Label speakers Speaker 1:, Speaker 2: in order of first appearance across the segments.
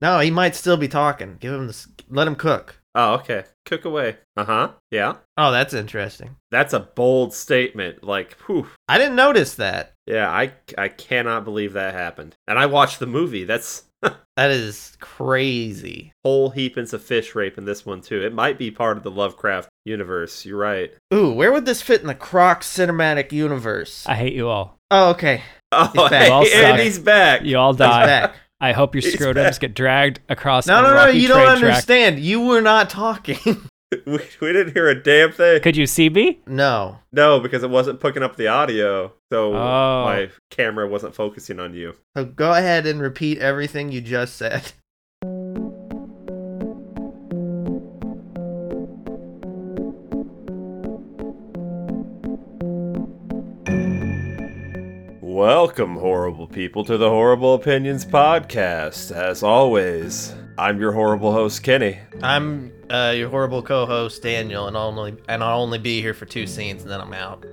Speaker 1: No, he might still be talking. Give him this. Let him cook.
Speaker 2: Oh, okay. Cook away. Uh huh. Yeah.
Speaker 1: Oh, that's interesting.
Speaker 2: That's a bold statement. Like, whew.
Speaker 1: I didn't notice that.
Speaker 2: Yeah, I I cannot believe that happened. And I watched the movie. That's
Speaker 1: That is crazy.
Speaker 2: whole heapings of fish rape in this one too. It might be part of the Lovecraft universe. You're right.
Speaker 1: Ooh, where would this fit in the Croc cinematic universe?
Speaker 3: I hate you all.
Speaker 1: Oh, okay.
Speaker 2: Oh,
Speaker 1: He's back.
Speaker 2: hey,
Speaker 3: You all suck.
Speaker 2: Andy's back.
Speaker 3: You all
Speaker 1: He's
Speaker 3: die.
Speaker 1: back.
Speaker 3: I hope your
Speaker 2: He's
Speaker 3: scrotums
Speaker 2: back.
Speaker 3: get dragged across.
Speaker 1: No,
Speaker 3: a
Speaker 1: no, no.
Speaker 3: rocky
Speaker 1: You don't
Speaker 3: train track.
Speaker 1: understand. You were not talking.
Speaker 2: We, we didn't hear a damn thing.
Speaker 3: Could you see me?
Speaker 1: no.
Speaker 2: No, because it wasn't picking up the audio, so
Speaker 3: Oh.
Speaker 2: my camera wasn't focusing on you.
Speaker 1: So go ahead and repeat everything you just said.
Speaker 2: Welcome, horrible people, to the Horrible Opinions podcast. As always, I'm your horrible host, Kenny.
Speaker 1: I'm uh, your horrible co-host Daniel, and I'll only and I'll only be here for two scenes, and then I'm out.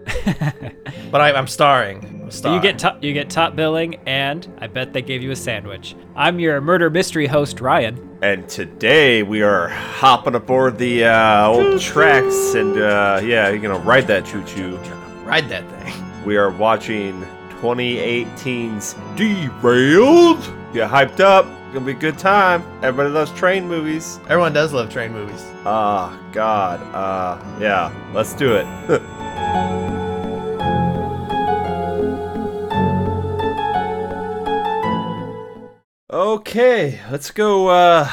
Speaker 1: but I, I'm starring. I'm a star.
Speaker 3: You get top, you get top billing, and I bet they gave you a sandwich. I'm your murder mystery host, Ryan.
Speaker 2: And today we are hopping aboard the uh, old tracks, and uh, yeah, you're gonna ride that choo choo.
Speaker 1: ride that thing.
Speaker 2: We are watching 2018's Derailed. Get hyped up. Gonna be a good time. Everybody loves train movies.
Speaker 1: Everyone does love train movies.
Speaker 2: Ah, God. Uh, yeah. Let's do it. okay, let's go. Uh,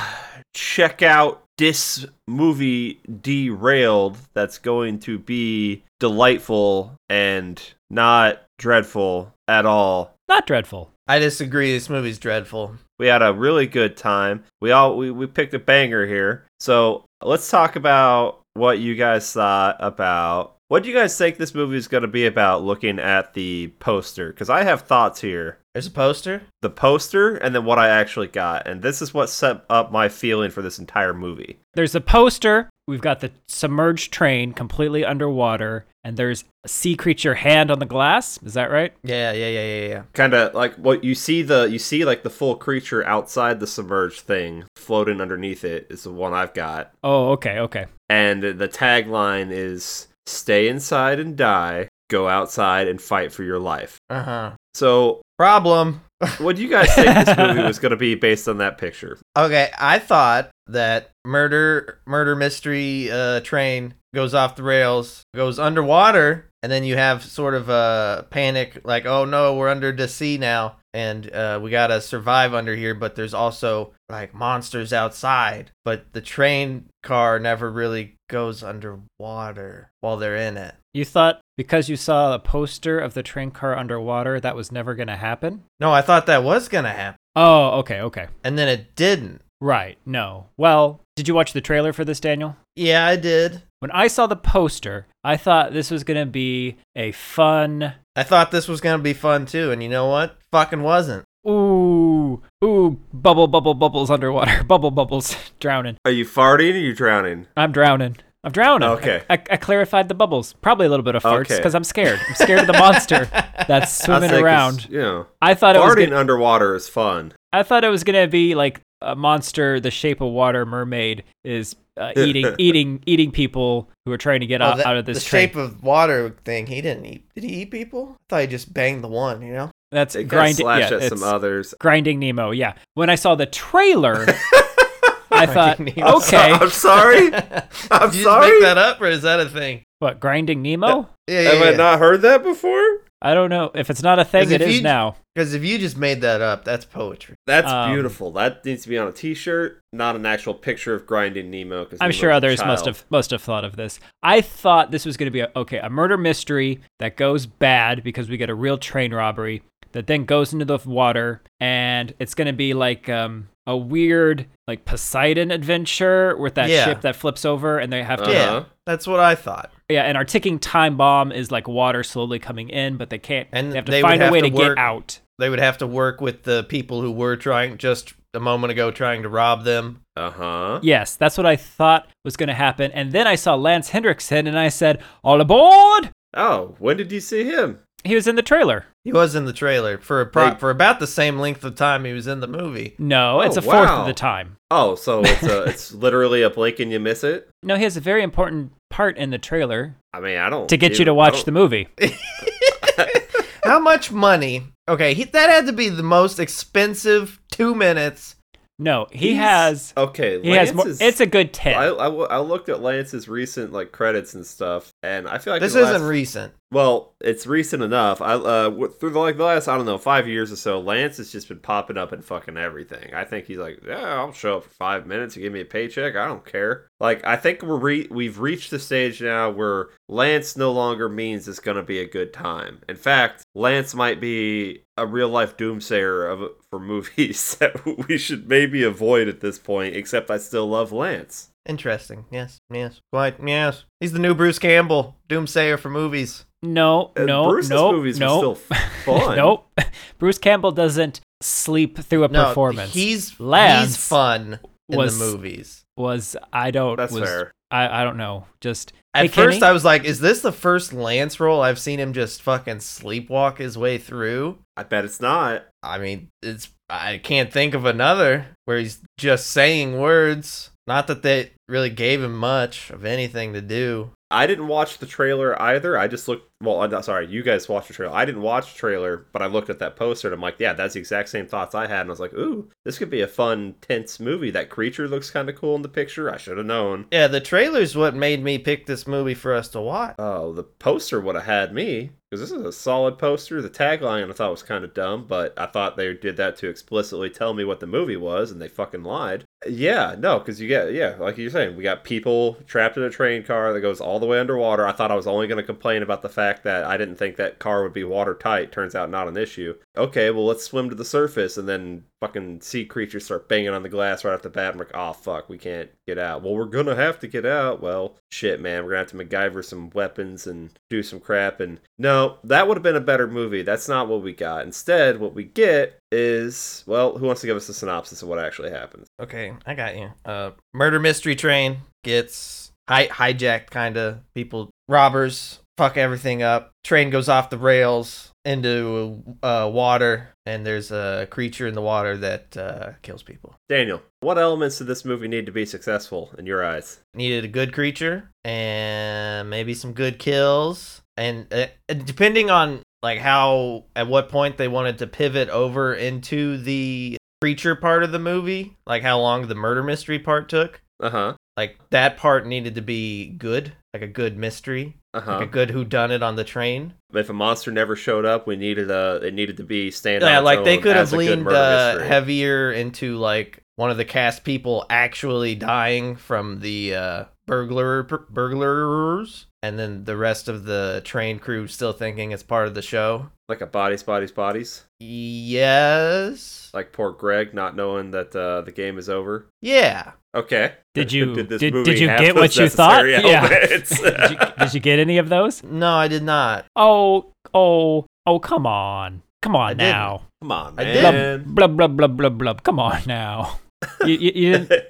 Speaker 2: check out this movie derailed. That's going to be delightful and not dreadful at all.
Speaker 3: Not dreadful.
Speaker 1: I disagree. This movie's dreadful.
Speaker 2: We had a really good time. We all we, we picked a banger here. So let's talk about what you guys thought about. What do you guys think this movie is going to be about? Looking at the poster, because I have thoughts here.
Speaker 1: There's a poster.
Speaker 2: The poster, and then what I actually got, and this is what set up my feeling for this entire movie.
Speaker 3: There's a poster. We've got the submerged train completely underwater, and there's a sea creature hand on the glass. Is that right?
Speaker 1: Yeah, yeah, yeah, yeah, yeah.
Speaker 2: Kind of like what you see the you see like the full creature outside the submerged thing floating underneath it is the one I've got.
Speaker 3: Oh, okay, okay.
Speaker 2: And the tagline is stay inside and die, go outside and fight for your life.
Speaker 1: Uh huh.
Speaker 2: So,
Speaker 1: Problem.
Speaker 2: what do you guys think this movie was going to be based on that picture?
Speaker 1: Okay, I thought that murder, murder mystery uh, train goes off the rails, goes underwater, and then you have sort of a panic, like, oh no, we're under the sea now, and uh, we gotta survive under here. But there's also like monsters outside, but the train car never really goes underwater while they're in it.
Speaker 3: You thought because you saw a poster of the train car underwater, that was never going to happen?
Speaker 1: No, I thought that was gonna happen,
Speaker 3: Oh, okay, okay.
Speaker 1: and then it didn't.
Speaker 3: Right, no. Well, did you watch the trailer for this, Daniel?
Speaker 1: Yeah, I did.
Speaker 3: When I saw the poster, I thought this was going to be a fun,
Speaker 1: I thought this was gonna be fun too, and you know what? Fucking wasn't.
Speaker 3: ooh, ooh, bubble, bubble, bubbles underwater, bubble, bubbles, drowning.
Speaker 2: Are you farting or are you drowning?
Speaker 3: I'm drowning. I'm drowning.
Speaker 2: Okay.
Speaker 3: I, I, I clarified the bubbles. Probably a little bit of farts
Speaker 2: Okay.
Speaker 3: because I'm scared. I'm scared of the monster that's
Speaker 2: I
Speaker 3: swimming
Speaker 2: think it's-
Speaker 3: around.
Speaker 2: You know,
Speaker 3: I thought it was.
Speaker 2: farting
Speaker 3: Gonna,
Speaker 2: underwater is fun.
Speaker 3: I thought it was gonna be like a monster, the shape of water mermaid is uh, eating, eating, eating people who are trying to get
Speaker 1: Oh,
Speaker 3: out,
Speaker 1: that-
Speaker 3: out of this
Speaker 1: the
Speaker 3: train.
Speaker 1: shape of water thing. He didn't eat. Did he eat people? I thought he just banged the one. You know.
Speaker 3: That's
Speaker 2: It kind of
Speaker 3: grinding.
Speaker 2: slash
Speaker 3: yeah,
Speaker 2: at some
Speaker 3: it's
Speaker 2: others.
Speaker 3: grinding Nemo. Yeah. When I saw the trailer, I thought,
Speaker 1: Grinding Nemo.
Speaker 3: okay,
Speaker 2: I'm sorry. I'm
Speaker 1: Did you
Speaker 2: sorry.
Speaker 1: just make that up, or is that a thing?
Speaker 3: what grinding Nemo?
Speaker 1: Yeah,
Speaker 2: Have I not heard that before?
Speaker 3: I don't know if it's not a thing.
Speaker 1: As
Speaker 3: It
Speaker 1: if
Speaker 3: is
Speaker 1: you-
Speaker 3: now.
Speaker 1: Because if you just made that up, that's poetry.
Speaker 2: That's
Speaker 3: Um,
Speaker 2: beautiful. That needs to be on a T-shirt, not an actual picture of grinding Nemo. 'cause
Speaker 3: I'm
Speaker 2: Nemo's
Speaker 3: sure
Speaker 2: a
Speaker 3: others must
Speaker 2: child.
Speaker 3: have must have thought of this. I thought this was going to be a, okay, a murder mystery that goes bad because we get a real train robbery that then goes into the water and it's going to be like um a weird like Poseidon adventure with that
Speaker 1: Yeah.
Speaker 3: ship that flips over and they have to yeah.
Speaker 1: Yeah,
Speaker 2: Uh-huh.
Speaker 1: that's what I thought.
Speaker 3: and our ticking time bomb is like water slowly coming in but they can't
Speaker 1: And
Speaker 3: they have to
Speaker 1: they would
Speaker 3: find a
Speaker 1: have
Speaker 3: way
Speaker 1: to
Speaker 3: to,
Speaker 1: work-
Speaker 3: get out.
Speaker 1: They would have to work with the people who were trying just a moment ago trying to rob them.
Speaker 2: Uh huh.
Speaker 3: Yes, that's what I thought was going to happen and then I saw Lance Hendrickson and I said all aboard
Speaker 2: Oh, when did you see him?
Speaker 3: He was in the trailer.
Speaker 1: He was in the trailer for a pro-
Speaker 2: They-
Speaker 1: for about the same length of time he was in the movie.
Speaker 3: No,
Speaker 2: Oh,
Speaker 3: it's a fourth
Speaker 2: wow.
Speaker 3: of the time.
Speaker 2: Oh, so it's a, it's literally a blink and you miss it.
Speaker 3: No, he has a very important part in the trailer
Speaker 2: I mean, I don't
Speaker 3: to get
Speaker 2: dude, oh.
Speaker 3: you to
Speaker 2: I
Speaker 3: watch
Speaker 2: don't-
Speaker 3: the movie.
Speaker 1: How much money? Okay, he, that had to be the most expensive two minutes.
Speaker 3: No, he
Speaker 2: He's-
Speaker 3: has
Speaker 2: Okay,
Speaker 3: he has more.
Speaker 2: Lance is-
Speaker 3: It's a good ten.
Speaker 2: I, I, I looked at Lance's recent like credits and stuff, and I feel like
Speaker 1: This
Speaker 2: in the
Speaker 1: isn't
Speaker 2: last-
Speaker 1: recent.
Speaker 2: well, it's recent enough. I uh w- through the, like the last I don't know five years or so, Lance has just been popping up in fucking everything. I think he's like, yeah, I'll show up for five minutes and give me a paycheck. I don't care. Like I think we're re- we've reached the stage now where Lance no longer means it's gonna be a good time. In fact, Lance might be a real life doomsayer of for movies that we should maybe avoid at this point. Except I still love Lance.
Speaker 1: Interesting. Yes. Yes. Quite. Yes. He's the new Bruce Campbell, doomsayer for movies.
Speaker 3: no,
Speaker 2: And
Speaker 3: no,
Speaker 2: uh, Bruce's
Speaker 3: no,
Speaker 2: movies
Speaker 3: no.
Speaker 2: were still fun.
Speaker 3: nope. Bruce Campbell doesn't sleep through a
Speaker 1: No,
Speaker 3: performance.
Speaker 1: He's
Speaker 3: Lance
Speaker 1: he's fun in
Speaker 3: was-
Speaker 1: the movies.
Speaker 3: was I don't
Speaker 2: That's
Speaker 3: was
Speaker 2: fair.
Speaker 3: I I don't know. Just
Speaker 1: At
Speaker 3: Hey,
Speaker 1: first,
Speaker 3: Kenny?
Speaker 1: I was like, "Is this the first Lance role I've seen him just fucking sleepwalk his way through?"
Speaker 2: I bet it's not.
Speaker 1: I mean, it's I can't think of another where he's just saying words. Not that they really gave him much of anything to do.
Speaker 2: I didn't watch the trailer either. I just looked. Well, I'm not, sorry, you guys watched the trailer. I didn't watch the trailer, but I looked at that poster and I'm like, yeah, that's the exact same thoughts I had. And I was like, ooh, this could be a fun, tense movie. That creature looks kind of cool in the picture. I should have known.
Speaker 1: Yeah, the trailer's what made me pick this movie for us to watch.
Speaker 2: Oh, the poster would have had me because this is a solid poster. The tagline I thought was kind of dumb, but I thought they did that to explicitly tell me what the movie was, and they fucking lied. Yeah, no, because you get yeah, like you're saying, we got people trapped in a train car that goes all the way underwater. I thought I was only going to complain about the fact that I didn't think that car would be watertight. Turns out, not an issue. Okay, well let's swim to the surface, and then fucking sea creatures start banging on the glass right off the bat. I'm like, oh fuck, we can't get out. Well, we're gonna have to get out. Well, shit, man, we're gonna have to MacGyver some weapons and do some crap. And no, that would have been a better movie. That's not what we got. Instead, what we get is well, who wants to give us a synopsis of what actually happens?
Speaker 1: Okay, I got you. Uh, murder mystery train gets hi- hijacked, kind of. People, robbers, fuck everything up. Train goes off the rails into uh, water, and there's a creature in the water that uh, kills people.
Speaker 2: Daniel, what elements did this movie need to be successful in your eyes?
Speaker 1: Needed a good creature and maybe some good kills, and uh, and depending on like how at what point they wanted to pivot over into the creature part of the movie, like how long the murder mystery part took.
Speaker 2: Uh huh.
Speaker 1: like that part needed to be good like a good mystery
Speaker 2: Uh
Speaker 1: like
Speaker 2: huh.
Speaker 1: a good who done it on the train
Speaker 2: If a monster never showed up, we needed a. It needed to be stand.
Speaker 1: yeah
Speaker 2: on its
Speaker 1: like they
Speaker 2: own
Speaker 1: could
Speaker 2: as
Speaker 1: have
Speaker 2: a good
Speaker 1: leaned
Speaker 2: murder
Speaker 1: uh,
Speaker 2: mystery.
Speaker 1: heavier into like one of the cast people actually dying from the uh burglar pur- burglars and then the rest of the train crew still thinking it's part of the show
Speaker 2: like a bodies, bodies, bodies.
Speaker 1: yes
Speaker 2: Like poor Greg not knowing that uh, the game is over.
Speaker 1: yeah
Speaker 2: Okay.
Speaker 3: Did you-
Speaker 2: did, this
Speaker 3: did-
Speaker 2: movie
Speaker 3: did you
Speaker 2: have
Speaker 3: get
Speaker 2: those
Speaker 3: what you thought?
Speaker 2: necessary
Speaker 3: Yeah.
Speaker 2: elements?
Speaker 3: did, you, did you get any of those?
Speaker 1: no i did not
Speaker 3: Oh oh oh! Come on, come
Speaker 1: I
Speaker 3: on
Speaker 1: didn't.
Speaker 3: now.
Speaker 2: Come on,
Speaker 1: I
Speaker 3: Blub
Speaker 2: man.
Speaker 3: blub blub blub blub blub. Come on now. You, you, you didn't-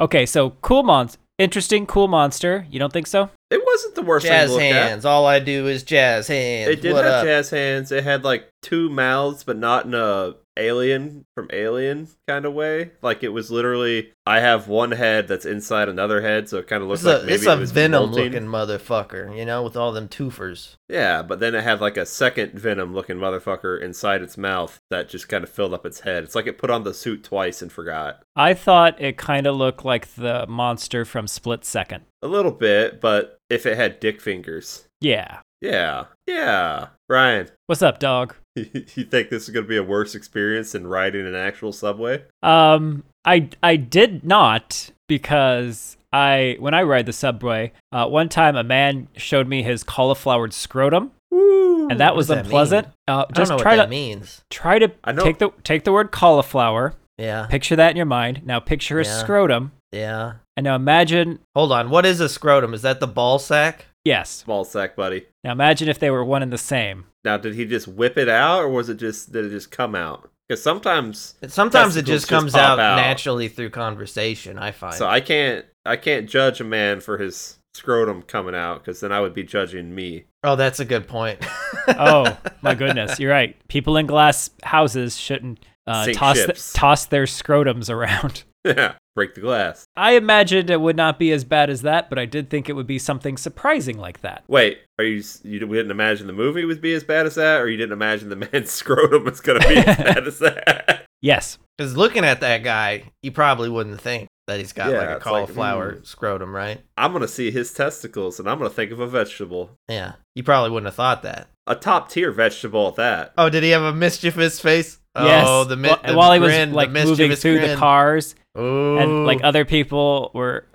Speaker 3: okay, so cool monster, interesting cool monster. You don't think so?
Speaker 2: it wasn't the worst thing
Speaker 1: jazz
Speaker 2: to look
Speaker 1: hands all i do is jazz hands
Speaker 2: at. It did
Speaker 1: what
Speaker 2: have
Speaker 1: up
Speaker 2: jazz hands. It had like two mouths, but not in a alien from alien kind of way. Like it was literally, I have one head that's inside another head, so it kind of looks
Speaker 1: It's
Speaker 2: like
Speaker 1: a,
Speaker 2: maybe
Speaker 1: it's
Speaker 2: it
Speaker 1: a
Speaker 2: was
Speaker 1: venom
Speaker 2: molting.
Speaker 1: looking motherfucker, you know, with all them twofers.
Speaker 2: Yeah, but then it had like a second venom looking motherfucker inside its mouth that just kind of filled up its head. It's like it put on the suit twice and forgot.
Speaker 3: I thought it kind of looked like the monster from Split Second.
Speaker 2: A little bit, but if it had dick fingers.
Speaker 3: Yeah.
Speaker 2: Yeah. Yeah. Ryan,
Speaker 3: What's up, dog?
Speaker 2: you think this is going to be a worse experience than riding an actual subway?
Speaker 3: Um, I I did not because I when I ride the subway, uh, one time a man showed me his cauliflowered scrotum,
Speaker 2: Woo!
Speaker 3: and that
Speaker 1: What
Speaker 3: was
Speaker 1: does that
Speaker 3: unpleasant.
Speaker 1: mean?
Speaker 3: Uh,
Speaker 1: I
Speaker 3: just
Speaker 1: don't know
Speaker 3: try
Speaker 1: what that
Speaker 3: to
Speaker 1: means.
Speaker 3: try to
Speaker 2: I know-
Speaker 3: take the take the word cauliflower,
Speaker 1: Yeah,
Speaker 3: picture that in your mind. Now picture a
Speaker 1: Yeah.
Speaker 3: scrotum,
Speaker 1: yeah.
Speaker 3: and now imagine
Speaker 1: Hold on, what is a scrotum? Is that the ball sack?
Speaker 3: yes.
Speaker 2: small sack, buddy.
Speaker 3: Now imagine if they were one and the same.
Speaker 2: Now, did he just whip it out, or was it just did it just come out? Because sometimes,
Speaker 1: It- Sometimes it
Speaker 2: Testicles
Speaker 1: just
Speaker 2: just
Speaker 1: comes out,
Speaker 2: pop out.
Speaker 1: naturally through conversation. I find.
Speaker 2: so I can't I can't judge a man for his scrotum coming out because then I would be judging me.
Speaker 1: Oh, that's a good point.
Speaker 3: oh my goodness, you're right. People in glass houses shouldn't uh,
Speaker 2: Sink
Speaker 3: toss
Speaker 2: ships.
Speaker 3: toss their scrotums around.
Speaker 2: Yeah, break the glass.
Speaker 3: I imagined it would not be as bad as that, but I did think it would be something surprising like that.
Speaker 2: Wait, are you s- you d- we didn't imagine the movie would be as bad as that, or you didn't imagine the man's scrotum was gonna be as bad as that?
Speaker 3: Yes.
Speaker 1: Because looking at that guy, you probably wouldn't think that he's got
Speaker 2: Yeah,
Speaker 1: like a
Speaker 2: it's like, mm.
Speaker 1: cauliflower scrotum, right?
Speaker 2: I'm gonna see his testicles, and I'm gonna think of a vegetable,
Speaker 1: Yeah. You probably wouldn't have thought that.
Speaker 2: a top tier vegetable at that.
Speaker 1: Oh, did he have a mischievous face?
Speaker 3: yes.
Speaker 1: Oh, the, mi-
Speaker 3: Wh-
Speaker 1: the
Speaker 3: while he was
Speaker 1: grin,
Speaker 3: like
Speaker 1: the
Speaker 3: moving
Speaker 1: mischievous
Speaker 3: through the
Speaker 1: grin.
Speaker 3: cars,
Speaker 1: Ooh.
Speaker 3: and like other people were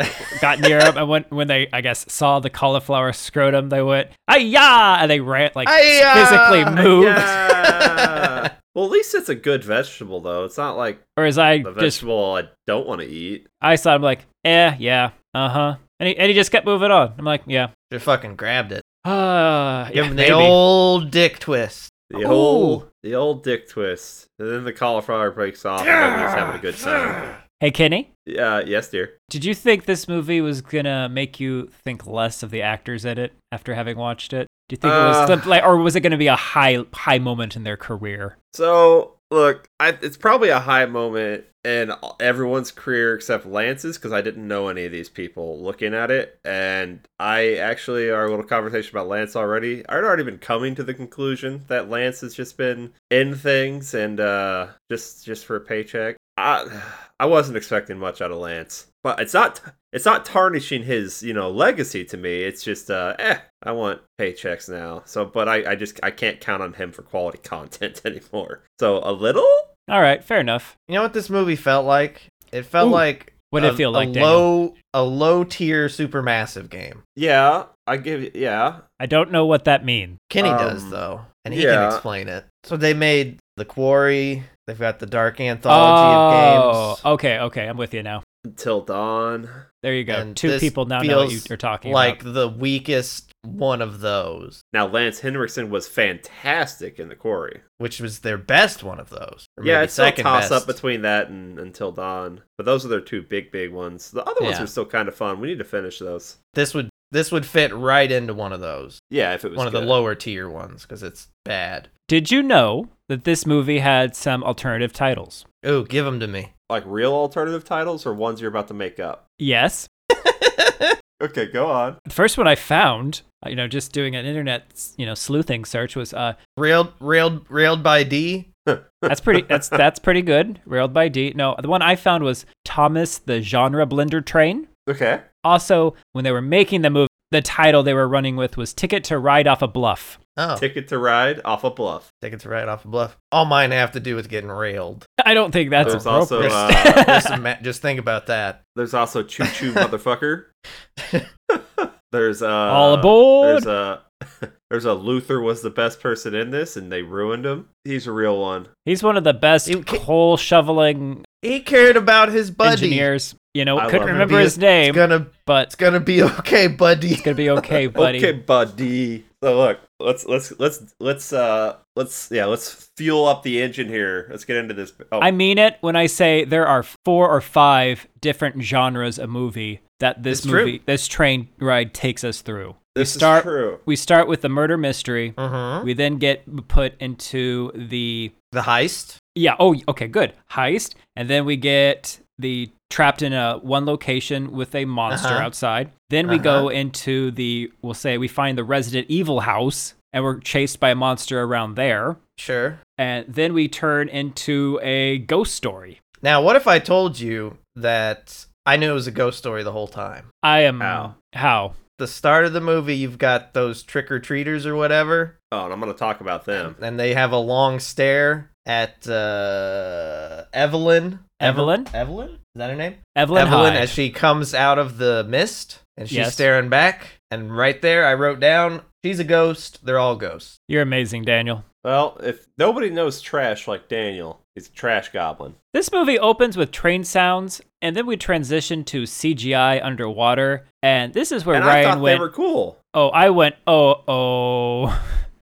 Speaker 3: got near him, and when when they I guess saw the cauliflower scrotum, they went ah and they ran like
Speaker 1: Hi-yah!
Speaker 3: physically moved,
Speaker 2: Yeah. well, at least it's a good vegetable, though. It's not like
Speaker 3: or as I
Speaker 2: the
Speaker 3: just
Speaker 2: vegetable I don't want to eat.
Speaker 3: I saw him like eh yeah uh huh, and he and he just kept moving on. I'm like yeah.
Speaker 1: They fucking grabbed it.
Speaker 3: Uh,
Speaker 1: Give
Speaker 3: yeah,
Speaker 1: him the
Speaker 3: maybe.
Speaker 1: old dick twist.
Speaker 2: The old, the old dick twist, and then the cauliflower breaks off, and everybody's having a good time.
Speaker 3: hey Kenny,
Speaker 2: Yeah, yes, dear.
Speaker 3: did you think this movie was gonna make you think less of the actors in it after having watched it? Do you think it
Speaker 2: Uh.
Speaker 3: was like, or was it gonna be a high high moment in their career?
Speaker 2: So look, I, it's probably a high moment in everyone's career except Lance's because I didn't know any of these people looking at it, and I actually our little conversation about Lance already. I'd already been coming to the conclusion that Lance has just been in things and uh, just just for a paycheck. I I wasn't expecting much out of Lance, but it's not it's not tarnishing his you know legacy to me. It's just uh, eh, I want paychecks now. So, but I I just I can't count on him for quality content anymore. So a little.
Speaker 3: All right, fair enough.
Speaker 1: You know what this movie felt like? It felt
Speaker 3: Ooh.
Speaker 1: like
Speaker 3: What did
Speaker 1: a-
Speaker 3: it feel like,
Speaker 1: a
Speaker 3: Daniel?
Speaker 1: low a low tier supermassive game.
Speaker 2: Yeah, I give you. Yeah,
Speaker 3: I don't know what that means.
Speaker 1: Kenny
Speaker 2: Um,
Speaker 1: does though, and he
Speaker 2: yeah.
Speaker 1: can explain it. So they made The Quarry. They've got the Dark
Speaker 3: Oh,
Speaker 1: Anthology of Games.
Speaker 3: Okay, okay, I'm with you now.
Speaker 2: until dawn.
Speaker 3: There you go.
Speaker 1: And
Speaker 3: Two
Speaker 1: this
Speaker 3: people now know what you
Speaker 1: feels
Speaker 3: are talking
Speaker 1: Like
Speaker 3: about.
Speaker 1: the weakest one of those,
Speaker 2: Now Lance Henriksen was fantastic in the quarry.
Speaker 1: which was their best one of those. or
Speaker 2: yeah,
Speaker 1: maybe
Speaker 2: it's still a
Speaker 1: second
Speaker 2: toss
Speaker 1: best.
Speaker 2: up between that and Until Dawn. But those are their two big, big ones. The other ones
Speaker 1: Yeah.
Speaker 2: are still kind of fun. We need to finish those.
Speaker 1: This would this would fit right into one of those,
Speaker 2: Yeah, if it was
Speaker 1: one of the
Speaker 2: good.
Speaker 1: lower tier ones, because it's bad.
Speaker 3: Did you know that this movie had some alternative titles?
Speaker 1: Ooh, give them to me.
Speaker 2: like real alternative titles or ones you're about to make up.
Speaker 3: Yes.
Speaker 2: Okay, go on.
Speaker 3: The first one I found, uh, you know, just doing an internet, you know, sleuthing search was uh
Speaker 1: Railed, railed, railed by D.
Speaker 3: that's pretty that's that's pretty good. Railed by D. No, the one I found was Thomas the Genre Blender Train.
Speaker 2: Okay.
Speaker 3: Also, when they were making the movie, the title they were running with was Ticket to Ride Off a Bluff.
Speaker 1: Oh,
Speaker 2: Ticket to Ride off a bluff.
Speaker 1: tickets right off a bluff. All mine have to do with getting railed.
Speaker 3: I don't think that's
Speaker 2: There's also,
Speaker 3: appropriate.
Speaker 2: uh,
Speaker 1: There's some ma- just think about that.
Speaker 2: There's also Choo Choo Motherfucker. there's uh
Speaker 3: All aboard.
Speaker 2: There's a there's a Luther was the best person in this and they ruined him. He's a real one.
Speaker 3: He's one of the best
Speaker 1: You ca-
Speaker 3: coal shoveling
Speaker 1: He cared about his buddy.
Speaker 3: engineers. You know,
Speaker 2: I
Speaker 3: couldn't
Speaker 2: love it.
Speaker 3: remember
Speaker 1: Be a-
Speaker 3: his name,
Speaker 1: It's gonna,
Speaker 3: but
Speaker 1: it's gonna be okay, buddy.
Speaker 3: it's gonna be okay, buddy.
Speaker 2: Okay, buddy. So look, let's let's let's let's uh let's yeah, let's fuel up the engine here. Let's get into this. Oh,
Speaker 3: I mean it when I say there are four or five different genres of movie that this
Speaker 1: It's true.
Speaker 3: movie, this train ride takes us through.
Speaker 2: this
Speaker 3: start-
Speaker 2: is true.
Speaker 3: We start with the murder mystery.
Speaker 1: Mm-hmm.
Speaker 3: We then get put into the
Speaker 1: The heist.
Speaker 3: yeah. Oh, okay, good heist, and then we get the trapped in a one location with a monster
Speaker 1: Uh-huh.
Speaker 3: outside. Then we
Speaker 2: Uh-huh.
Speaker 3: go into the we'll say we find the Resident Evil house, and we're chased by a monster around there.
Speaker 1: Sure.
Speaker 3: And then we turn into a ghost story.
Speaker 1: Now, what if I told you that I knew it was a ghost story the whole time?
Speaker 3: I am
Speaker 2: How?
Speaker 3: how?
Speaker 1: The start of the movie, you've got those trick or treaters or whatever,
Speaker 2: Oh, and I'm gonna talk about them.
Speaker 1: and they have a long stare at uh, Evelyn. Ev-
Speaker 3: Evelyn?
Speaker 1: Evelyn? Is that her name?
Speaker 3: Evelyn,
Speaker 1: Evelyn
Speaker 3: Hyde.
Speaker 1: as she comes out of the mist and she's
Speaker 3: Yes.
Speaker 1: staring back. And right there, I wrote down, she's a ghost. They're all ghosts.
Speaker 3: You're amazing, Daniel.
Speaker 2: Well, if nobody knows trash like Daniel, he's a trash goblin.
Speaker 3: This movie opens with train sounds, and then we transition to CGI underwater. And this is where
Speaker 2: and I
Speaker 3: Ryan
Speaker 2: thought
Speaker 3: went.
Speaker 2: they were cool.
Speaker 3: Oh, I went. Oh, oh.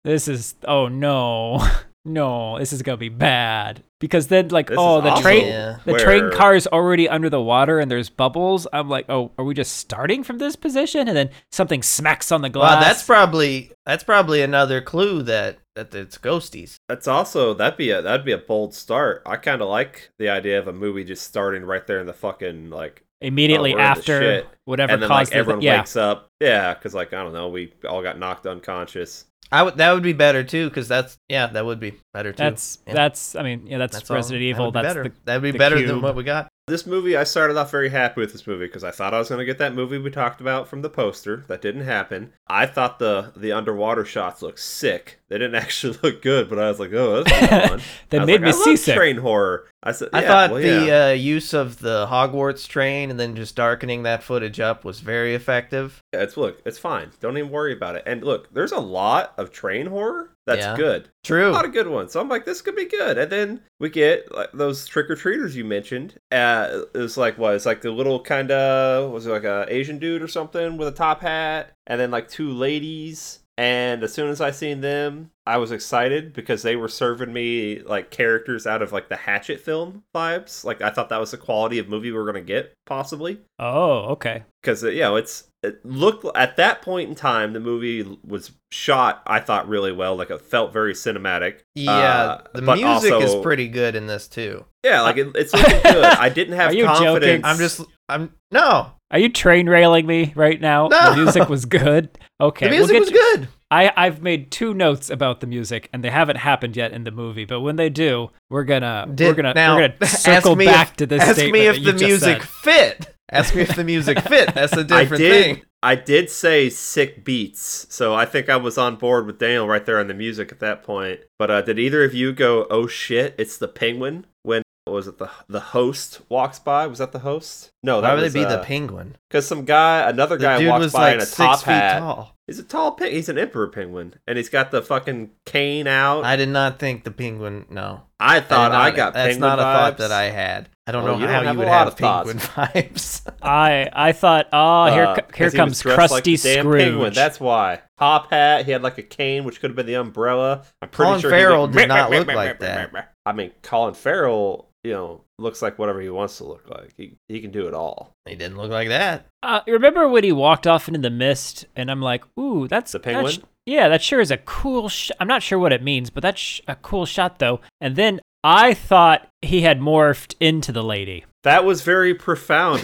Speaker 3: This is. Oh no, no. This is gonna be bad. because then like
Speaker 2: This
Speaker 3: oh
Speaker 2: is
Speaker 3: the
Speaker 2: awesome.
Speaker 3: train
Speaker 1: Yeah.
Speaker 3: the train
Speaker 2: Where-
Speaker 3: car is already under the water and there's bubbles. I'm like, oh, are we just starting from this position? And then something smacks on the glass.
Speaker 1: Wow, that's probably that's probably another clue that that it's ghosties.
Speaker 2: That's also that'd be a that'd be a bold start. I kind of like the idea of a movie just starting right there in the fucking like,
Speaker 3: immediately
Speaker 2: Oh, we're in the
Speaker 3: after
Speaker 2: shit.
Speaker 3: whatever
Speaker 2: and then
Speaker 3: caused
Speaker 2: like
Speaker 3: the-
Speaker 2: everyone
Speaker 3: yeah.
Speaker 2: wakes up. Yeah, because like I don't know, we all got knocked unconscious.
Speaker 1: I would that would be better too because that's yeah that would be better too.
Speaker 3: That's
Speaker 1: Yeah.
Speaker 3: that's I mean yeah that's,
Speaker 1: all.
Speaker 3: Resident
Speaker 1: That
Speaker 3: Evil.
Speaker 1: would be
Speaker 3: That's
Speaker 1: better.
Speaker 3: the,
Speaker 1: that'd be
Speaker 3: the
Speaker 1: better than
Speaker 3: cube.
Speaker 1: what we got.
Speaker 2: This movie, I started off very happy with this movie because I thought I was going to get that movie we talked about from the poster. That didn't happen. I thought the the underwater shots looked sick. They didn't actually look good, but I was like, oh, that's not fun.
Speaker 3: that
Speaker 2: I was
Speaker 3: made
Speaker 2: like,
Speaker 3: me
Speaker 2: I love
Speaker 3: seasick.
Speaker 2: Train horror. I said,
Speaker 1: I
Speaker 2: yeah,
Speaker 1: thought
Speaker 2: well,
Speaker 1: the
Speaker 2: yeah.
Speaker 1: uh, use of the Hogwarts train and then just darkening that footage up was very effective.
Speaker 2: Yeah, it's look, it's fine. Don't even worry about it. And look, there's a lot of train horror that's
Speaker 1: Yeah.
Speaker 2: good. A
Speaker 1: True.
Speaker 2: lot of good ones. So I'm like, this could be good. And then we get like, those trick or treaters you mentioned. Uh, it was like what? It's like the little kind of was it like a Asian dude or something with a top hat, and then like two ladies. And as soon as I seen them, I was excited because they were serving me like characters out of like the Hatchet film vibes. Like I thought that was the quality of movie we were gonna get possibly
Speaker 3: Oh, okay.
Speaker 2: because uh, you know it's it looked at that point in time the movie was shot i thought really well like it felt very cinematic
Speaker 1: yeah,
Speaker 2: Uh,
Speaker 1: the
Speaker 2: but
Speaker 1: music
Speaker 2: also-
Speaker 1: is pretty good in this too.
Speaker 2: yeah like it, it's looking good i didn't have
Speaker 3: Are you joking?
Speaker 2: confidence
Speaker 1: I'm just I'm no.
Speaker 3: Are you train railing me right now? The
Speaker 1: No.
Speaker 3: music was good. Okay,
Speaker 1: the music
Speaker 3: we'll get
Speaker 1: was
Speaker 3: to-
Speaker 1: good.
Speaker 3: I I've made two notes about the music, and they haven't happened yet in the movie. But when they do, we're gonna we're
Speaker 1: Did-
Speaker 3: gonna
Speaker 1: now,
Speaker 3: we're gonna
Speaker 1: ask
Speaker 3: circle
Speaker 1: me
Speaker 3: back
Speaker 1: if-
Speaker 3: to this.
Speaker 1: Ask
Speaker 3: statement
Speaker 1: me if
Speaker 3: that you
Speaker 1: the
Speaker 3: just
Speaker 1: music
Speaker 3: said.
Speaker 1: fit. Ask me if the music fit. That's a
Speaker 2: i
Speaker 1: different
Speaker 2: did
Speaker 1: thing.
Speaker 2: i did say sick beats so i think i was on board with daniel right there on the music at that point but uh did either of you go oh shit it's the penguin when was it the the host walks by was that the host no that
Speaker 1: Why would
Speaker 2: was,
Speaker 1: it be
Speaker 2: uh,
Speaker 1: the penguin?
Speaker 2: because some guy another
Speaker 1: The
Speaker 2: guy
Speaker 1: dude
Speaker 2: walks
Speaker 1: was
Speaker 2: by
Speaker 1: like
Speaker 2: in a
Speaker 1: six
Speaker 2: top
Speaker 1: feet
Speaker 2: hat
Speaker 1: tall.
Speaker 2: He's a tall pig. He's an emperor penguin, and he's got the fucking cane out. I,
Speaker 1: I did not think the penguin. No,
Speaker 2: thought
Speaker 1: did
Speaker 2: I,
Speaker 1: not-
Speaker 2: got
Speaker 1: That's
Speaker 2: penguin
Speaker 1: not a thought
Speaker 2: vibes.
Speaker 1: that I had. I don't
Speaker 2: Oh,
Speaker 1: know
Speaker 2: you don't
Speaker 1: how
Speaker 2: have
Speaker 1: you
Speaker 2: a
Speaker 1: would
Speaker 2: lot
Speaker 1: have
Speaker 2: of thoughts.
Speaker 1: penguin vibes.
Speaker 3: I I thought, oh,
Speaker 2: Uh,
Speaker 3: here co- here
Speaker 2: 'cause he was
Speaker 3: comes
Speaker 2: dressed
Speaker 3: crusty
Speaker 2: like the damn
Speaker 3: Scrooge.
Speaker 2: Penguin. That's why top hat. He had like a cane, which could have been the umbrella. I'm pretty
Speaker 1: Colin
Speaker 2: sure he
Speaker 1: Farrell
Speaker 2: did-
Speaker 1: did not look like that.
Speaker 2: I mean, Colin Farrell, you know, looks like whatever he wants to look like. He he can do it all.
Speaker 1: He didn't look like that.
Speaker 3: Uh, remember when he walked off into the mist, and I'm like, "Ooh, that's
Speaker 2: The
Speaker 3: that's-
Speaker 2: penguin?
Speaker 3: yeah, that sure is a cool. Sh- I'm not sure what it means, but that's sh- a cool shot, though. And then I thought he had morphed into the lady,
Speaker 2: That was very profound,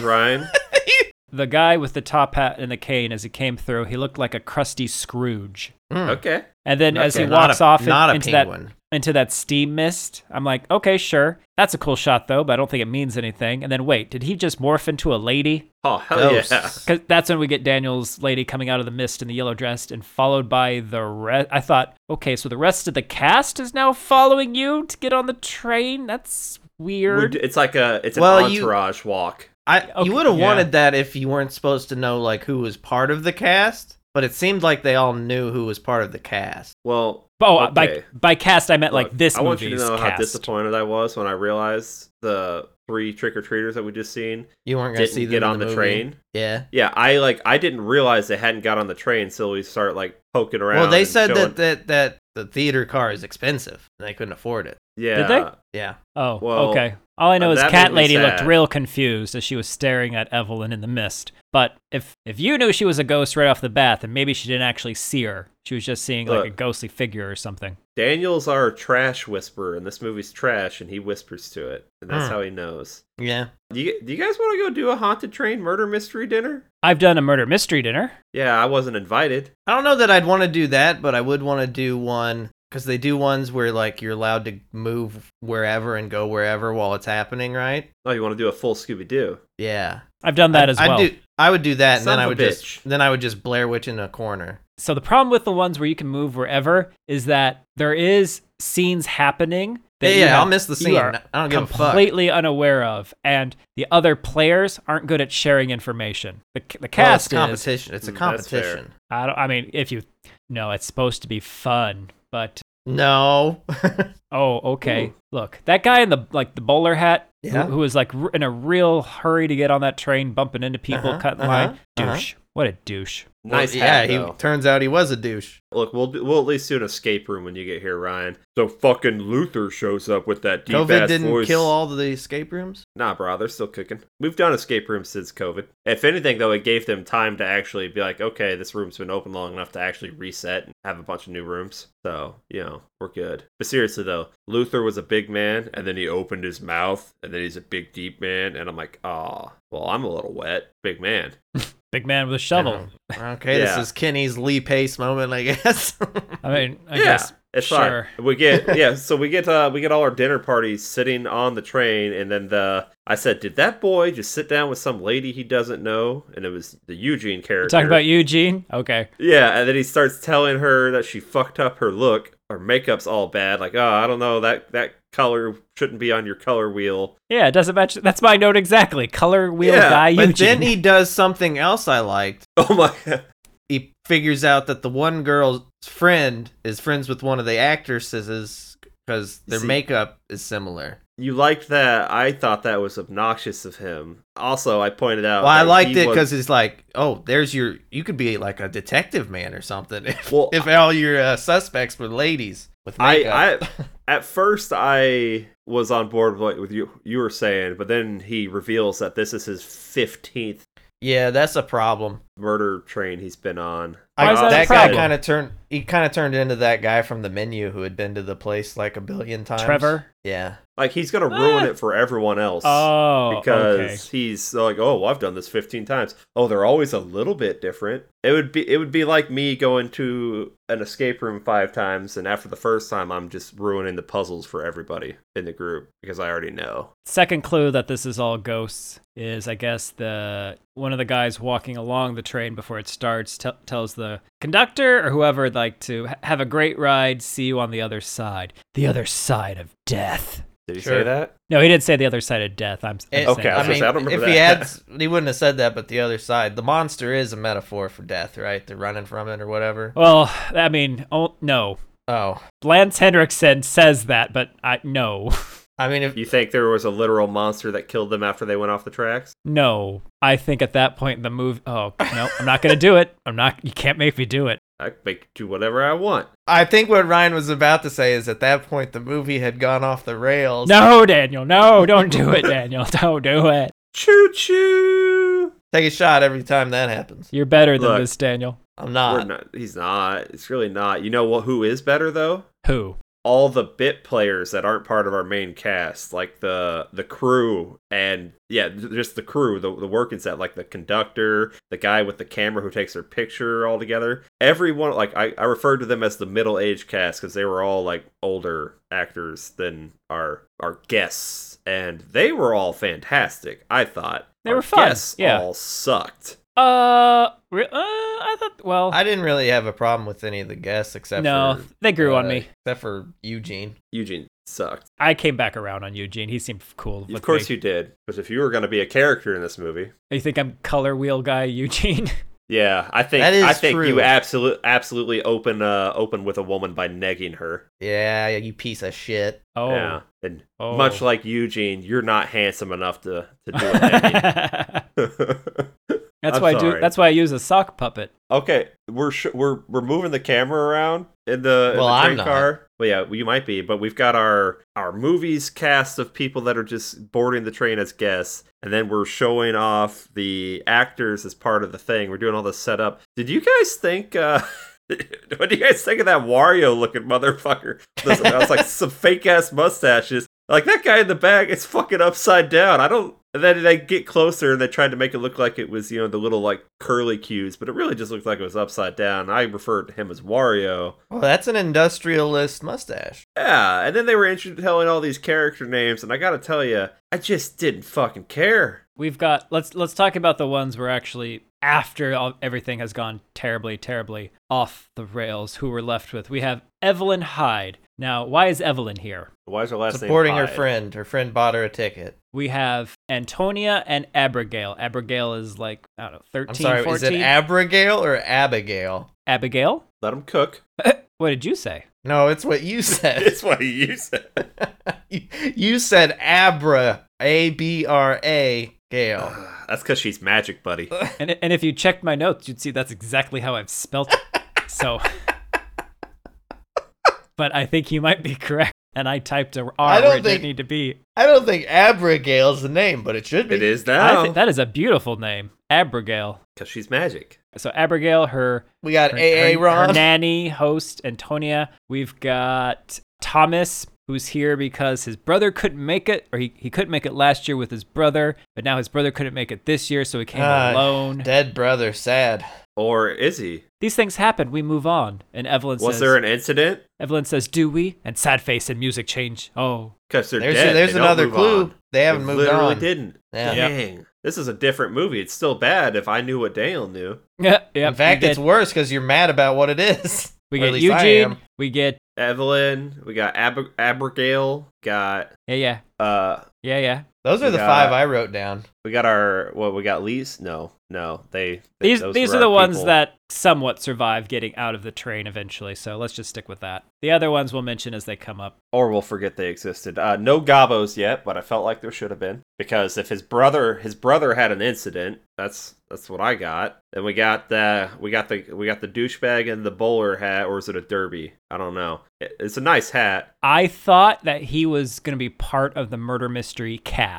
Speaker 2: Ryan.
Speaker 3: the guy with the top hat and the cane. As he came through, he looked like a crusty Scrooge.
Speaker 1: Mm.
Speaker 2: okay.
Speaker 3: And then as
Speaker 1: Okay,
Speaker 3: he
Speaker 1: not
Speaker 3: walks
Speaker 1: a,
Speaker 3: off in-
Speaker 1: not a
Speaker 3: into that
Speaker 1: penguin.
Speaker 3: into that steam mist, I'm like, "Okay, sure, that's a cool shot, though, but I don't think it means anything." And then wait, did he just morph into a lady?
Speaker 2: Oh hell yeah.
Speaker 1: Ghosts.
Speaker 3: Because that's when we get Daniel's lady coming out of the mist in the yellow dress, and followed by the rest. I thought, okay, so the rest of the cast is now following you to get on the train. That's
Speaker 2: We
Speaker 3: weird.
Speaker 2: d- It's like a it's an
Speaker 1: Well, you-
Speaker 2: entourage walk.
Speaker 1: I
Speaker 3: Okay,
Speaker 1: you would have
Speaker 3: yeah.
Speaker 1: wanted that if you weren't supposed to know like who was part of the cast, but it seemed like they all knew who was part of the cast.
Speaker 2: Well,
Speaker 3: oh, by
Speaker 2: okay.
Speaker 3: by cast I meant like
Speaker 2: Look,
Speaker 3: this
Speaker 2: I want you to
Speaker 3: movie's
Speaker 2: know how
Speaker 3: cast.
Speaker 2: disappointed I was when I realized the three trick or treaters that we just seen
Speaker 1: You weren't gonna
Speaker 2: didn't
Speaker 1: see them
Speaker 2: get
Speaker 1: in
Speaker 2: on the,
Speaker 1: movie.
Speaker 2: train.
Speaker 1: Yeah.
Speaker 2: Yeah, I like I didn't realize they hadn't got on the train until we start like poking around.
Speaker 1: Well, they
Speaker 2: and
Speaker 1: said
Speaker 2: showing-
Speaker 1: that, that that the theater car is expensive and they couldn't afford it.
Speaker 2: Yeah,
Speaker 3: Did they?
Speaker 1: Yeah.
Speaker 3: oh,
Speaker 2: well,
Speaker 3: okay. All I know
Speaker 2: uh,
Speaker 3: is
Speaker 2: that
Speaker 3: Cat
Speaker 2: made me
Speaker 3: Lady looked
Speaker 2: sad.
Speaker 3: real confused as she was staring at Evelyn in the mist. But if if you knew she was a ghost right off the bat, then maybe she didn't actually see her. She was just seeing like a
Speaker 2: Look.
Speaker 3: ghostly figure or something.
Speaker 2: Daniel's our trash whisperer, and this movie's trash, and he whispers to it, and that's
Speaker 1: Hmm.
Speaker 2: how he knows.
Speaker 1: Yeah.
Speaker 2: Do you, do you guys want to go do a haunted train murder mystery dinner?
Speaker 3: I've done a murder mystery dinner.
Speaker 2: Yeah, I wasn't invited.
Speaker 1: I don't know that I'd want to do that, but I would want to do one because they do ones where like you're allowed to move wherever and go wherever while it's happening, right?
Speaker 2: Oh, you want to do a full Scooby Doo?
Speaker 1: Yeah,
Speaker 3: I've done
Speaker 1: I'd-
Speaker 3: that as well.
Speaker 1: I'd do, I would do that, and
Speaker 2: Son
Speaker 1: then
Speaker 2: of
Speaker 1: I
Speaker 2: a
Speaker 1: would
Speaker 2: bitch.
Speaker 1: just then I would just Blair Witch in a corner.
Speaker 3: So the problem with the ones where you can move wherever is that there is scenes happening that
Speaker 1: Yeah,
Speaker 3: you
Speaker 1: yeah, I'll
Speaker 3: have-
Speaker 1: miss the
Speaker 3: you
Speaker 1: scene.
Speaker 3: are
Speaker 1: I don't give a fuck.
Speaker 3: completely unaware of, and the other players aren't good at sharing information. The, the
Speaker 1: Well, Oh, it's
Speaker 3: cast is.
Speaker 1: competition. It's a
Speaker 2: Mm, that's fair.
Speaker 1: competition.
Speaker 3: I don't. I mean, if you, no, it's supposed to be fun, but
Speaker 1: No,
Speaker 3: Oh, okay. Look, that guy in the like the bowler hat, who-
Speaker 1: Yeah.
Speaker 3: who, was like r- in a real hurry to get on that train, bumping into people,
Speaker 1: Uh-huh,
Speaker 3: cutting
Speaker 1: uh-huh,
Speaker 3: line.
Speaker 1: uh-huh.
Speaker 3: Douche. What a douche.
Speaker 2: Nice
Speaker 1: Well,
Speaker 2: hat,
Speaker 1: yeah,
Speaker 2: though.
Speaker 1: he turns out he was a douche.
Speaker 2: Look, we'll do, we'll at least do an escape room when you get here, Ryan. So fucking Luther shows up with that deep
Speaker 1: COVID
Speaker 2: ass
Speaker 1: didn't
Speaker 2: voice.
Speaker 1: kill all the escape rooms.
Speaker 2: Nah, bro, they're still cooking. We've done escape rooms since COVID. If anything, though, it gave them time to actually be like, okay, this room's been open long enough to actually reset and have a bunch of new rooms. So, you know, we're good. But seriously, though, Luther was a big man, and then he opened his mouth, and then he's a big, deep man, and I'm like, ah, well, I'm a little wet, big man.
Speaker 3: Big man with a shovel.
Speaker 1: Okay, this
Speaker 2: Yeah.
Speaker 1: is Kenny's Lee Pace moment, I guess.
Speaker 3: I mean, I
Speaker 2: Yeah.
Speaker 3: guess
Speaker 2: It's
Speaker 3: Sure.
Speaker 2: fine. We get yeah, so we get uh we get all our dinner parties sitting on the train and then the I said, Did that boy just sit down with some lady he doesn't know? And it was the Eugene character.
Speaker 3: We're talking about Eugene. Okay.
Speaker 2: Yeah, and then he starts telling her that she fucked up her look. Her makeup's all bad, like, oh I don't know, that that color shouldn't be on your color wheel.
Speaker 3: Yeah, it doesn't match. That's my note exactly. Color wheel
Speaker 2: Yeah,
Speaker 3: guy Eugene.
Speaker 1: but then he does something else I liked.
Speaker 2: Oh my god.
Speaker 1: He figures out that the one girl's friend is friends with one of the actresses because their
Speaker 2: See-
Speaker 1: makeup is similar.
Speaker 2: You liked that. I thought that was obnoxious of him. Also, I pointed out.
Speaker 1: Well, I
Speaker 2: that
Speaker 1: liked
Speaker 2: Oh, he
Speaker 1: it
Speaker 2: was-
Speaker 1: because it's like, oh, there's your. You could be like a detective man or something if,
Speaker 2: Well,
Speaker 1: if all your uh, suspects were ladies with makeup.
Speaker 2: I, I at first I was on board with what with you you were saying, but then he reveals that this is his fifteenth
Speaker 1: yeah, that's a problem.
Speaker 2: murder train he's been on.
Speaker 3: Why
Speaker 1: I,
Speaker 3: is that a
Speaker 1: that guy
Speaker 3: problem?
Speaker 1: kind of turned. He kind of turned into that guy from the menu who had been to the place like a billion times.
Speaker 3: Trevor.
Speaker 1: Yeah.
Speaker 2: Like he's gonna ruin
Speaker 3: Ah.
Speaker 2: it for everyone else.
Speaker 3: Oh,
Speaker 2: because
Speaker 3: okay.
Speaker 2: he's like, oh, well, I've done this 15 times. Oh, they're always a little bit different. It would be it would be like me going to an escape room five times, and after the first time, I'm just ruining the puzzles for everybody in the group because I already know.
Speaker 3: Second clue that this is all ghosts is, I guess, the one of the guys walking along the train before it starts t- tells the conductor or whoever like to "Ha- have a great ride. See you on the other side, the other side of death.
Speaker 2: Did he say
Speaker 1: Sure.
Speaker 2: that?
Speaker 3: No, he didn't say the other side of death. I'm, I'm
Speaker 1: It-
Speaker 2: Okay,
Speaker 3: saying
Speaker 2: I was
Speaker 1: I
Speaker 2: gonna
Speaker 1: mean,
Speaker 2: say, I don't remember
Speaker 1: if he
Speaker 2: that.
Speaker 1: had, s- he wouldn't have said that. But the other side, the monster is a metaphor for death, right? They're running from it or whatever.
Speaker 2: Oh.
Speaker 3: well, I mean, oh, no.
Speaker 1: Oh,
Speaker 3: Lance Henriksen says that, but I no,
Speaker 1: I mean, if
Speaker 2: You think there was a literal monster that killed them after they went off the tracks?
Speaker 3: no. I think at that point in the movie. Oh no, I'm not gonna do it. I'm not. You can't make me do it.
Speaker 2: I can make do whatever I want.
Speaker 1: I think what Ryan was about to say is at that point the movie had gone off the rails.
Speaker 3: No, Daniel. No, don't do it, Daniel. Don't do it.
Speaker 2: Choo choo.
Speaker 1: Take a shot every time that happens.
Speaker 3: You're better than
Speaker 2: Look.
Speaker 3: this, Daniel.
Speaker 1: I'm
Speaker 2: We're
Speaker 1: not.
Speaker 2: not. He's not. It's really not. You know what? Who is better though?
Speaker 3: Who?
Speaker 2: all the bit players that aren't part of our main cast, like the the crew and yeah, th- just the crew, the the working set, like the conductor, the guy with the camera who takes their picture all together. Everyone, like I, I referred to them as the middle aged cast because they were all like older actors than our our guests, and they were all fantastic. I thought
Speaker 3: They
Speaker 2: Our
Speaker 3: were fun,
Speaker 2: Guests
Speaker 3: yeah.
Speaker 2: all sucked.
Speaker 3: Uh, re- uh I thought. Well,
Speaker 1: I didn't really have a problem with any of the guests except
Speaker 3: no,
Speaker 1: for,
Speaker 3: they grew on
Speaker 1: uh,
Speaker 3: me.
Speaker 1: Except for Eugene.
Speaker 2: Eugene sucked.
Speaker 3: I came back around on Eugene. He seemed cool.
Speaker 2: Of course you did, but if you were going to be a character in this movie.
Speaker 3: you. You think I'm color wheel guy Eugene?
Speaker 2: Yeah, I think
Speaker 1: That is
Speaker 2: I think you
Speaker 1: true.
Speaker 2: absolutely absolutely open uh open with a woman by negging her.
Speaker 1: Yeah, you piece of shit.
Speaker 3: Oh,
Speaker 2: Yeah. And
Speaker 3: oh.
Speaker 2: much like Eugene, you're not handsome enough to to do a negging.
Speaker 3: that's
Speaker 2: I'm
Speaker 3: why I do.
Speaker 2: sorry.
Speaker 3: That's why I use a sock puppet.
Speaker 2: okay, we're sh- we're we're moving the camera around in the, in
Speaker 1: Well,
Speaker 2: the
Speaker 1: I'm
Speaker 2: train
Speaker 1: not.
Speaker 2: car. Well, yeah, well, you might be, but we've got our our movies cast of people that are just boarding the train as guests, and then we're showing off the actors as part of the thing. We're doing all this setup. Did you guys think? uh What do you guys think of that Wario looking motherfucker? Those- I was like some fake ass mustaches. Like that guy in the back is fucking upside down. I don't. And then they get closer and they tried to make it look like it was, you know, the little like curly cues, but it really just looked like it was upside down. I referred to him as Wario.
Speaker 1: Well, that's an industrialist mustache.
Speaker 2: Yeah, and then they were intro- telling all these character names, and I gotta tell you, I just didn't fucking care.
Speaker 3: We've got. Let's let's talk about the ones we're actually after all, everything has gone terribly, terribly off the rails. Who we're left with? We have Evelyn Hyde. Now, why is Evelyn here?
Speaker 2: Why is her last
Speaker 1: supporting
Speaker 2: name
Speaker 1: her
Speaker 2: Hyde?
Speaker 1: friend. Her friend bought her a ticket.
Speaker 3: we have Antonia and Abigail. Abigail is like, I don't know, 13,
Speaker 1: I'm sorry,
Speaker 3: 14.
Speaker 1: is it Abigail or Abigail?
Speaker 3: Abigail?
Speaker 2: Let him cook.
Speaker 3: What did you say?
Speaker 1: No, it's what you said.
Speaker 2: It's what you said.
Speaker 1: you, you said Abra, A B R A, Gale.
Speaker 2: That's because she's magic, buddy.
Speaker 3: And, and if you checked my notes, you'd see that's exactly how I've spelt it. So, but I think you might be correct. And I typed a R
Speaker 1: I don't
Speaker 3: where it
Speaker 1: think-
Speaker 3: didn't need to be.
Speaker 1: I don't think Abra Gale's the name, but it should be.
Speaker 2: It is
Speaker 3: I
Speaker 2: now
Speaker 3: think
Speaker 2: because
Speaker 3: that is a beautiful name, Abigail.
Speaker 2: she's magic.
Speaker 3: So Abigail, her
Speaker 1: We got
Speaker 3: her,
Speaker 1: AA
Speaker 3: her- her
Speaker 1: Ron.
Speaker 3: nanny host Antonia. We've got Thomas, who's here because his brother couldn't make it, or he, he couldn't make it last year with his brother, but now his brother couldn't make it this year, so he came
Speaker 1: Ah,
Speaker 3: alone.
Speaker 1: Dead brother, sad.
Speaker 2: Or is he?
Speaker 3: These things happen. We move on. And Evelyn
Speaker 2: Was
Speaker 3: says,
Speaker 2: there an incident?
Speaker 3: Evelyn says, "Do we?" And sad face and music change. Oh,
Speaker 2: Because they're
Speaker 1: There's,
Speaker 2: dead.
Speaker 1: there's
Speaker 2: They don't
Speaker 1: another
Speaker 2: move
Speaker 1: clue.
Speaker 2: on.
Speaker 1: They haven't moved
Speaker 2: literally
Speaker 1: on.
Speaker 2: didn't.
Speaker 1: Yeah.
Speaker 3: Yeah.
Speaker 2: Dang. This is a different movie. It's still bad if I knew what Dale knew.
Speaker 3: yeah, yeah.
Speaker 1: In fact,
Speaker 3: we
Speaker 1: it's
Speaker 3: get,
Speaker 1: worse because you're mad about what it is.
Speaker 3: we
Speaker 1: or at
Speaker 3: get
Speaker 1: least I
Speaker 3: Eugene.
Speaker 1: am.
Speaker 3: We get
Speaker 2: Evelyn, we got Ab- Abigail, got
Speaker 3: yeah, yeah,
Speaker 2: uh
Speaker 3: yeah, yeah.
Speaker 1: Those are the
Speaker 2: Yeah.
Speaker 1: five I wrote down.
Speaker 2: we got our what we got Lise? No, no. They
Speaker 3: These
Speaker 2: those
Speaker 3: these
Speaker 2: were
Speaker 3: are the
Speaker 2: our
Speaker 3: ones
Speaker 2: people.
Speaker 3: that somewhat survive getting out of the train eventually. So let's just stick with that. The other ones we'll mention as they come up.
Speaker 2: or we'll forget they existed. Uh, no gobos yet, but I felt like there should have been because if his brother his brother had an incident, that's that's what I got. And we got the we got the we got the douchebag and the bowler hat, or is it a derby? I don't know. It- it's a nice hat.
Speaker 3: I thought that he was going to be part of the murder mystery cast.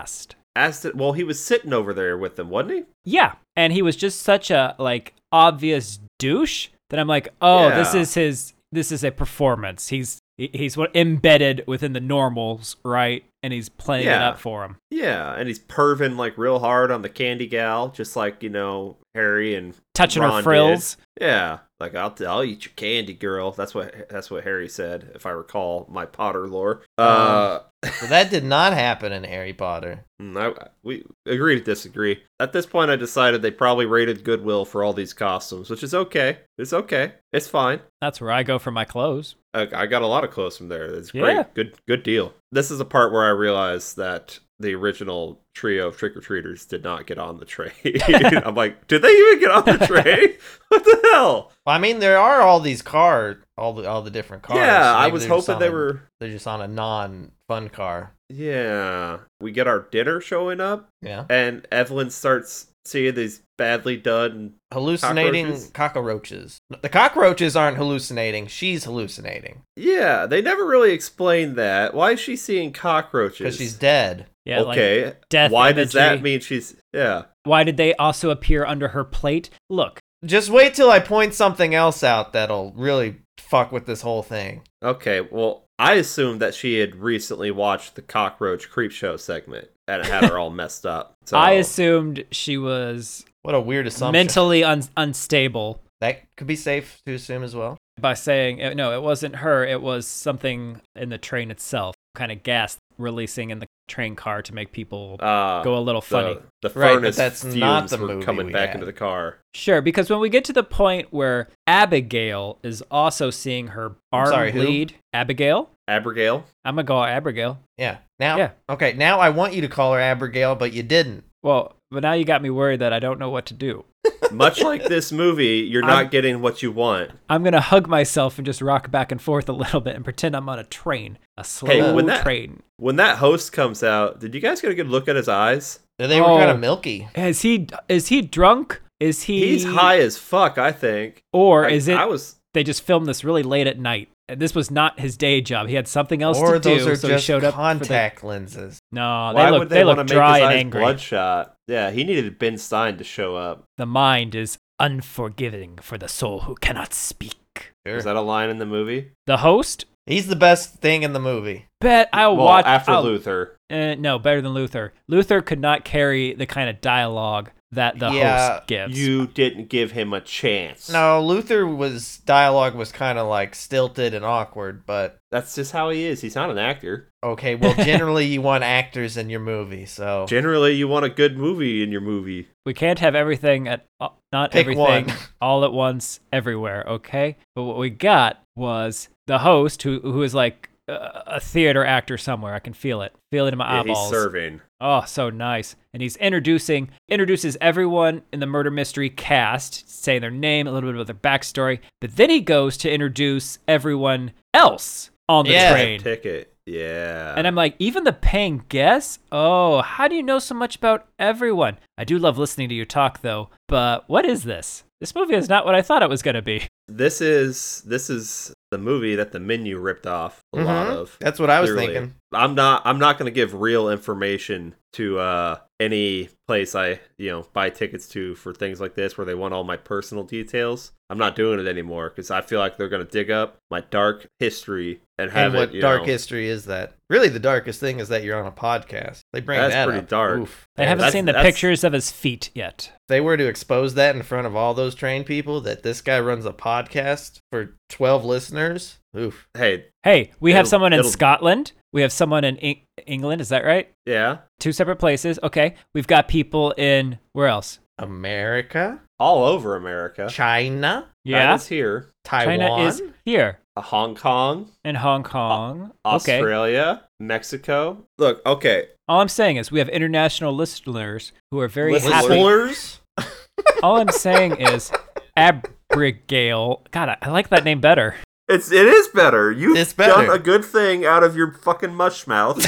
Speaker 2: As to, well, he was sitting over there with them, wasn't he?
Speaker 3: Yeah, and he was just such a like obvious douche that I'm like, oh, this
Speaker 2: Yeah.
Speaker 3: is his. This is a performance. He's he- he's what embedded within the normals, right? And he's playing it
Speaker 2: Yeah.
Speaker 3: up for him.
Speaker 2: Yeah, and he's perving like real hard on the candy gal, just like you know Harry and
Speaker 3: touching
Speaker 2: Ron
Speaker 3: her frills.
Speaker 2: yeah, like I'll I'll eat your candy, girl. That's what that's what Harry said, if I recall my Potter lore. Uh,
Speaker 1: But that did not happen in Harry Potter.
Speaker 2: Mm, I, we agree to disagree. At this point, I decided they probably rated Goodwill for all these costumes, which is okay. It's okay. It's fine.
Speaker 3: That's where I go for my clothes.
Speaker 2: I, I got a lot of clothes from there. It's
Speaker 3: Yeah.
Speaker 2: great. Good, good deal. This is a part where I realized that the original trio of trick or treaters did not get on the train. I'm like, did they even get on the train? what the hell?
Speaker 1: Well, I mean, there are all these cars, all the all the different cars.
Speaker 2: yeah,
Speaker 1: so
Speaker 2: I
Speaker 1: maybe
Speaker 2: was
Speaker 1: they're just
Speaker 2: hoping
Speaker 1: on
Speaker 2: they
Speaker 1: a-
Speaker 2: were.
Speaker 1: They're just on a non-fun car.
Speaker 2: Yeah, we get our dinner showing up,
Speaker 1: Yeah,
Speaker 2: and Evelyn starts seeing these badly done
Speaker 1: hallucinating cockroaches.
Speaker 2: Cockroaches?
Speaker 1: The cockroaches aren't hallucinating. She's hallucinating
Speaker 2: Yeah, they never really explained that. Why is she seeing cockroaches?
Speaker 1: because she's dead.
Speaker 3: Yeah, like
Speaker 2: okay.
Speaker 3: death.
Speaker 2: Why does that
Speaker 3: imagery.
Speaker 2: mean she's yeah?
Speaker 3: Why did they also appear under her plate? Look,
Speaker 1: Just wait till I point something else out that'll really fuck with this whole thing.
Speaker 2: Okay, well, I assumed that she had recently watched the cockroach creep show segment and it had her all messed up. So
Speaker 3: I assumed she was
Speaker 1: What a weird assumption.
Speaker 3: mentally un- unstable
Speaker 1: That could be safe to assume as well.
Speaker 3: by saying uh, no, it wasn't her. It was something in the train itself, kind of gas releasing in the train car to make people
Speaker 2: uh,
Speaker 3: go a little funny.
Speaker 2: the, the
Speaker 1: Right, but
Speaker 2: furnace
Speaker 1: that's
Speaker 2: fumes
Speaker 1: not the
Speaker 2: were
Speaker 1: movie
Speaker 2: coming
Speaker 1: we
Speaker 2: back
Speaker 1: had.
Speaker 2: into the car.
Speaker 3: Sure, because when we get to the point where Abigail is also seeing her arm
Speaker 1: sorry, who?
Speaker 3: lead, Abigail.
Speaker 2: Abigail,
Speaker 3: I'm gonna call her Abigail.
Speaker 1: Yeah. Now.
Speaker 3: Yeah.
Speaker 1: Okay. Now I want you to call her Abigail, but you didn't.
Speaker 3: Well, but now you got me worried that I don't know what to do.
Speaker 2: much like this movie, you're
Speaker 3: I'm-
Speaker 2: not getting what you want.
Speaker 3: I'm gonna hug myself and just rock back and forth a little bit and pretend I'm on a train, a slow
Speaker 2: when that-
Speaker 3: train.
Speaker 2: When that host comes out, did you guys get a good look at his eyes?
Speaker 1: They were
Speaker 3: Oh.
Speaker 1: kind of milky.
Speaker 3: Is he is he drunk? Is he
Speaker 2: He's high as fuck, I think.
Speaker 3: or
Speaker 2: I-
Speaker 3: is it
Speaker 2: I was
Speaker 3: they just filmed this really late at night? And This was not his day job. He had something else
Speaker 1: or
Speaker 3: to
Speaker 1: those
Speaker 3: do,
Speaker 1: are
Speaker 3: so
Speaker 1: just
Speaker 3: he showed up. for the-
Speaker 1: contact lenses.
Speaker 3: no,
Speaker 2: Why
Speaker 3: Oh, they look
Speaker 2: would
Speaker 3: they,
Speaker 2: they, want
Speaker 3: look
Speaker 2: to
Speaker 3: dry
Speaker 2: make his
Speaker 3: and
Speaker 2: eyes
Speaker 3: angry.
Speaker 2: bloodshot? Yeah, he needed Ben Stein to show up.
Speaker 3: The mind is unforgiving for the soul who cannot speak.
Speaker 1: Sure.
Speaker 2: Is that a line in the movie?
Speaker 3: The host.
Speaker 1: He's the best thing in the movie.
Speaker 3: Bet I'll
Speaker 2: well,
Speaker 3: watch
Speaker 2: after
Speaker 3: I'll-
Speaker 2: Luther.
Speaker 3: Uh, no, better than Luther. Luther could not carry the kind of dialogue that the
Speaker 1: Yeah,
Speaker 3: host gives.
Speaker 2: You didn't give him a chance.
Speaker 1: No, Luther was dialogue was kind of like stilted and awkward, but
Speaker 2: that's just how he is. He's not an actor.
Speaker 1: okay. Well, generally you want actors in your movie, so
Speaker 2: Generally, you want a good movie in your movie.
Speaker 3: we can't have everything at uh, not
Speaker 1: Pick
Speaker 3: everything
Speaker 1: one.
Speaker 3: all at once everywhere, okay? But what we got was the host who who is like uh, a theater actor somewhere. I can feel it. Feel it in my
Speaker 2: Yeah, he's
Speaker 3: eyeballs.
Speaker 2: serving.
Speaker 3: Oh, so nice. And he's introducing introduces everyone in the murder mystery cast, saying their name, a little bit about their backstory, but then he goes to introduce everyone else on the
Speaker 1: Yeah.
Speaker 3: train.
Speaker 2: Ticket. Yeah.
Speaker 3: And I'm like, even the paying guests? Oh, how do you know so much about everyone? I do love listening to you talk though, but what is this? This movie is not what I thought it was gonna be.
Speaker 2: this is this is the movie that the menu ripped off a lot
Speaker 1: Mhm.
Speaker 2: of.
Speaker 1: That's what I was
Speaker 2: clearly.
Speaker 1: thinking.
Speaker 2: I'm not I'm not gonna give real information to uh any place I you know buy tickets to for things like this where they want all my personal details. I'm not doing it anymore because I feel like they're gonna dig up my dark history and have
Speaker 1: and what
Speaker 2: it. You
Speaker 1: dark
Speaker 2: know,
Speaker 1: history is that? Really, the darkest thing is that you're on a podcast. They bring
Speaker 2: That's
Speaker 1: that
Speaker 2: pretty
Speaker 1: up.
Speaker 2: dark.
Speaker 1: Oof.
Speaker 3: I haven't
Speaker 2: that's-
Speaker 3: seen the
Speaker 2: that's-
Speaker 3: pictures of his feet yet.
Speaker 1: If they were to expose that in front of all those trained people that this guy runs a podcast for 12 listeners. Oof.
Speaker 2: Hey,
Speaker 3: Hey, we have
Speaker 2: It'll-
Speaker 3: someone in
Speaker 2: it'll-
Speaker 3: Scotland. We have someone in Eng- England. Is that right?
Speaker 2: yeah,
Speaker 3: Two separate places. Okay. We've got people in where else?
Speaker 1: America,
Speaker 2: all over America.
Speaker 1: China,
Speaker 3: Yeah.
Speaker 2: it's here.
Speaker 1: Taiwan.
Speaker 3: China is here
Speaker 2: Uh, Hong Kong,
Speaker 3: in Hong Kong. Okay.
Speaker 2: Australia, Mexico. Look, okay,
Speaker 3: All I'm saying is we have international listeners who are very happy.
Speaker 2: listeners.
Speaker 3: All I'm saying is Abigail. God, I- I like that name better.
Speaker 2: It's it is better. You've
Speaker 1: It's better.
Speaker 2: done a good thing out of your fucking mush mouth.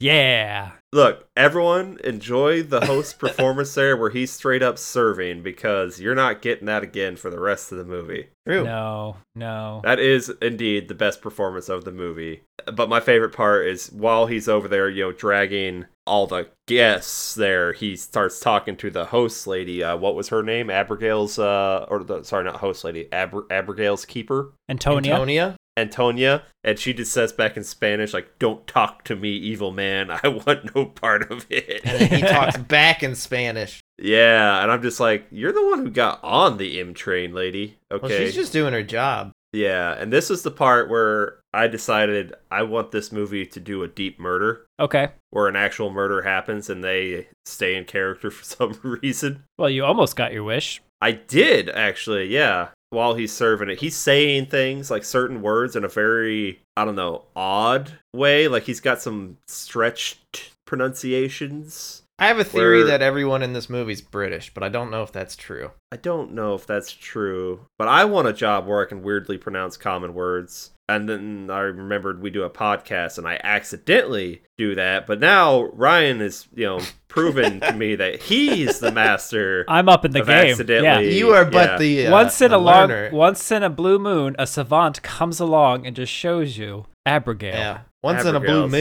Speaker 3: yeah.
Speaker 2: Look, everyone, enjoy the host's performance there where he's straight up serving because you're not getting that again for the rest of the movie.
Speaker 1: True.
Speaker 3: No, no.
Speaker 2: That is indeed the best performance of the movie. But my favorite part is while he's over there, you know, dragging all the guests there, he starts talking to the host lady. Uh, what was her name? Abigail's, uh, or the, sorry, not host lady, Aber- Abigail's keeper.
Speaker 3: Antonia.
Speaker 1: Antonia?
Speaker 2: Antonia, and she just says back in Spanish, like, "Don't talk to me, evil man. I want no part of
Speaker 1: And
Speaker 2: it."
Speaker 1: then he talks back in Spanish.
Speaker 2: yeah, and I'm just like, "You're the one who got on the M train, lady." Okay.
Speaker 1: Well, she's just doing her job.
Speaker 2: yeah, and this is the part where I decided I want this movie to do a deep murder,
Speaker 3: Okay.
Speaker 2: where an actual murder happens and they stay in character for some reason.
Speaker 3: Well, you almost got your wish.
Speaker 2: I did actually, yeah. While he's serving it, he's saying things like certain words in a very, I don't know, odd way. Like he's got some stretched pronunciations.
Speaker 1: I have a theory
Speaker 2: Where-
Speaker 1: that everyone in this movie's British, but I don't know if that's true.
Speaker 2: I don't know if that's true, but I want a job where I can weirdly pronounce common words. And then I remembered we do a podcast and I accidentally do that. But now Ryan is, you know, proven to me that he's the master
Speaker 3: I'm up in the
Speaker 2: of
Speaker 3: game. Yeah.
Speaker 2: accidentally.
Speaker 1: You are but
Speaker 2: yeah.
Speaker 1: the uh,
Speaker 3: once in
Speaker 1: the
Speaker 3: a long,
Speaker 1: learner.
Speaker 3: once in a blue moon, a savant comes along and just shows you Abigail.
Speaker 1: Yeah. Once in a blue
Speaker 2: Abigail's.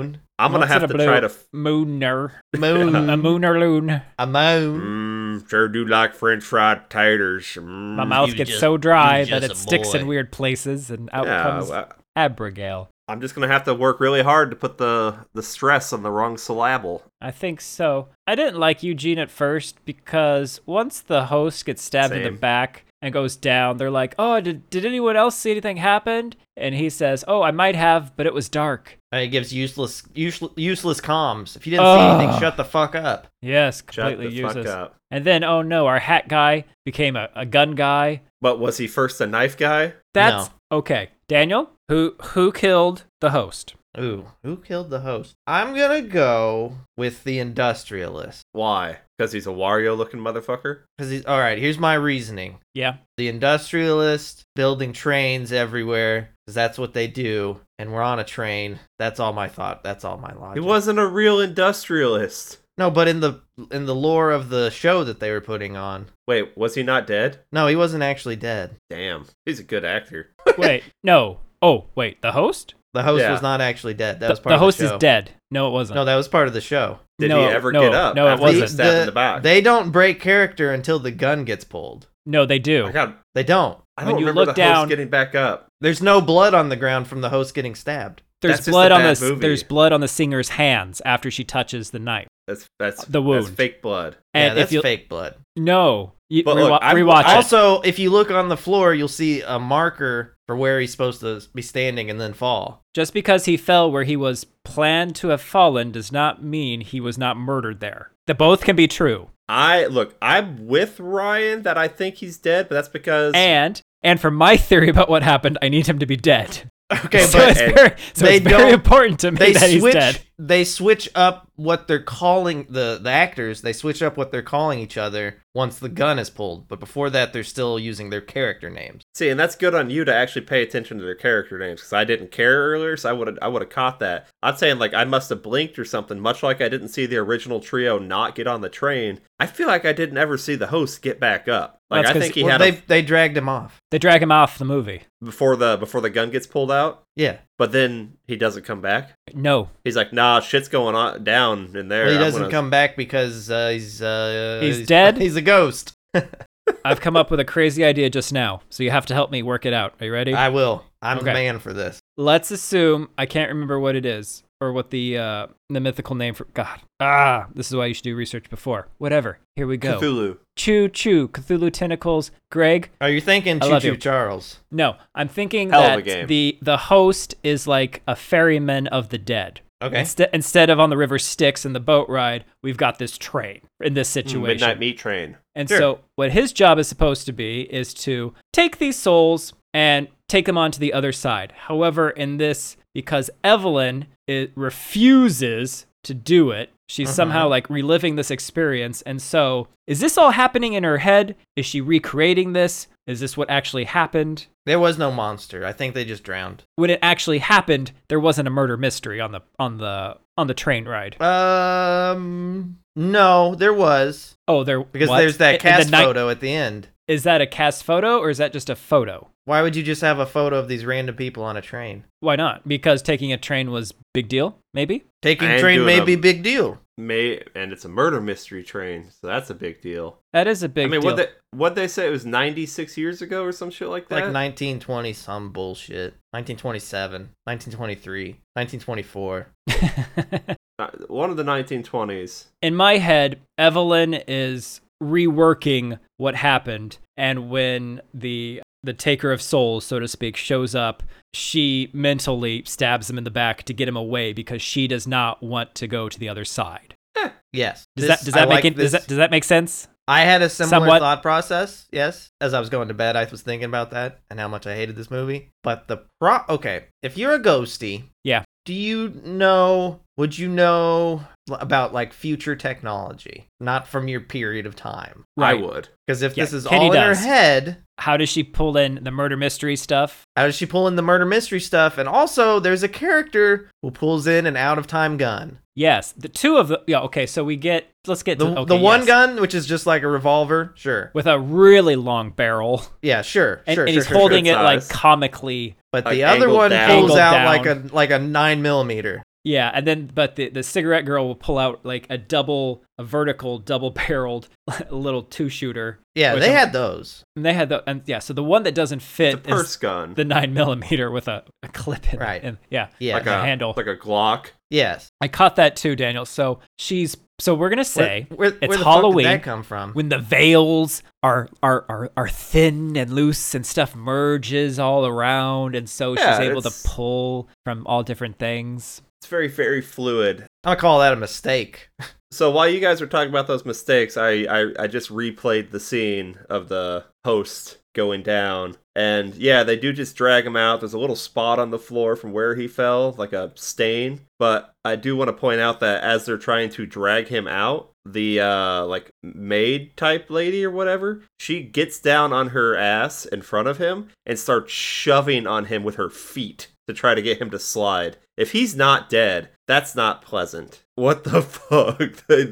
Speaker 1: moon,
Speaker 2: I'm going to
Speaker 3: Once in
Speaker 2: have
Speaker 3: a
Speaker 2: to
Speaker 3: blue
Speaker 2: try to
Speaker 3: mooner,
Speaker 1: moon,
Speaker 3: a mooner loon.
Speaker 1: a
Speaker 3: Mm.
Speaker 1: moon.
Speaker 2: Mmm, sure do like french fried taters. Mm.
Speaker 3: My mouth
Speaker 1: you
Speaker 3: gets
Speaker 1: just-
Speaker 3: so dry
Speaker 1: you
Speaker 3: that
Speaker 1: just
Speaker 3: it
Speaker 1: a
Speaker 3: sticks in
Speaker 1: boy.
Speaker 3: weird places, and out
Speaker 2: Yeah,
Speaker 3: comes
Speaker 2: well,
Speaker 3: Abigail.
Speaker 2: I'm just gonna have to work really hard to put the the stress on the wrong syllable.
Speaker 3: I think so. I didn't like Eugene at first because once the host gets stabbed in the
Speaker 2: Same.
Speaker 3: back and goes down, they're like, "Oh, did did anyone else see anything happen?" And he says, "Oh, I might have, but it was dark."
Speaker 1: And it gives useless, useless, useless comms. If you didn't see
Speaker 3: Ugh.
Speaker 1: anything, shut the fuck up.
Speaker 3: Yes,
Speaker 2: Shut
Speaker 3: completely
Speaker 2: the
Speaker 3: useless.
Speaker 2: fuck up.
Speaker 3: And then, oh no, our hat guy became a, a gun guy.
Speaker 2: But was he first a knife guy?
Speaker 3: That's okay. Daniel, who who killed the host?
Speaker 1: Ooh, who killed the host? I'm gonna go with the industrialist
Speaker 2: Why? Because he's a Wario looking motherfucker.
Speaker 1: because he's all right. Here's my reasoning:
Speaker 3: Yeah.
Speaker 1: the industrialist building trains everywhere because that's what they do, and we're on a train. That's all my thought. That's all my logic.
Speaker 2: He wasn't a real industrialist.
Speaker 1: no, but in the in the lore of the show that they were putting on,
Speaker 2: Wait, was he not dead?
Speaker 1: no, he wasn't actually dead.
Speaker 2: Damn, he's a good actor.
Speaker 3: Wait, no. Oh, wait, the host?
Speaker 1: The host
Speaker 2: Yeah.
Speaker 1: was not actually dead. That
Speaker 3: The-
Speaker 1: was
Speaker 3: the,
Speaker 1: part of
Speaker 3: host
Speaker 1: the show.
Speaker 3: is dead. No, it wasn't.
Speaker 1: No, that was part of the show.
Speaker 2: Did
Speaker 3: No,
Speaker 2: he ever
Speaker 3: no,
Speaker 2: get up?
Speaker 3: no, it
Speaker 2: after
Speaker 3: wasn't.
Speaker 2: He was stabbed in the back.
Speaker 1: They don't break character until the gun gets pulled.
Speaker 3: no, they
Speaker 2: I,
Speaker 3: do.
Speaker 2: got,
Speaker 1: They don't.
Speaker 2: I
Speaker 3: When
Speaker 2: don't
Speaker 3: you
Speaker 2: remember
Speaker 3: look
Speaker 2: the
Speaker 3: down-
Speaker 2: host getting back up.
Speaker 1: There's no blood on the ground from the host getting stabbed.
Speaker 3: There's
Speaker 2: that's just
Speaker 3: blood
Speaker 2: a
Speaker 3: on the
Speaker 2: bad
Speaker 3: s-
Speaker 2: movie.
Speaker 3: there's blood on the singer's hands after she touches the knife.
Speaker 2: That's that's
Speaker 3: The
Speaker 2: That's
Speaker 3: wound.
Speaker 2: fake blood.
Speaker 1: yeah,
Speaker 3: And if
Speaker 1: that's
Speaker 3: you
Speaker 1: fake blood.
Speaker 3: no, you,
Speaker 2: But
Speaker 3: rewa-
Speaker 2: look, I'm-
Speaker 3: rewatch
Speaker 2: I-
Speaker 3: it.
Speaker 1: Also, if you look on the floor, you'll see a marker for where he's supposed to be standing and then fall.
Speaker 3: Just because he fell where he was planned to have fallen does not mean he was not murdered there. The both can be true.
Speaker 2: I look, I'm with Ryan that I think he's dead, but that's because
Speaker 3: And and for my theory about what happened, I need him to be dead.
Speaker 1: Okay,
Speaker 3: so
Speaker 1: but
Speaker 3: it's very, so
Speaker 1: they
Speaker 3: it's very
Speaker 1: don't-
Speaker 3: important to me
Speaker 1: they
Speaker 3: that he's
Speaker 1: switch
Speaker 3: dead.
Speaker 1: they switch up what they're calling the the actors. They switch up what they're calling each other once the gun is pulled. But before that, they're still using their character names.
Speaker 2: See, and that's good on you to actually pay attention to their character names because I didn't care earlier, so I would have I would have caught that. I'm saying like I must have blinked or something, much like I didn't see the original trio not get on the train. I feel like I didn't ever see the host get back up. Like
Speaker 3: That's
Speaker 2: I
Speaker 3: 'cause-
Speaker 2: think he
Speaker 1: Well,
Speaker 2: had
Speaker 1: they
Speaker 2: a,
Speaker 1: they dragged him off.
Speaker 3: They drag him off the movie.
Speaker 2: before the before the gun gets pulled out,
Speaker 1: Yeah,
Speaker 2: but then he doesn't come back.
Speaker 3: No,
Speaker 2: He's like, nah, shit's going on down in there.
Speaker 1: Well, he
Speaker 2: I'm
Speaker 1: doesn't
Speaker 2: gonna-
Speaker 1: come back because uh, he's uh,
Speaker 3: He's dead?
Speaker 1: He's a ghost.
Speaker 3: I've come up with a crazy idea just now, so you have to help me work it out. Are you ready?
Speaker 1: I will. I'm the
Speaker 3: Okay.
Speaker 1: man for this.
Speaker 3: Let's assume I can't remember what it is or what the uh, the mythical name for God. Ah, this is why you should do research before. Whatever. Here we go.
Speaker 2: Cthulhu.
Speaker 3: Choo choo, Cthulhu tentacles. Greg,
Speaker 1: Are you Oh, thinking
Speaker 3: I
Speaker 1: Choo
Speaker 3: love
Speaker 1: Choo
Speaker 3: you.
Speaker 1: Charles?
Speaker 3: no, I'm thinking
Speaker 2: Hell of a game.
Speaker 3: that the the host is like a ferryman of the dead.
Speaker 1: Okay.
Speaker 3: Inste- instead of on the river Styx and the boat ride, we've got this train in this situation.
Speaker 2: Hmm, Midnight Meat Train.
Speaker 3: And
Speaker 1: Sure.
Speaker 3: so, what his job is supposed to be is to take these souls and take them onto the other side. However, in this, because Evelyn i refuses to do it, she's
Speaker 1: Uh-huh.
Speaker 3: somehow like reliving this experience. And so, is this all happening in her head? Is she recreating this? Is this what actually happened?
Speaker 1: There was no monster. I think they just drowned.
Speaker 3: When it actually happened, there wasn't a murder mystery on the on the on the train ride.
Speaker 1: Um, no, there was
Speaker 3: Oh, there
Speaker 1: because
Speaker 3: what?
Speaker 1: there's
Speaker 3: In-
Speaker 1: that
Speaker 3: in the
Speaker 1: cast
Speaker 3: night-
Speaker 1: photo at the end.
Speaker 3: Is that a cast photo or is that just a photo?
Speaker 1: Why would you just have a photo of these random people on a train?
Speaker 3: Why not? Because taking a train was big deal, maybe?
Speaker 1: Taking
Speaker 2: I ain't
Speaker 1: train
Speaker 2: doing
Speaker 1: may
Speaker 2: them.
Speaker 1: be big deal.
Speaker 2: May and it's a murder mystery train, so that's a big deal.
Speaker 3: That is a big
Speaker 2: I mean,
Speaker 3: deal.
Speaker 2: what they what they say it was 96 years ago or some shit like that.
Speaker 1: Like 1920 some bullshit. 1927, 1923, 1924.
Speaker 2: Uh, one of the 1920s.
Speaker 3: In my head, Evelyn is reworking what happened and when the the taker of souls, so to speak, shows up, she mentally stabs him in the back to get him away because she does not want to go to the other side.
Speaker 1: Yes. This-
Speaker 3: Does that does
Speaker 1: I
Speaker 3: that make
Speaker 1: like
Speaker 3: it, does
Speaker 1: this.
Speaker 3: that does that make sense?
Speaker 1: I had a similar
Speaker 3: Somewhat.
Speaker 1: thought process, yes. As I was going to bed, I was thinking about that and how much I hated this movie. But the pro okay, if you're a ghosty,
Speaker 3: Yeah.
Speaker 1: Do you know would you know l- about like future technology, not from your period of time?
Speaker 2: I would.
Speaker 1: Because if
Speaker 3: Yeah,
Speaker 1: this is
Speaker 3: Kenny
Speaker 1: all in
Speaker 3: does.
Speaker 1: her head,
Speaker 3: How does she pull in the murder mystery stuff?
Speaker 1: How does she pull in the murder mystery stuff? And also, there's a character who pulls in an out of time gun.
Speaker 3: Yes, the two of the yeah. Okay, so we get let's get
Speaker 1: The,
Speaker 3: to,
Speaker 1: the
Speaker 3: okay,
Speaker 1: one
Speaker 3: yes.
Speaker 1: gun, which is just like a revolver. Sure.
Speaker 3: with a really long barrel,
Speaker 1: Yeah, sure.
Speaker 3: and,
Speaker 1: sure,
Speaker 3: and
Speaker 1: sure,
Speaker 3: he's
Speaker 1: sure,
Speaker 3: holding
Speaker 2: sure.
Speaker 3: it like
Speaker 2: Size.
Speaker 3: comically.
Speaker 1: But
Speaker 2: Like
Speaker 1: the other
Speaker 2: angled
Speaker 1: one
Speaker 2: down.
Speaker 1: pulls
Speaker 3: Angled
Speaker 1: out
Speaker 3: down.
Speaker 1: like a like a nine millimeter.
Speaker 3: Yeah, and then but the, the cigarette girl will pull out like a double, a vertical, double barreled little two shooter.
Speaker 1: Yeah,
Speaker 3: Which
Speaker 1: they
Speaker 3: I'm-
Speaker 1: had those.
Speaker 3: And they had the and yeah, so the one that doesn't fit
Speaker 2: It's a purse
Speaker 3: is
Speaker 2: gun.
Speaker 3: the nine millimeter with a, a clip in it.
Speaker 1: Right.
Speaker 3: And, yeah.
Speaker 1: Yeah.
Speaker 2: like
Speaker 3: the
Speaker 2: a
Speaker 3: handle.
Speaker 2: Like a Glock.
Speaker 1: yes.
Speaker 3: I caught that too, Daniel. So she's so we're gonna say
Speaker 1: where, where,
Speaker 3: it's
Speaker 1: where the
Speaker 3: Halloween.
Speaker 1: Fuck did that come from?
Speaker 3: when the veils are, are are are thin and loose and stuff merges all around and so
Speaker 2: Yeah,
Speaker 3: she's able to
Speaker 2: it's-
Speaker 3: pull from all different things.
Speaker 2: It's very very fluid.
Speaker 1: I'm gonna call that a mistake.
Speaker 2: So while you guys were talking about those mistakes, I, I I just replayed the scene of the host going down, and yeah, they do just drag him out. There's a little spot on the floor from where he fell, like a stain. But I do want to point out that as they're trying to drag him out, the uh like maid type lady or whatever, she gets down on her ass in front of him and starts shoving on him with her feet to try to get him to slide. If he's not dead, that's not pleasant. What the fuck? they,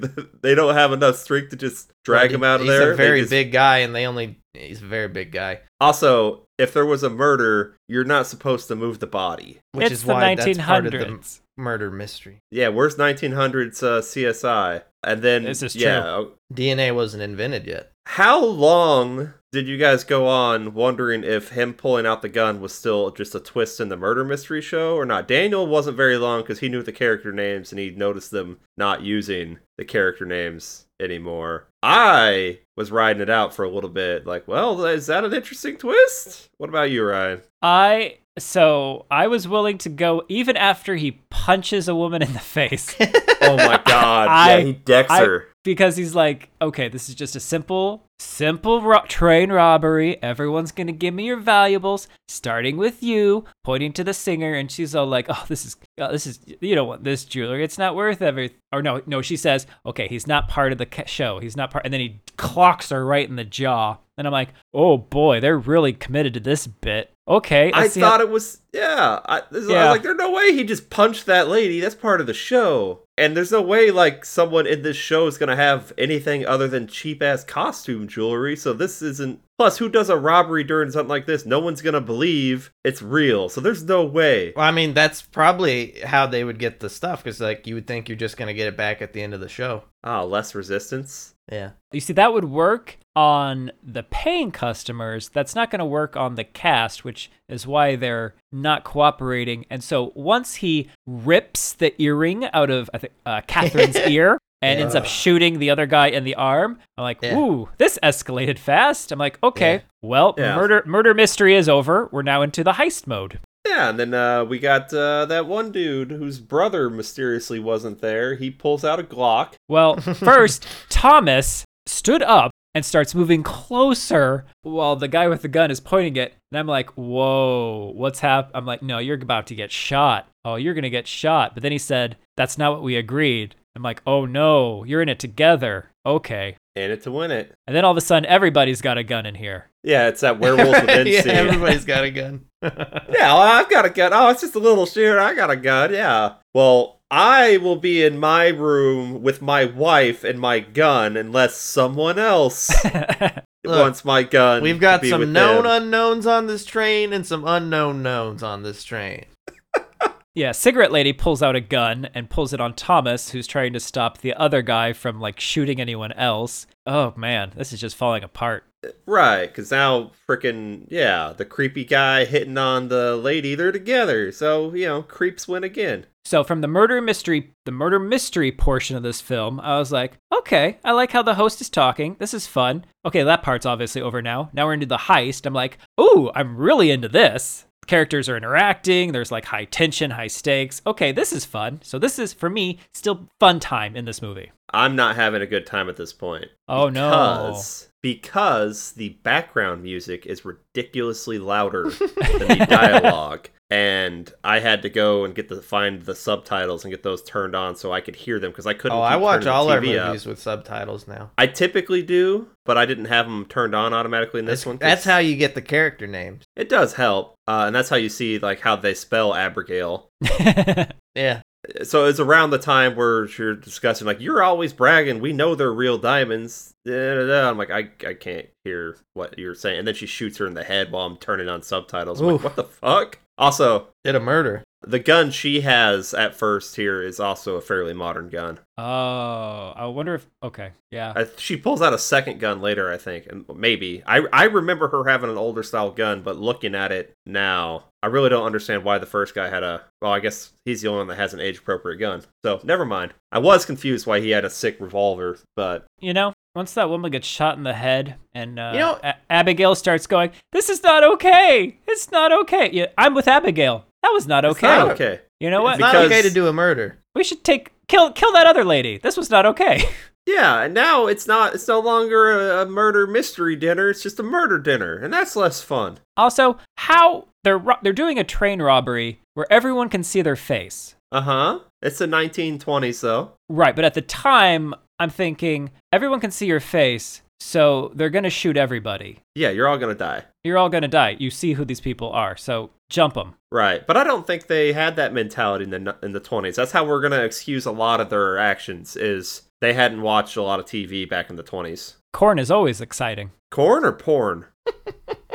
Speaker 2: they don't have enough strength to just drag him out of
Speaker 1: he's
Speaker 2: there.
Speaker 1: a
Speaker 2: They
Speaker 1: very
Speaker 2: just-
Speaker 1: big guy, and they only he's a very big guy,
Speaker 2: Also, if there was a murder, you're not supposed to move the body.
Speaker 1: which
Speaker 3: it's
Speaker 1: is
Speaker 3: the
Speaker 1: why that's part of the
Speaker 3: 1900s.
Speaker 1: murder mystery.
Speaker 2: Yeah, where's 1900s uh, CSI? And then
Speaker 3: This is
Speaker 2: yeah, true.
Speaker 1: DNA wasn't invented yet.
Speaker 2: How long did you guys go on wondering if him pulling out the gun was still just a twist in the murder mystery show or not? Daniel wasn't very long because he knew the character names and he noticed them not using the character names anymore. I was riding it out for a little bit, like, well, is that an interesting twist? What about you, Ryan?
Speaker 3: I so I was willing to go even after he punches a woman in the face.
Speaker 2: Oh my god!
Speaker 3: I-
Speaker 2: yeah, he decks
Speaker 3: I-
Speaker 2: her.
Speaker 3: because he's like, okay, this is just a simple, simple ro- train robbery. Everyone's gonna give me your valuables, starting with you, pointing to the singer, and she's all like, oh, this is, oh, this is, you don't want this jewelry. It's not worth every. Or no, no, she says, okay, he's not part of the ca- show. He's not part. And then he clocks her right in the jaw. And I'm like, oh boy, they're really committed to this bit. Okay,
Speaker 2: I
Speaker 3: let's see how-
Speaker 2: thought it was yeah. I, this- I
Speaker 3: Yeah.
Speaker 2: was like, there's no way he just punched that lady. That's part of the show, and there's no way like someone in this show is gonna have anything other than cheap ass costume jewelry. So this isn't. Plus, who does a robbery during something like this? No one's gonna believe it's real. So there's no way.
Speaker 1: Well, I mean, that's probably how they would get the stuff because, like, you would think you're just gonna get it back at the end of the show.
Speaker 2: Ah, less resistance.
Speaker 1: Yeah.
Speaker 3: You see, that would work on the paying customers. That's not going to work on the cast, which is why they're not cooperating. And so once he rips the earring out of I think, uh, Catherine's ear and ends up
Speaker 2: Yeah.
Speaker 3: shooting the other guy in the arm, I'm like,
Speaker 1: Yeah.
Speaker 3: ooh, this escalated fast. I'm like, okay,
Speaker 1: Yeah.
Speaker 3: well,
Speaker 2: Yeah.
Speaker 3: murder murder mystery is over. We're now into the heist mode.
Speaker 2: Yeah, and then uh, we got uh, that one dude whose brother mysteriously wasn't there. He pulls out a Glock.
Speaker 3: Well, first, Thomas stood up and starts moving closer while the guy with the gun is pointing it. And I'm like, whoa, what's hap? I'm like, no, you're about to get shot. Oh, you're going to get shot. But then he said, that's not what we agreed. I'm like, oh no, you're in it together. Okay.
Speaker 2: In it to win it.
Speaker 3: And then all of a sudden, everybody's got a gun in here.
Speaker 2: Yeah, it's that werewolf within
Speaker 1: yeah,
Speaker 2: scene.
Speaker 1: everybody's got a gun.
Speaker 2: Yeah, well, I've got a gun. Oh, it's just a little shooter. I got a gun. Yeah. Well, I will be in my room with my wife and my gun unless someone else
Speaker 1: Look,
Speaker 2: wants my gun.
Speaker 1: We've
Speaker 2: to
Speaker 1: got
Speaker 2: be
Speaker 1: some
Speaker 2: with
Speaker 1: known
Speaker 2: them.
Speaker 1: unknowns on this train and some unknown knowns on this train.
Speaker 3: Yeah, cigarette lady pulls out a gun and pulls it on Thomas, who's trying to stop the other guy from like shooting anyone else. Oh man, this is just falling apart.
Speaker 2: Right, because now freaking, yeah, the creepy guy hitting on the lady, they're together. So, you know, creeps win again.
Speaker 3: So from the murder mystery, the murder mystery portion of this film, I was like, okay, I like how the host is talking. This is fun. Okay, that part's obviously over now. Now we're into the heist. I'm like, ooh, I'm really into this. Characters are interacting. There's like high tension, high stakes. Okay, this is fun. So this is for me still fun time in this movie.
Speaker 2: I'm not having a good time at this point.
Speaker 3: Oh no.
Speaker 2: because because the background music is ridiculously louder than the dialogue and i had to go and get the find the subtitles and get those turned on so i could hear them because i couldn't
Speaker 1: Oh, I
Speaker 2: keep
Speaker 1: watch
Speaker 2: turning the
Speaker 1: all our
Speaker 2: TV up.
Speaker 1: movies with subtitles now.
Speaker 2: i typically do but i didn't have them turned on automatically in this
Speaker 1: That's,
Speaker 2: one 'cause
Speaker 1: that's how you get the character names.
Speaker 2: it does help uh, and that's how you see like how they spell abigail
Speaker 1: Yeah.
Speaker 2: so it's around the time where you're discussing like you're always bragging we know they're real diamonds da, da, da. i'm like I, I can't hear what you're saying and then she shoots her in the head while i'm turning on subtitles I'm like,
Speaker 1: Oof.
Speaker 2: what the fuck also
Speaker 1: Did a murder.
Speaker 2: the gun she has at first here is also a fairly modern gun
Speaker 3: oh, I wonder if okay, yeah.
Speaker 2: I, she pulls out a second gun later i think and maybe I, I remember her having an older style gun but looking at it now i really don't understand why the first guy had a well i guess he's the only one that has an age appropriate gun so never mind i was confused why he had a sick revolver but
Speaker 3: you know, once that woman gets shot in the head and uh,
Speaker 1: You know-
Speaker 3: A- Abigail starts going, "This is not okay. It's not okay." Yeah, I'm with Abigail. That was not
Speaker 2: it's
Speaker 3: okay.
Speaker 2: not okay
Speaker 3: You know what?
Speaker 1: It's not okay
Speaker 2: Because-
Speaker 1: to do a murder.
Speaker 3: we should take kill kill that other lady. This was not okay.
Speaker 2: yeah and now it's not it's no longer a, a murder mystery dinner it's just a murder dinner and that's less fun
Speaker 3: also, how they're ro- they're doing a train robbery where everyone can see their face.
Speaker 2: uh-huh it's the 1920s though
Speaker 3: Right, but at the time, I'm thinking everyone can see your face, so they're going to shoot everybody.
Speaker 2: yeah you're all gonna die
Speaker 3: You're all going to die. You see who these people are. So, jump them.
Speaker 2: Right, but I don't think they had that mentality in the in the twenties. That's how we're gonna excuse a lot of their actions is they hadn't watched a lot of TV back in the twenties.
Speaker 3: Corn is always exciting.
Speaker 2: Corn or porn?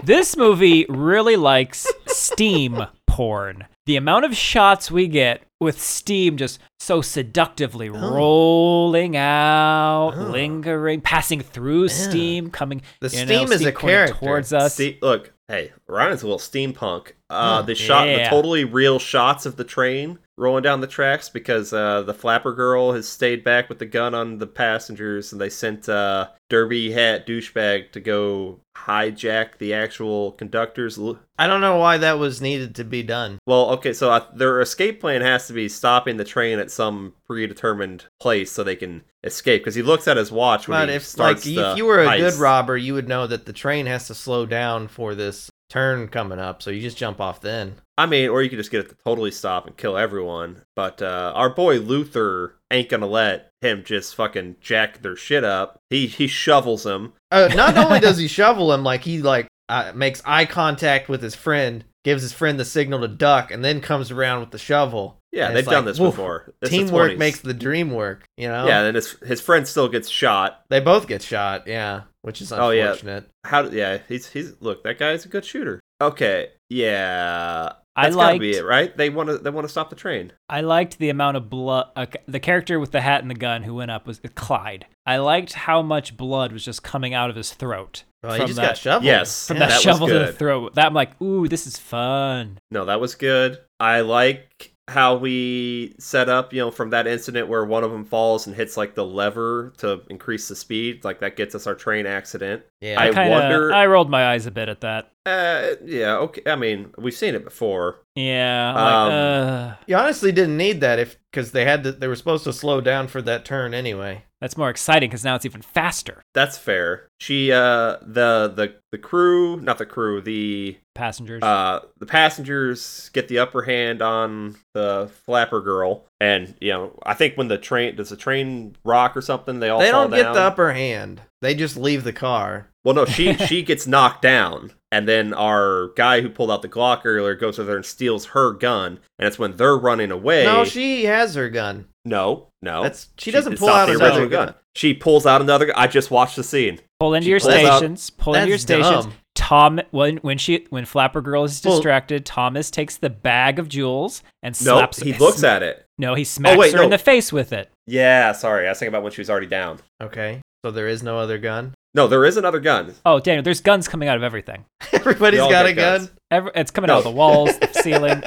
Speaker 3: This movie really likes steam porn. The amount of shots we get with steam just so seductively rolling out,
Speaker 1: Oh.
Speaker 3: lingering, passing through
Speaker 1: Yeah.
Speaker 3: steam, coming.
Speaker 1: The
Speaker 3: you know,
Speaker 1: steam is a
Speaker 3: coming
Speaker 1: character.
Speaker 3: towards us.
Speaker 2: See, look, hey, Ryan's a little steampunk. Uh,
Speaker 1: Hmm.
Speaker 2: they shot the
Speaker 3: Yeah.
Speaker 2: totally real shots of the train rolling down the tracks because uh, the flapper girl has stayed back with the gun on the passengers, and they sent uh, Derby Hat douchebag to go hijack the actual conductors. L-
Speaker 1: I don't know why that was needed to be done.
Speaker 2: Well, okay, so uh their escape plan has to be stopping the train at some predetermined place so they can escape. Because he looks at his watch when
Speaker 1: But
Speaker 2: he
Speaker 1: if like
Speaker 2: starts. the
Speaker 1: if you were a good
Speaker 2: heist.
Speaker 1: robber, you would know that the train has to slow down for this turn coming up, so you just jump off then.
Speaker 2: I mean, or you could just get it to totally stop and kill everyone. But uh, our boy Luther ain't gonna let him just fucking jack their shit up. He he shovels them.
Speaker 1: Uh, not only does he shovel him, like he like uh, makes eye contact with his friend, gives his friend the signal to duck, and then comes around with the shovel.
Speaker 2: Yeah,
Speaker 1: And
Speaker 2: they've
Speaker 1: it's
Speaker 2: done
Speaker 1: like,
Speaker 2: this
Speaker 1: woof,
Speaker 2: before. It's the
Speaker 1: Teamwork
Speaker 2: 20s.
Speaker 1: makes the dream work. You know.
Speaker 2: Yeah, then his his friend still gets shot.
Speaker 1: They both get shot. Yeah, which is
Speaker 2: Oh, yeah.
Speaker 1: unfortunate.
Speaker 2: How? do- Yeah, he's he's look. That guy's a good shooter. Okay, yeah,
Speaker 3: I
Speaker 2: that's
Speaker 3: liked,
Speaker 2: gotta be it, right? They want to they want to stop the train.
Speaker 3: I liked the amount of blood. Uh, the character with the hat and the gun who went up was uh, Clyde. I liked how much blood was just coming out of his throat
Speaker 1: Well, he
Speaker 3: From
Speaker 1: just
Speaker 3: that-
Speaker 1: got shoveled.
Speaker 2: Yes,
Speaker 3: from
Speaker 1: Yeah.
Speaker 3: that,
Speaker 2: That was
Speaker 3: shovel to the
Speaker 2: good.
Speaker 3: throat. That I'm like, ooh, this is fun.
Speaker 2: No, that was good. I like how we set up, you know, from that incident where one of them falls and hits like the lever to increase the speed. Like that gets us our train accident.
Speaker 1: Yeah.
Speaker 2: I
Speaker 3: Kinda,
Speaker 2: wonder-
Speaker 3: I rolled my eyes a bit at that.
Speaker 2: Uh, yeah, okay. I mean, we've seen it before.
Speaker 3: Yeah, I'm
Speaker 2: Um,
Speaker 3: like, uh,
Speaker 1: you honestly didn't need that if because they had to, they were supposed to slow down for that turn anyway.
Speaker 3: that's more exciting because now it's even faster.
Speaker 2: That's fair. She, uh, the the the crew, not the crew, the
Speaker 3: Passengers.
Speaker 2: uh the passengers get the upper hand on the flapper girl, and you know, I think when the train does the train rock or something, they all
Speaker 1: they
Speaker 2: fall
Speaker 1: don't get
Speaker 2: down.
Speaker 1: the upper hand. They just leave the car.
Speaker 2: Well, no, she she gets knocked down, and then our guy who pulled out the Glock earlier goes over there and steals her gun, and it's when they're running away.
Speaker 1: No, she has her gun.
Speaker 2: no, no.
Speaker 1: That's she,
Speaker 2: She-
Speaker 1: doesn't
Speaker 2: it's
Speaker 1: pull
Speaker 2: not
Speaker 1: out
Speaker 2: the
Speaker 1: another
Speaker 2: original
Speaker 1: gun.
Speaker 2: She pulls out another. gu- I just watched the scene.
Speaker 3: pull into
Speaker 2: she
Speaker 3: your
Speaker 2: pulls out-
Speaker 3: stations. pull into your
Speaker 1: That's
Speaker 3: stations.
Speaker 1: dumb.
Speaker 3: Tom, when when she when Flapper Girl is
Speaker 1: Well-
Speaker 3: distracted, Thomas takes the bag of jewels and
Speaker 2: No,
Speaker 3: slaps.
Speaker 2: he looks at it.
Speaker 3: No, he smacks
Speaker 2: wait,
Speaker 3: her in
Speaker 2: no.
Speaker 3: the face with it.
Speaker 2: Yeah, sorry. I was thinking about when she was already down.
Speaker 1: Okay, so there is no other gun.
Speaker 2: No, there is another gun.
Speaker 3: Oh, Daniel, there's guns coming out of everything.
Speaker 1: Everybody's
Speaker 2: They all
Speaker 1: got
Speaker 2: got
Speaker 1: a gun.
Speaker 3: Every, it's coming
Speaker 2: No.
Speaker 3: out of the walls, the ceiling.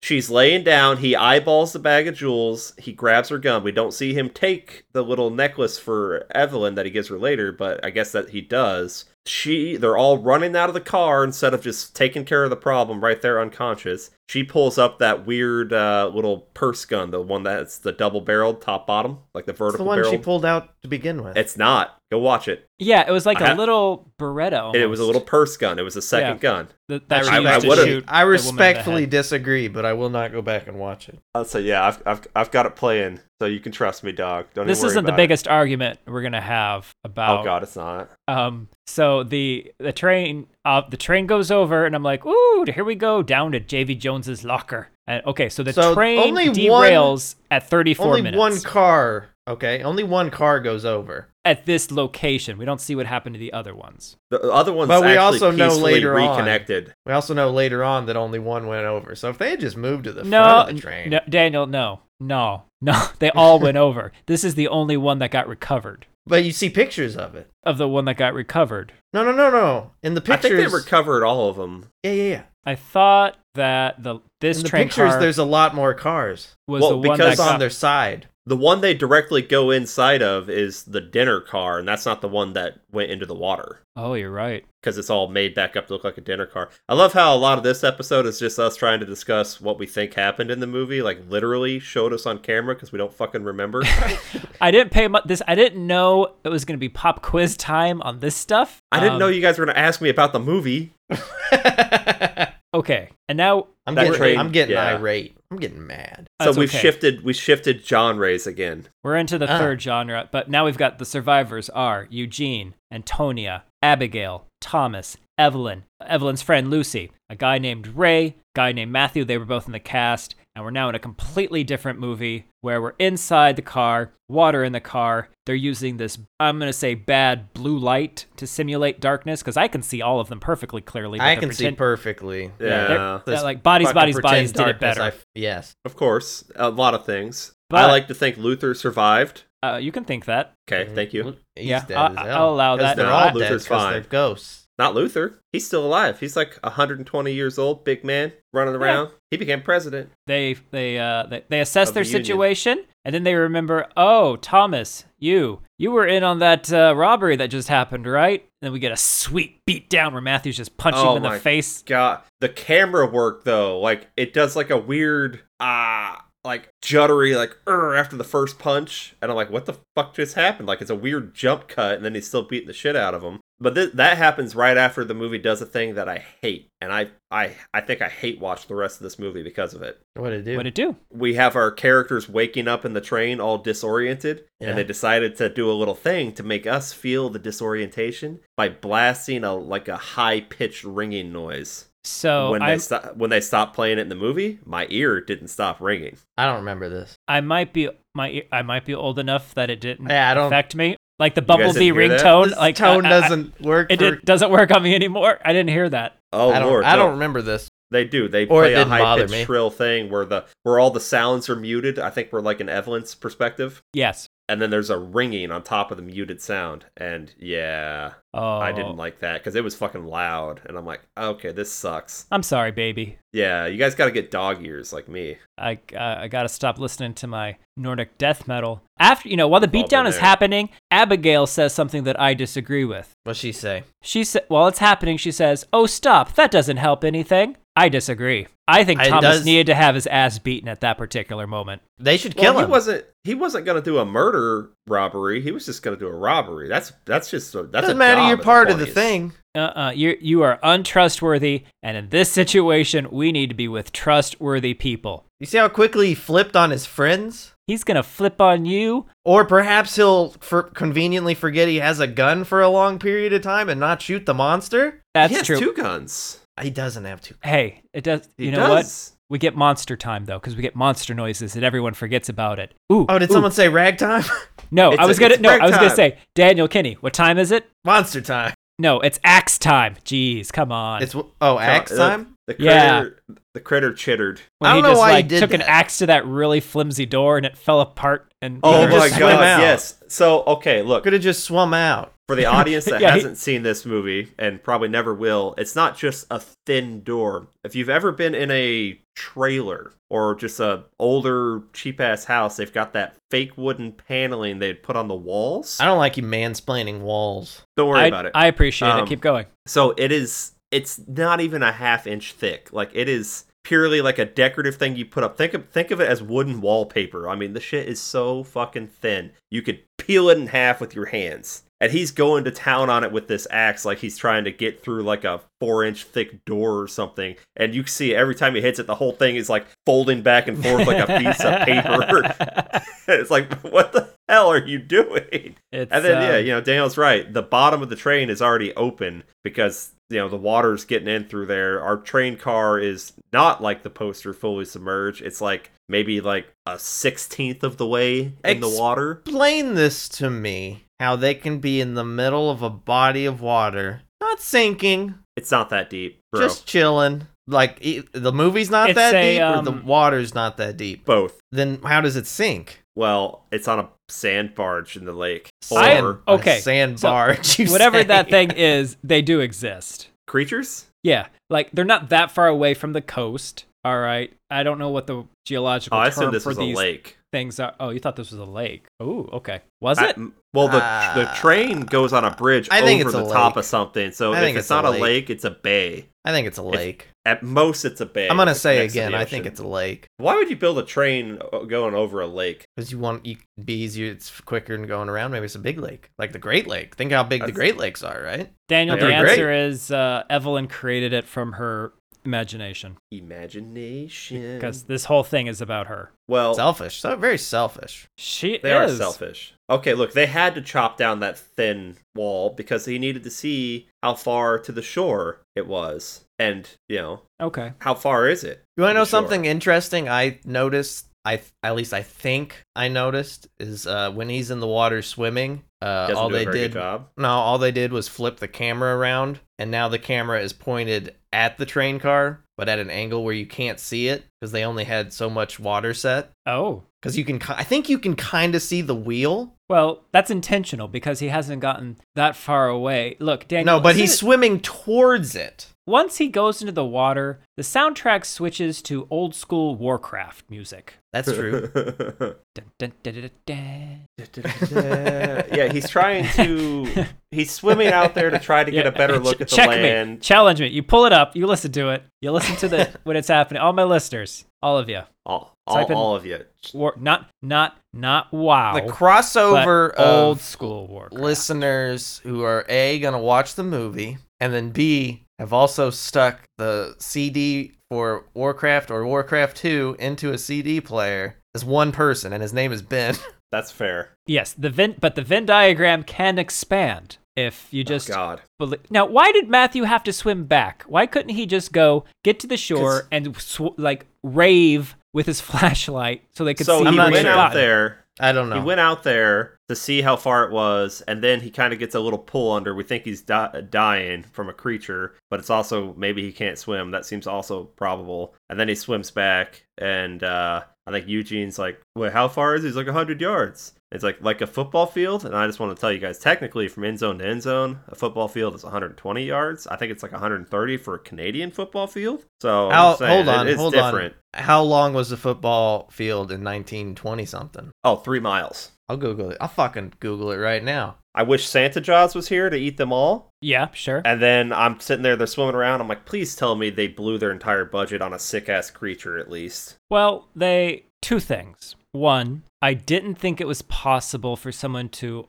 Speaker 2: She's laying down. He eyeballs the bag of jewels. He grabs her gun. We don't see him take the little necklace for Evelyn that he gives her later, but I guess that he does. She, they're all running out of the car instead of just taking care of the problem right there, unconscious. She pulls up that weird uh, little purse gun, the one that's the double barreled, top bottom, like the
Speaker 1: It's the
Speaker 2: vertical
Speaker 1: one
Speaker 2: barrel.
Speaker 1: she pulled out to begin with.
Speaker 2: it's not. Go watch it.
Speaker 3: Yeah, it was like
Speaker 2: I
Speaker 3: a
Speaker 2: ha-
Speaker 3: little Beretta.
Speaker 2: It was a
Speaker 3: almost,
Speaker 2: little purse gun. It was a second
Speaker 3: Yeah.
Speaker 2: gun.
Speaker 3: that, that she
Speaker 2: I-
Speaker 3: used
Speaker 2: I
Speaker 3: to
Speaker 2: would've-
Speaker 3: shoot
Speaker 1: I
Speaker 3: the woman in the
Speaker 1: respectfully
Speaker 3: head.
Speaker 1: disagree, but I will not go back and watch it.
Speaker 2: Uh, so yeah, I've, I've I've got it playing, so you can trust me, dog. Don't even
Speaker 3: This
Speaker 2: worry
Speaker 3: isn't the
Speaker 2: about it.
Speaker 3: biggest argument we're gonna have about
Speaker 2: Oh god, it's not.
Speaker 3: Um, so the the train uh, the train goes over, and I'm like, ooh, here we go down to JV Jones's locker. And, okay, so the
Speaker 1: So
Speaker 3: train
Speaker 1: only one-
Speaker 3: derails at 34
Speaker 1: Only
Speaker 3: minutes
Speaker 1: one car. Okay, only one car goes over.
Speaker 3: at this location. We don't see what happened to the other ones.
Speaker 2: The other one's
Speaker 1: But we
Speaker 2: actually
Speaker 1: also know
Speaker 2: peacefully
Speaker 1: later on-
Speaker 2: reconnected.
Speaker 1: We also know later on that only one went over. So if they had just moved to the
Speaker 3: no,
Speaker 1: front of the train,
Speaker 3: no, Daniel, no, no, no. They all went over. This is the only one that got recovered.
Speaker 1: but you see pictures of it.
Speaker 3: Of the one that got recovered,
Speaker 1: No, no, no, no. In the
Speaker 2: I think
Speaker 1: pictures,
Speaker 2: they recovered all of them.
Speaker 1: yeah, yeah, yeah.
Speaker 3: I thought that the this
Speaker 1: In the
Speaker 3: train
Speaker 1: pictures,
Speaker 3: car
Speaker 1: there's a lot more cars
Speaker 3: was
Speaker 2: well,
Speaker 3: the one that
Speaker 2: because
Speaker 1: because
Speaker 3: got
Speaker 1: on their side.
Speaker 2: The one they directly go inside of is the dinner car, and that's not the one that went into the water
Speaker 3: Oh, you're right.
Speaker 2: because it's all made back up to look like a dinner car. I love how a lot of this episode is just us trying to discuss what we think happened in the movie, like literally showed us on camera because we don't fucking remember.
Speaker 3: I didn't pay much. This I didn't know it was gonna be pop quiz time on this stuff.
Speaker 2: I didn't
Speaker 3: Um,
Speaker 2: know you guys were gonna ask me about the movie.
Speaker 3: Okay, and now
Speaker 1: I'm
Speaker 2: That
Speaker 1: getting,
Speaker 2: train-
Speaker 1: I'm getting
Speaker 2: yeah.
Speaker 1: irate. I'm getting mad.
Speaker 2: So
Speaker 3: that's
Speaker 2: we've
Speaker 3: okay.
Speaker 2: shifted, we shifted genres again.
Speaker 3: We're into the
Speaker 1: Ah.
Speaker 3: third genre, but now we've got the survivors are Eugene, Antonia, Abigail, Thomas, Evelyn, Evelyn's friend Lucy, a guy named Ray, guy named Matthew. They were both in the cast, and we're now in a completely different movie where we're inside the car, water in the car. They're using this, I'm gonna say, bad blue light to simulate darkness because I can see all of them perfectly clearly. but
Speaker 1: I
Speaker 3: they're
Speaker 1: can see
Speaker 3: pretend-
Speaker 1: perfectly.
Speaker 2: Yeah.
Speaker 3: they're-
Speaker 2: Uh,
Speaker 1: this
Speaker 3: they're like bodies,
Speaker 1: Fucking
Speaker 3: bodies,
Speaker 1: pretend
Speaker 3: bodies did it
Speaker 1: darkness,
Speaker 3: better.
Speaker 1: I f- yes.
Speaker 2: Of course, a lot of things. I
Speaker 3: But-
Speaker 2: like to think Luther survived.
Speaker 3: Uh, you can think that.
Speaker 2: Okay, thank you.
Speaker 1: Mm-hmm. He's
Speaker 3: Yeah,
Speaker 1: dead
Speaker 3: I-
Speaker 1: as
Speaker 3: I-
Speaker 1: hell.
Speaker 3: I'll allow
Speaker 1: 'Cause
Speaker 3: that.
Speaker 1: They're
Speaker 2: No,
Speaker 1: all dead
Speaker 2: Luther's
Speaker 1: because
Speaker 2: fine.
Speaker 1: they're ghosts.
Speaker 2: Not Luther. He's still alive. He's like 120 years old, big man, running around. He became president.
Speaker 3: They they uh they, they assess
Speaker 2: Of
Speaker 3: their
Speaker 2: the union.
Speaker 3: situation and then they remember, "Oh, Thomas, you you were in on that uh, robbery that just happened, right?" And then we get a sweet beat down where Matthew's just punching
Speaker 2: Oh
Speaker 3: him in the
Speaker 2: my
Speaker 3: face.
Speaker 2: God, the camera work though, like it does like a weird ah, like juddery, like er after the first punch, and I'm like, what the fuck just happened? Like it's a weird jump cut, and then he's still beating the shit out of him. But th- that happens right after the movie does a thing that I hate, and I I I think I hate watch the rest of this movie because of it.
Speaker 1: What it do?
Speaker 3: What would it do?
Speaker 2: We have our characters waking up in the train all disoriented,
Speaker 1: Yeah.
Speaker 2: and they decided to do a little thing to make us feel the disorientation by blasting a like a high pitched ringing noise
Speaker 3: So
Speaker 2: when
Speaker 3: I
Speaker 2: they sto- when they stopped playing it in the movie, my ear didn't stop ringing.
Speaker 1: I don't remember this.
Speaker 3: I might be my ear- I might be old enough that it didn't
Speaker 1: Yeah, I don't.
Speaker 3: affect me. Like the
Speaker 2: guys
Speaker 3: bumblebee
Speaker 2: didn't hear that?
Speaker 3: ringtone,
Speaker 1: this
Speaker 3: like
Speaker 1: tone
Speaker 3: I- I-
Speaker 1: doesn't work.
Speaker 3: it
Speaker 1: for,
Speaker 3: did, doesn't work on me anymore. I didn't hear that.
Speaker 2: Oh
Speaker 1: I don't.
Speaker 2: lord,
Speaker 1: I
Speaker 2: no.
Speaker 1: don't remember this.
Speaker 2: They do. They
Speaker 1: Or it
Speaker 2: play a
Speaker 1: didn't
Speaker 2: high
Speaker 1: bother
Speaker 2: pitched
Speaker 1: me.
Speaker 2: shrill thing where the where all the sounds are muted. I think we're like in Evelyn's perspective,
Speaker 3: Yes.
Speaker 2: and then there's a ringing on top of the muted sound. And yeah,
Speaker 3: Oh,
Speaker 2: I didn't like that because it was fucking loud. And I'm like, okay, this sucks.
Speaker 3: I'm sorry, baby.
Speaker 2: Yeah, you guys got to get dog ears like me.
Speaker 3: I uh, I gotta stop listening to my Nordic death metal. After you know, while the
Speaker 2: All
Speaker 3: beatdown
Speaker 2: been
Speaker 3: is
Speaker 2: there.
Speaker 3: happening, Abigail says something that I disagree with.
Speaker 1: What she say?
Speaker 3: She sa- while it's happening, she says, "Oh, stop! That doesn't help anything." I disagree. I think
Speaker 1: It
Speaker 3: Thomas
Speaker 1: does-
Speaker 3: needed to have his ass beaten at that particular moment.
Speaker 1: They should
Speaker 2: Well,
Speaker 1: kill
Speaker 2: he
Speaker 1: him.
Speaker 2: wasn't. He wasn't gonna do a murder robbery. He was just gonna do a robbery. That's that's just a, that's
Speaker 1: Doesn't
Speaker 2: a
Speaker 1: matter.
Speaker 2: job
Speaker 1: You're
Speaker 2: at
Speaker 1: part of the
Speaker 2: 20s.
Speaker 1: thing.
Speaker 3: uh-uh you you are untrustworthy and in this situation we need to be with trustworthy people
Speaker 1: You see how quickly he flipped on his friends?
Speaker 3: he's gonna flip on you
Speaker 1: Or perhaps he'll for conveniently forget he has a gun for a long period of time and not shoot the monster?
Speaker 3: that's
Speaker 2: he has
Speaker 3: true
Speaker 2: Two guns.
Speaker 1: He doesn't have to.
Speaker 3: hey it does
Speaker 2: He
Speaker 3: you know what
Speaker 2: does.
Speaker 3: we get monster time though because we get monster noises and everyone forgets about it ooh
Speaker 1: Oh, did
Speaker 3: ooh.
Speaker 1: someone say ragtime?
Speaker 3: no
Speaker 2: It's
Speaker 3: i
Speaker 2: a-
Speaker 3: was gonna
Speaker 2: it's
Speaker 3: no i was gonna
Speaker 2: break
Speaker 3: say daniel kinney what time is it
Speaker 1: Monster time.
Speaker 3: no it's axe time jeez come on
Speaker 1: It's oh, axe
Speaker 2: Uh,
Speaker 1: time.
Speaker 2: The
Speaker 3: Yeah.
Speaker 2: critter, the critter chittered.
Speaker 3: when
Speaker 1: I
Speaker 3: he
Speaker 1: don't know
Speaker 3: just
Speaker 1: why he
Speaker 3: like
Speaker 1: did
Speaker 3: took an
Speaker 1: that.
Speaker 3: axe to that really flimsy door and it fell apart and
Speaker 1: Oh
Speaker 3: Peter
Speaker 1: my
Speaker 3: just-
Speaker 1: God. swim out.
Speaker 2: Yes. So okay, look
Speaker 1: Could have just swum out.
Speaker 2: for the audience that
Speaker 3: Yeah, he-
Speaker 2: hasn't seen this movie and probably never will. It's not just a thin door. If you've ever been in a trailer or just a older cheap ass house, they've got that fake wooden paneling they'd put on the walls.
Speaker 1: I don't like you mansplaining walls.
Speaker 2: Don't worry
Speaker 3: I,
Speaker 2: about it.
Speaker 3: I appreciate
Speaker 2: Um,
Speaker 3: it keep going
Speaker 2: So it is it's not even a half inch thick. Like it is purely like a decorative thing you put up. Think of think of it as wooden wallpaper. I mean, the shit is so fucking thin. You could peel it in half with your hands. And he's going to town on it with this axe, like he's trying to get through like a four inch thick door or something. And you see every time he hits it, the whole thing is like folding back and forth like a piece of paper. it's like, what the hell are you doing?
Speaker 3: It's,
Speaker 2: And then,
Speaker 3: um,
Speaker 2: yeah, you know, Daniel's right. The bottom of the train is already open because, you know, the water's getting in through there. Our train car is not like the poster fully submerged. It's like maybe like a 16th of the way in the
Speaker 1: Ex-
Speaker 2: water.
Speaker 1: Explain this to me. How they can be in the middle of a body of water, not sinking,
Speaker 2: It's not that deep, bro.
Speaker 1: just chilling. Like e- the movie's not
Speaker 3: It's
Speaker 1: that
Speaker 3: a,
Speaker 1: deep, or the
Speaker 3: um,
Speaker 1: water's not that deep.
Speaker 2: Both.
Speaker 1: Then how does it sink?
Speaker 2: Well, it's on a sand barge in the lake.
Speaker 3: I-
Speaker 2: Or
Speaker 1: A
Speaker 3: okay,
Speaker 1: sand
Speaker 3: so
Speaker 1: barge. you
Speaker 3: whatever
Speaker 1: say.
Speaker 3: that thing is, they do exist.
Speaker 2: creatures?
Speaker 3: Yeah, like they're not that far away from the coast. All right, I don't know what the geological
Speaker 2: Oh, I
Speaker 3: term
Speaker 2: assume this
Speaker 3: for
Speaker 2: was a
Speaker 3: these
Speaker 2: lake.
Speaker 3: things are. Oh, you thought this was a lake? Oh, okay. Was
Speaker 2: I-
Speaker 3: it?
Speaker 2: m- well, the the
Speaker 1: Uh,
Speaker 2: train goes on a bridge
Speaker 1: I think
Speaker 2: over
Speaker 1: it's a
Speaker 2: the top
Speaker 1: lake.
Speaker 2: of something. So
Speaker 1: I
Speaker 2: if
Speaker 1: think
Speaker 2: it's,
Speaker 1: it's a
Speaker 2: not a lake.
Speaker 1: lake.
Speaker 2: it's a bay.
Speaker 1: I think it's a lake.
Speaker 2: At most, it's a bay.
Speaker 1: I'm gonna
Speaker 2: It's
Speaker 1: say
Speaker 2: next to
Speaker 1: again.
Speaker 2: the
Speaker 1: I think
Speaker 2: ocean.
Speaker 1: it's a lake
Speaker 2: Why would you build a train o- going over a lake?
Speaker 1: because you want you it'd be easier. It's quicker than going around. Maybe it's a big lake, like the Great Lake. Think how big the
Speaker 2: That's-
Speaker 1: Great Lakes are, right?
Speaker 3: Daniel, the
Speaker 2: They're
Speaker 3: answer is uh, Evelyn created it from her imagination
Speaker 2: Imagination.
Speaker 3: because this whole thing is about her.
Speaker 2: well,
Speaker 1: Selfish. So very selfish.
Speaker 3: She
Speaker 2: they
Speaker 3: is
Speaker 2: are selfish. Okay, look, they had to chop down that thin wall because he needed to see how far to the shore it was, and you know
Speaker 3: Okay.
Speaker 2: how far is it.
Speaker 1: You want to know
Speaker 2: Sure.
Speaker 1: something interesting? I noticed. I th- at least I think I noticed is uh, when he's in the water swimming. Uh,
Speaker 2: Doesn't
Speaker 1: all
Speaker 2: do a
Speaker 1: they
Speaker 2: very good
Speaker 1: did.
Speaker 2: job.
Speaker 1: No, all they did was flip the camera around, and now the camera is pointed at the train car, but at an angle where you can't see it because they only had so much water set.
Speaker 3: Oh,
Speaker 1: because you can. ki- I think you can kind of see the wheel.
Speaker 3: Well, that's intentional because he hasn't gotten that far away. Look, Daniel.
Speaker 1: No, but
Speaker 3: isn't
Speaker 1: he's
Speaker 3: it-
Speaker 1: swimming towards it.
Speaker 3: once he goes into the water, the soundtrack switches to old school Warcraft music.
Speaker 1: That's true.
Speaker 3: Dun, dun, dun, dun, dun,
Speaker 2: yeah, he's trying to. He's swimming out there to try to get
Speaker 3: Yeah,
Speaker 2: a better look
Speaker 3: ch-
Speaker 2: at the
Speaker 3: check Me.
Speaker 2: land.
Speaker 3: Challenge me. You pull it up. You listen to it. You listen to the when it's happening. All my listeners, all of you.
Speaker 2: All, all,
Speaker 3: Type in-
Speaker 2: all of you.
Speaker 3: War, not not not wow.
Speaker 1: The crossover
Speaker 3: but old
Speaker 1: of
Speaker 3: school Warcraft.
Speaker 1: listeners who are a gonna watch the movie and then b have also stuck the CD for Warcraft or Warcraft 2 into a CD player is one person and his name is Ben.
Speaker 2: That's fair.
Speaker 3: Yes, the Venn, but the Venn diagram can expand if you just
Speaker 2: oh, God.
Speaker 3: Belie- now, why did Matthew have to swim back? Why couldn't he just go get to the shore
Speaker 2: 'Cause-
Speaker 3: and sw- like rave with his flashlight so they could
Speaker 2: So
Speaker 3: see?
Speaker 2: he
Speaker 1: I'm not
Speaker 3: where
Speaker 2: went
Speaker 1: sure.
Speaker 3: he
Speaker 2: out
Speaker 3: got?
Speaker 2: there.
Speaker 1: I don't know.
Speaker 2: He went out there to see how far it was, and then he kind of gets a little pull under. We think he's di- dying from a creature, but it's also maybe he can't swim. That seems also probable. And then he swims back, and uh, I think Eugene's like, "Wait, how far is he?" He's like, "100 yards." It's like like a football field, and I just want to tell you guys, technically, from end zone to end zone, a football field is 120 yards. I think it's like 130 for a Canadian football field. So I'm
Speaker 1: How-
Speaker 2: just saying,
Speaker 1: hold
Speaker 2: it-
Speaker 1: on,
Speaker 2: it's
Speaker 1: hold on.
Speaker 2: different.
Speaker 1: How long was the football field in 1920 something?
Speaker 2: Oh, three miles.
Speaker 1: I'll Google it. I'll fucking Google it right now.
Speaker 2: I wish Santa Jaws was here to eat them all,
Speaker 3: Yeah, sure.
Speaker 2: And then I'm sitting there, they're swimming around. I'm like, please tell me they blew their entire budget on a sick ass creature at least.
Speaker 3: Well, they two things. One, I didn't think it was possible for someone to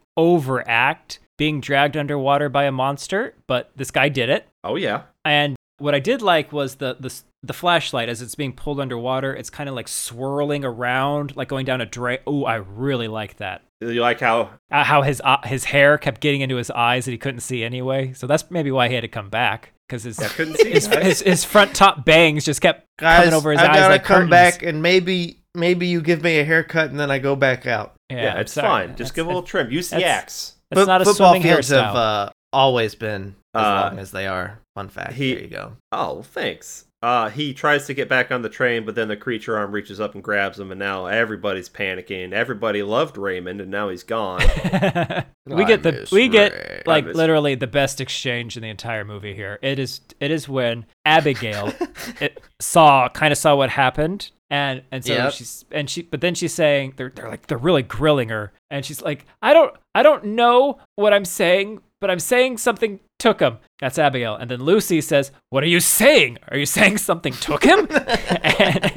Speaker 3: overact being dragged underwater by a monster, but this guy did it.
Speaker 2: Oh yeah.
Speaker 3: And what I did like was the the s- the flashlight as it's being pulled underwater. It's kind of like swirling around, like going down a drain. Oh, I really like that.
Speaker 2: You like how
Speaker 3: uh, how his uh, his hair kept getting into his eyes that he couldn't see anyway. So that's maybe why he had to come back because his,
Speaker 2: I couldn't see
Speaker 3: his,
Speaker 2: that?
Speaker 3: his his front top bangs just kept
Speaker 1: Guys,
Speaker 3: coming over his
Speaker 1: I
Speaker 3: eyes
Speaker 1: gotta
Speaker 3: like
Speaker 1: come
Speaker 3: curtains.
Speaker 1: back and maybe maybe you give me a haircut and then I go back out.
Speaker 2: Yeah,
Speaker 3: I'm
Speaker 2: it's
Speaker 3: sorry.
Speaker 2: fine. Just
Speaker 3: That's-
Speaker 2: give a little trim. Use the
Speaker 3: that's-
Speaker 2: axe.
Speaker 3: That's
Speaker 1: Fo-
Speaker 3: not a
Speaker 1: football
Speaker 3: swimming
Speaker 1: fields
Speaker 3: hairstyle.
Speaker 1: have uh, always been as
Speaker 2: Uh,
Speaker 1: long as they are. Fun fact.
Speaker 2: he-
Speaker 1: there you go.
Speaker 2: Oh, thanks. Uh, he tries to get back on the train, but then the creature arm reaches up and grabs him, and now everybody's panicking. Everybody loved Raymond, and now he's gone.
Speaker 1: uh,
Speaker 3: we get
Speaker 1: I
Speaker 3: the
Speaker 1: miss
Speaker 3: we
Speaker 1: Ray.
Speaker 3: get like
Speaker 2: I miss-
Speaker 3: literally the best exchange in the entire movie here. It is it is when Abigail it saw kind of saw what happened and and so
Speaker 1: Yep.
Speaker 3: she's and she but then she's saying they're they're like they're really grilling her and she's like I don't I don't know what I'm saying but I'm saying something took him. That's Abigail. And then Lucy says, "What are you saying? Are you saying something took him?" and,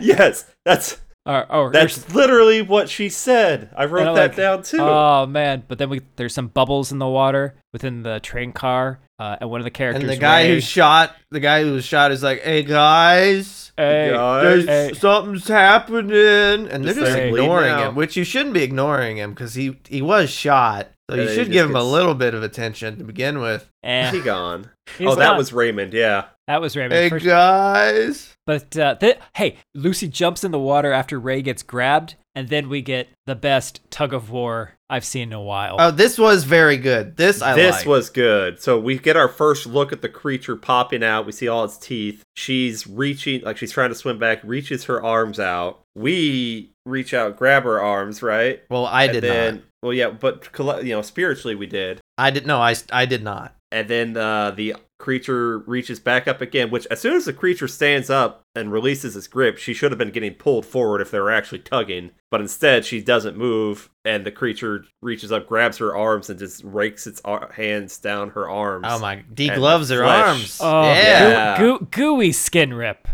Speaker 2: yes, that's
Speaker 3: or, or
Speaker 2: that's literally what she said. I wrote
Speaker 3: And I'm
Speaker 2: that
Speaker 3: like,
Speaker 2: down too.
Speaker 3: Oh man! But then we there's some bubbles in the water within the train car, uh, and one of the characters.
Speaker 1: and the guy
Speaker 3: Ray,
Speaker 1: who shot the guy who was shot is like, "Hey guys,
Speaker 3: Hey,
Speaker 2: God.
Speaker 1: there's
Speaker 3: hey.
Speaker 1: something's happening," and they're
Speaker 2: Just
Speaker 1: just
Speaker 3: saying,
Speaker 1: ignoring
Speaker 2: leave now.
Speaker 1: him, which you shouldn't be ignoring him because he he was shot. So
Speaker 2: Yeah,
Speaker 1: you
Speaker 2: he
Speaker 1: should
Speaker 2: just
Speaker 1: give him a
Speaker 2: gets-
Speaker 1: little bit of attention to begin with.
Speaker 3: eh,
Speaker 2: he gone.
Speaker 3: he's
Speaker 2: oh, that
Speaker 3: not-
Speaker 2: was Raymond. Yeah.
Speaker 3: that was Raymond.
Speaker 1: Hey
Speaker 3: first-
Speaker 1: guys,
Speaker 3: But uh, th- hey, Lucy jumps in the water after Ray gets grabbed, and then we get the best tug of war I've seen in a while.
Speaker 1: oh, this was very good. This I
Speaker 2: this
Speaker 1: liked.
Speaker 2: was good. So we get our first look at the creature popping out. We see all its teeth. She's reaching, like she's trying to swim back, reaches her arms out. We reach out, grab her arms, right?
Speaker 1: well, I
Speaker 2: and
Speaker 1: did
Speaker 2: then,
Speaker 1: not.
Speaker 2: Well, yeah, but colle- you know, spiritually we did.
Speaker 1: I did no. I I did not.
Speaker 2: And then uh, the creature reaches back up again. Which, as soon as the creature stands up and releases its grip, she should have been getting pulled forward if they were actually tugging. But instead, she doesn't move, and the creature reaches up, grabs her arms, and just rakes its ar- hands down her arms.
Speaker 1: Oh my, degloves her
Speaker 2: flesh.
Speaker 1: arms.
Speaker 3: Oh,
Speaker 1: yeah,
Speaker 2: Yeah.
Speaker 3: goo- goo- gooey skin rip.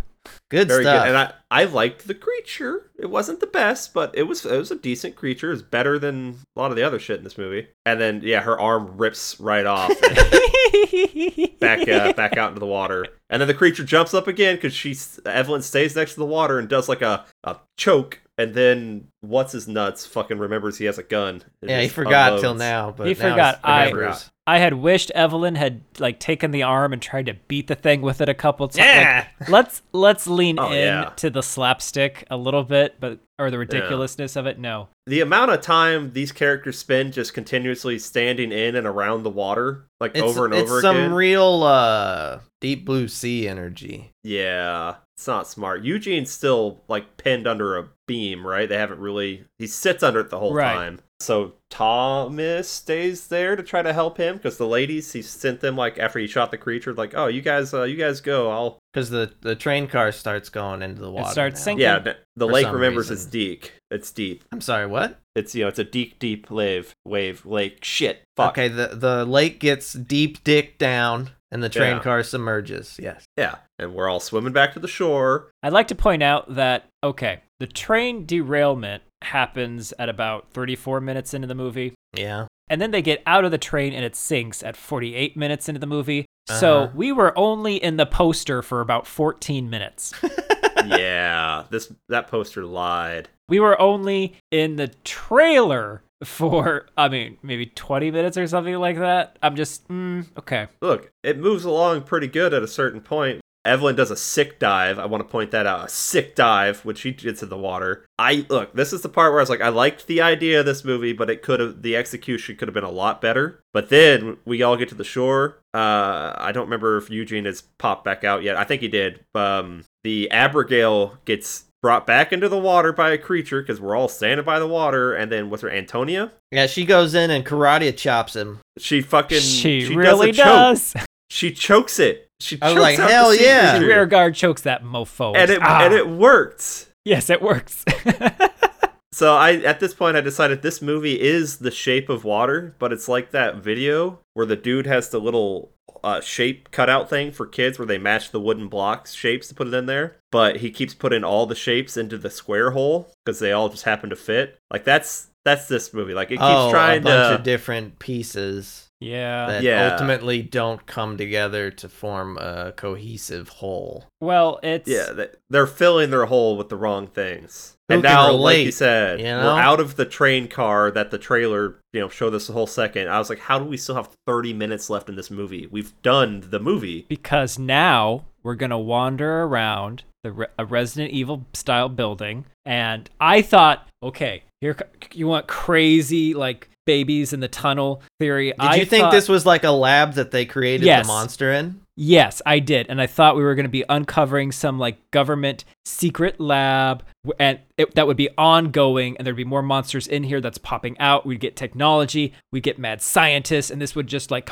Speaker 1: good
Speaker 2: Very
Speaker 1: stuff.
Speaker 2: good. And I, I liked the creature. It wasn't the best, but it was it was a decent creature. It's better than a lot of the other shit in this movie. And then yeah, her arm rips right off and back uh, back out into the water. And then the creature jumps up again because she Evelyn stays next to the water and does like a, a choke. And then what's his nuts fucking remembers he has a gun. and
Speaker 1: yeah, he
Speaker 2: just
Speaker 1: forgot till
Speaker 2: unloads.
Speaker 1: now, but
Speaker 3: He
Speaker 1: now
Speaker 3: forgot. I-
Speaker 1: remembers.
Speaker 3: I had wished Evelyn had like taken the arm and tried to beat the thing with it a couple times.
Speaker 1: Yeah.
Speaker 3: let's let's lean
Speaker 2: Oh,
Speaker 3: in
Speaker 2: yeah.
Speaker 3: to the slapstick a little bit, but or the ridiculousness of it. No,
Speaker 2: The amount of time these characters spend just continuously standing in and around the water, like
Speaker 1: it's,
Speaker 2: over and
Speaker 1: it's
Speaker 2: over
Speaker 1: some
Speaker 2: again.
Speaker 1: real uh deep blue sea energy
Speaker 2: Yeah. It's not smart. Eugene's still like pinned under a beam, right? They haven't really. He sits under it the whole
Speaker 3: Right.
Speaker 2: time. So Thomas stays there to try to help him because the ladies he sent them like after he shot the creature, like, oh, you guys, uh, you guys go. I'll
Speaker 1: because the the train car starts going into the water.
Speaker 3: starts
Speaker 1: now.
Speaker 3: sinking.
Speaker 2: Yeah, th- the
Speaker 1: for
Speaker 2: lake
Speaker 1: some
Speaker 2: remembers
Speaker 1: reason.
Speaker 2: it's deep. It's deep.
Speaker 1: I'm sorry. What?
Speaker 2: It's you know, it's a deep, deep wave, wave, lake. Shit, fuck.
Speaker 1: Okay. The the lake gets deep dick down, and the train
Speaker 2: Yeah.
Speaker 1: car submerges. Yes.
Speaker 2: Yeah, and we're all swimming back to the shore.
Speaker 3: I'd like to point out that, okay, the train derailment happens at about 34 minutes into the movie.
Speaker 1: Yeah.
Speaker 3: And then they get out of the train and it sinks at 48 minutes into the movie. So
Speaker 1: Uh-huh.
Speaker 3: we were only in the poster for about 14 minutes.
Speaker 2: yeah, this that poster lied.
Speaker 3: we were only in the trailer for, I mean, maybe 20 minutes or something like that. I'm just, mm, okay.
Speaker 2: Look, it moves along pretty good at a certain point. Evelyn does a sick dive. I want to point that out. A sick dive, which she gets in the water. I look. This is the part where I was like, I liked the idea of this movie, but it could have the execution could have been a lot better. But then we all get to the shore. Uh, I don't remember if Eugene has popped back out yet. I think he did. Um, the Abigail gets brought back into the water by a creature because we're all standing by the water. And then what's her Antonia?
Speaker 1: Yeah. She goes in and karate chops him.
Speaker 2: She fucking
Speaker 3: she,
Speaker 2: does a
Speaker 3: really
Speaker 2: choke.
Speaker 3: does.
Speaker 2: She chokes it. She
Speaker 1: I was
Speaker 2: chokes
Speaker 1: like,
Speaker 2: out
Speaker 1: "Hell
Speaker 2: the sea
Speaker 1: yeah."
Speaker 2: creature.
Speaker 3: Rear guard chokes that mofo.
Speaker 2: and it
Speaker 3: Ah.
Speaker 2: and it worked.
Speaker 3: Yes, it works.
Speaker 2: So I at this point I decided this movie is The Shape of Water, but it's like that video where the dude has the little uh, shape cutout thing for kids where they match the wooden blocks shapes to put it in there, but he keeps putting all the shapes into the square hole because they all just happen to fit. Like that's that's this movie. Like it keeps
Speaker 1: oh,
Speaker 2: trying
Speaker 1: a bunch
Speaker 2: to
Speaker 1: of different pieces
Speaker 3: yeah.
Speaker 1: that
Speaker 2: Yeah.
Speaker 1: ultimately don't come together to form a cohesive whole.
Speaker 3: Well, it's
Speaker 2: Yeah, they- they're filling their hole with the wrong things.
Speaker 1: Who
Speaker 2: and
Speaker 1: can
Speaker 2: now, like you
Speaker 1: relate,
Speaker 2: said,
Speaker 1: you know?
Speaker 2: we're out of the train car that the trailer, you know, showed us a whole second. I was like, how do we still have 30 minutes left in this movie? We've done the movie.
Speaker 3: because now we're going to wander around the re- a Resident Evil style building and I thought, okay, here c- you want crazy like babies in the tunnel theory.
Speaker 1: Did you think this was like a lab that they created
Speaker 3: Yes.
Speaker 1: the monster in?
Speaker 3: Yes, I did. And I thought we were going to be uncovering some like government secret lab w- and it, that would be ongoing and there'd be more monsters in here that's popping out. We'd get technology, we'd get mad scientists and this would just like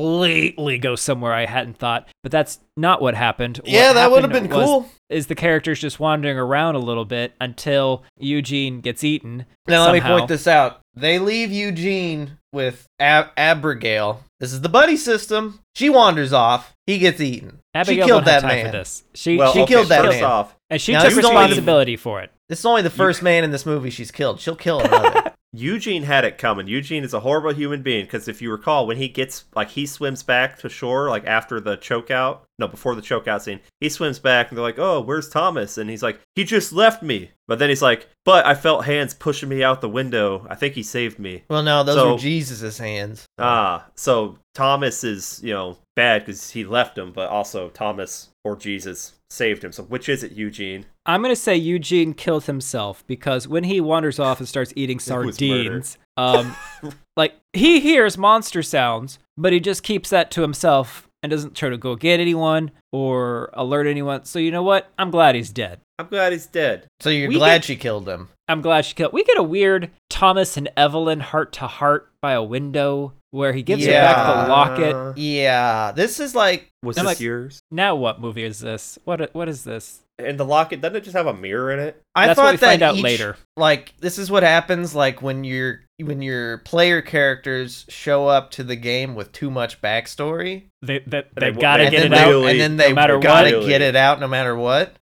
Speaker 3: completely go somewhere I hadn't thought. But that's not what happened. What
Speaker 1: yeah, that would have
Speaker 3: happened
Speaker 1: been
Speaker 3: was-
Speaker 1: cool.
Speaker 3: Is the characters just wandering around a little bit until Eugene gets eaten.
Speaker 1: Now let me
Speaker 3: somehow.
Speaker 1: point this out. They leave Eugene with Ab- Abigail. This is the buddy system. She wanders off. He gets eaten.
Speaker 3: Abigail
Speaker 1: killed
Speaker 3: don't have
Speaker 1: that
Speaker 3: time
Speaker 1: man.
Speaker 3: for this. She,
Speaker 2: well,
Speaker 3: she
Speaker 2: okay,
Speaker 1: killed that
Speaker 2: first
Speaker 1: man.
Speaker 2: off,
Speaker 3: and she
Speaker 1: Now
Speaker 3: took
Speaker 1: you don't-
Speaker 3: responsibility for it.
Speaker 1: This is only the first man in this movie she's killed. She'll kill another.
Speaker 2: Eugene had it coming. Eugene is a horrible human being because if you recall, when he gets like he swims back to shore, like after the chokeout, no, before the chokeout scene, he swims back and they're like, "Oh, where's Thomas?" And he's like, "He just left me." But then he's like, "But I felt hands pushing me out the window. I think he saved me."
Speaker 1: well, no, those
Speaker 2: So-
Speaker 1: were Jesus's hands.
Speaker 2: Ah, so Thomas is you know bad because he left him, but also Thomas or Jesus saved him. So which is it, Eugene?
Speaker 3: I'm gonna say Eugene killed himself because when he wanders off and starts eating
Speaker 2: murder.
Speaker 3: sardines, um, like he hears monster sounds, but he just keeps that to himself and doesn't try to go get anyone or alert anyone. So you know what? I'm glad he's dead.
Speaker 2: I'm glad he's dead.
Speaker 1: So you're
Speaker 3: We
Speaker 1: glad
Speaker 3: did-
Speaker 1: she killed him.
Speaker 3: I'm glad she killed. We get a weird Thomas and Evelyn heart to heart by a window where he gives her back
Speaker 1: Yeah.
Speaker 3: the locket.
Speaker 1: Yeah, this is like
Speaker 2: Was
Speaker 3: I'm
Speaker 2: this
Speaker 3: like-
Speaker 2: yours?
Speaker 3: Now what movie is this? What what is this?
Speaker 2: And the locket doesn't it just have a mirror in it?
Speaker 1: I
Speaker 3: That's
Speaker 1: thought
Speaker 3: what we
Speaker 1: that
Speaker 3: find out
Speaker 1: each-
Speaker 3: later.
Speaker 1: Like this is what happens like when your when your player characters show up to the game with too much backstory.
Speaker 3: They that
Speaker 2: They
Speaker 3: they,
Speaker 2: w-
Speaker 3: gotta
Speaker 2: they
Speaker 1: and
Speaker 3: get
Speaker 1: then
Speaker 3: it
Speaker 1: they,
Speaker 3: out.
Speaker 2: really-
Speaker 1: and then they
Speaker 3: no matter
Speaker 1: gotta
Speaker 2: what.
Speaker 1: get it out no matter what.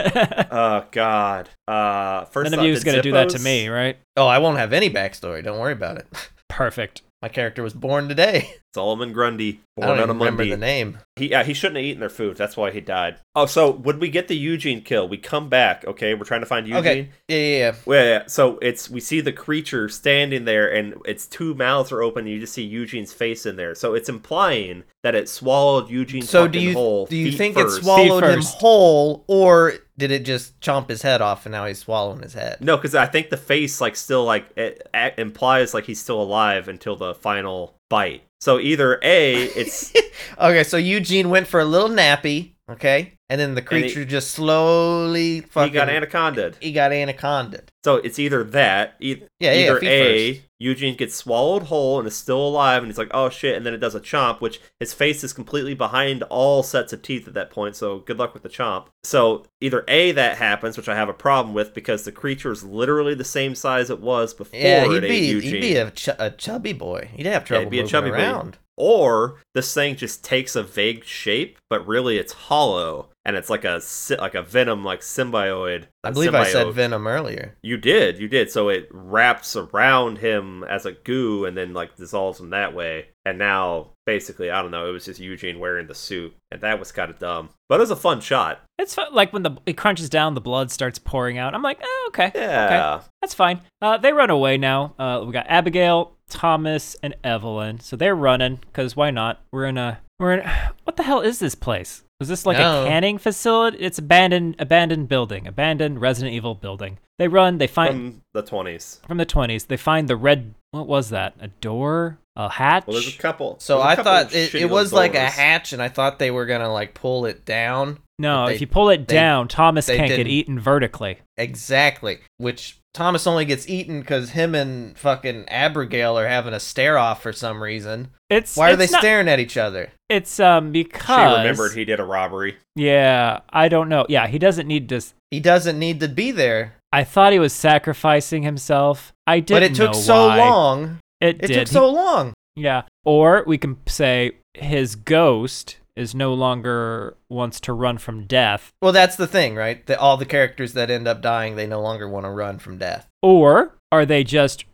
Speaker 2: Oh God! Uh, first
Speaker 3: None
Speaker 2: off,
Speaker 3: of you is
Speaker 2: did
Speaker 3: gonna do that to
Speaker 2: Zippo's-
Speaker 3: me, right?
Speaker 1: Oh, I won't have any backstory. Don't worry about it.
Speaker 3: Perfect.
Speaker 1: My character was born today.
Speaker 2: Solomon Grundy,
Speaker 1: I don't
Speaker 2: born on a
Speaker 1: even remember the
Speaker 2: Monday.
Speaker 1: name.
Speaker 2: He, yeah, he shouldn't have eaten their food. That's why he died. Oh, so when we get the Eugene kill, we come back. Okay, we're trying to find Eugene.
Speaker 1: Okay. Yeah, yeah, yeah.
Speaker 2: Well, yeah, so it's we see the creature standing there, and its two mouths are open. and You just see Eugene's face in there. So it's implying that it swallowed Eugene.
Speaker 1: So do
Speaker 2: fucking
Speaker 1: you
Speaker 2: whole,
Speaker 1: do you
Speaker 2: feet
Speaker 1: think
Speaker 2: first.
Speaker 1: it swallowed
Speaker 3: Feet
Speaker 1: him
Speaker 3: first.
Speaker 1: whole or did it just chomp his head off and now he's swallowing his head?
Speaker 2: No, because I think the face like still like it, a implies like he's still alive until the final bite. So either a it's
Speaker 1: okay, so Eugene went for a little nappy Okay, and then the
Speaker 2: he-
Speaker 1: creature just slowly fucking.
Speaker 2: he got anaconda.
Speaker 1: he got anacondaed.
Speaker 2: So it's either that, e-
Speaker 1: Yeah, yeah,
Speaker 2: either
Speaker 1: feet
Speaker 2: A,
Speaker 1: first.
Speaker 2: Eugene gets swallowed whole and is still alive, and he's like, oh shit, and then it does a chomp, which his face is completely behind all sets of teeth at that point, so good luck with the chomp. So either A, that happens, which I have a problem with because the creature is literally the same size it was before
Speaker 1: Yeah,
Speaker 2: it
Speaker 1: he'd
Speaker 2: ate
Speaker 1: be
Speaker 2: Eugene.
Speaker 1: he'd be a, ch- a chubby boy. He'd have
Speaker 2: Yeah,
Speaker 1: trouble
Speaker 2: it'd be a
Speaker 1: moving
Speaker 2: chubby boy.
Speaker 1: around.
Speaker 2: Or this thing just takes a vague shape, but really it's hollow, and it's like a sy- like a venom like symbioid.
Speaker 1: I
Speaker 2: a
Speaker 1: believe I said
Speaker 2: symbiote.
Speaker 1: venom earlier.
Speaker 2: You did, you did. So it wraps around him as a goo and then like dissolves him that way. And now basically, I don't know, it was just Eugene wearing the suit. And that was kind of dumb. But it was a fun shot.
Speaker 3: It's fun. like when the it crunches down, the blood starts pouring out. I'm like, oh, okay,
Speaker 2: Yeah.
Speaker 3: that's fine. Uh, they run away now. Uh, we got Abigail, Thomas, and Evelyn. So they're running because why not? We're in a we're in what the hell is this place? Was this like
Speaker 1: No.
Speaker 3: a canning facility? It's abandoned abandoned building, abandoned Resident Evil building. They run. They find
Speaker 2: From the 20s.
Speaker 3: from the 20s. They find the red. What was that? A door? A hatch?
Speaker 2: Well, there's a couple.
Speaker 1: So
Speaker 2: there's a
Speaker 1: I
Speaker 2: couple
Speaker 1: thought it,
Speaker 2: shitty
Speaker 1: it
Speaker 2: little
Speaker 1: was like a
Speaker 2: doors.
Speaker 1: hatch, and I thought they were gonna like pull it down
Speaker 3: no,
Speaker 1: They-
Speaker 3: if you pull it
Speaker 1: they-
Speaker 3: down, Thomas
Speaker 1: they
Speaker 3: can't get
Speaker 1: didn't.
Speaker 3: eaten vertically.
Speaker 1: exactly. Which Thomas only gets eaten because him and fucking Abigail are having a stare off for some reason.
Speaker 3: It's
Speaker 1: Why are they
Speaker 3: it's not-
Speaker 1: staring at each other?
Speaker 3: It's um because
Speaker 2: She remembered he did a robbery.
Speaker 3: Yeah, I don't know. Yeah, he doesn't need to. s-
Speaker 1: He doesn't need to be there.
Speaker 3: I thought he was sacrificing himself. I didn't.
Speaker 1: but it took
Speaker 3: know
Speaker 1: so
Speaker 3: why.
Speaker 1: long.
Speaker 3: It,
Speaker 1: It
Speaker 3: did.
Speaker 1: took
Speaker 3: He-
Speaker 1: so long.
Speaker 3: yeah. Or we can say his ghost is no longer wants to run from death.
Speaker 1: Well, that's the thing, right? That all the characters that end up dying, they no longer want to run from death.
Speaker 3: Or are they just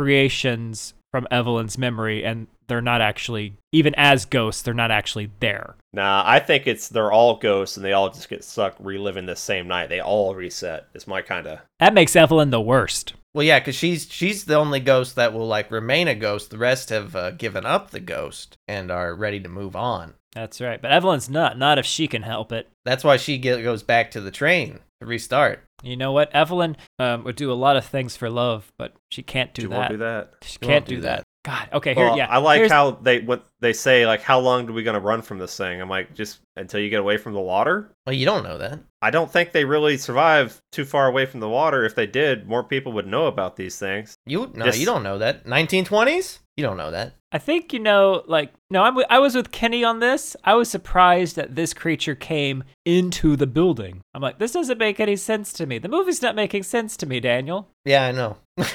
Speaker 3: recreations from Evelyn's memory and they're not actually even as ghosts, they're not actually there.
Speaker 2: Nah, I think it's they're all ghosts and they all just get stuck reliving the same night. They all reset. It's my kind of.
Speaker 3: That makes Evelyn the worst.
Speaker 1: Well, yeah, because she's she's the only ghost that will like remain a ghost. The rest have uh, given up the ghost and are ready to move on.
Speaker 3: That's right. But Evelyn's not, not if she can help it.
Speaker 1: That's why she get, goes back to the train to restart.
Speaker 3: You know what? Evelyn um, would do a lot of things for love, but she can't do
Speaker 2: She
Speaker 3: that.
Speaker 2: won't do that.
Speaker 3: She
Speaker 1: She
Speaker 3: can't
Speaker 1: won't
Speaker 3: do
Speaker 1: do
Speaker 3: that.
Speaker 1: that.
Speaker 3: God. Okay. Here.
Speaker 2: Well,
Speaker 3: yeah.
Speaker 2: I like
Speaker 3: here's-
Speaker 2: how they what they say like how long are we gonna run from this thing? I'm like just until you get away from the water.
Speaker 1: Well, you don't know that.
Speaker 2: I don't think they really survive too far away from the water. If they did, more people would know about these things.
Speaker 1: You no,
Speaker 2: Yes.
Speaker 1: you don't know that. 1920s? You don't know that.
Speaker 3: I think you know. Like, no, I'm, wi- I was with Kenny on this. I was surprised that this creature came into the building. I'm like, this doesn't make any sense to me. The movie's not making sense to me, Daniel.
Speaker 1: Yeah, I know.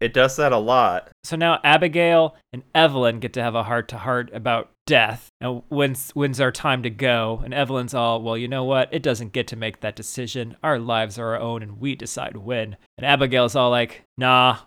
Speaker 2: It does that a lot.
Speaker 3: So now Abigail and Evelyn get to have a heart to heart about death and when's when's our time to go. And Evelyn's all, well, you know what? It doesn't get to make that decision. Our lives are our own, and we decide when. And Abigail's all like, nah,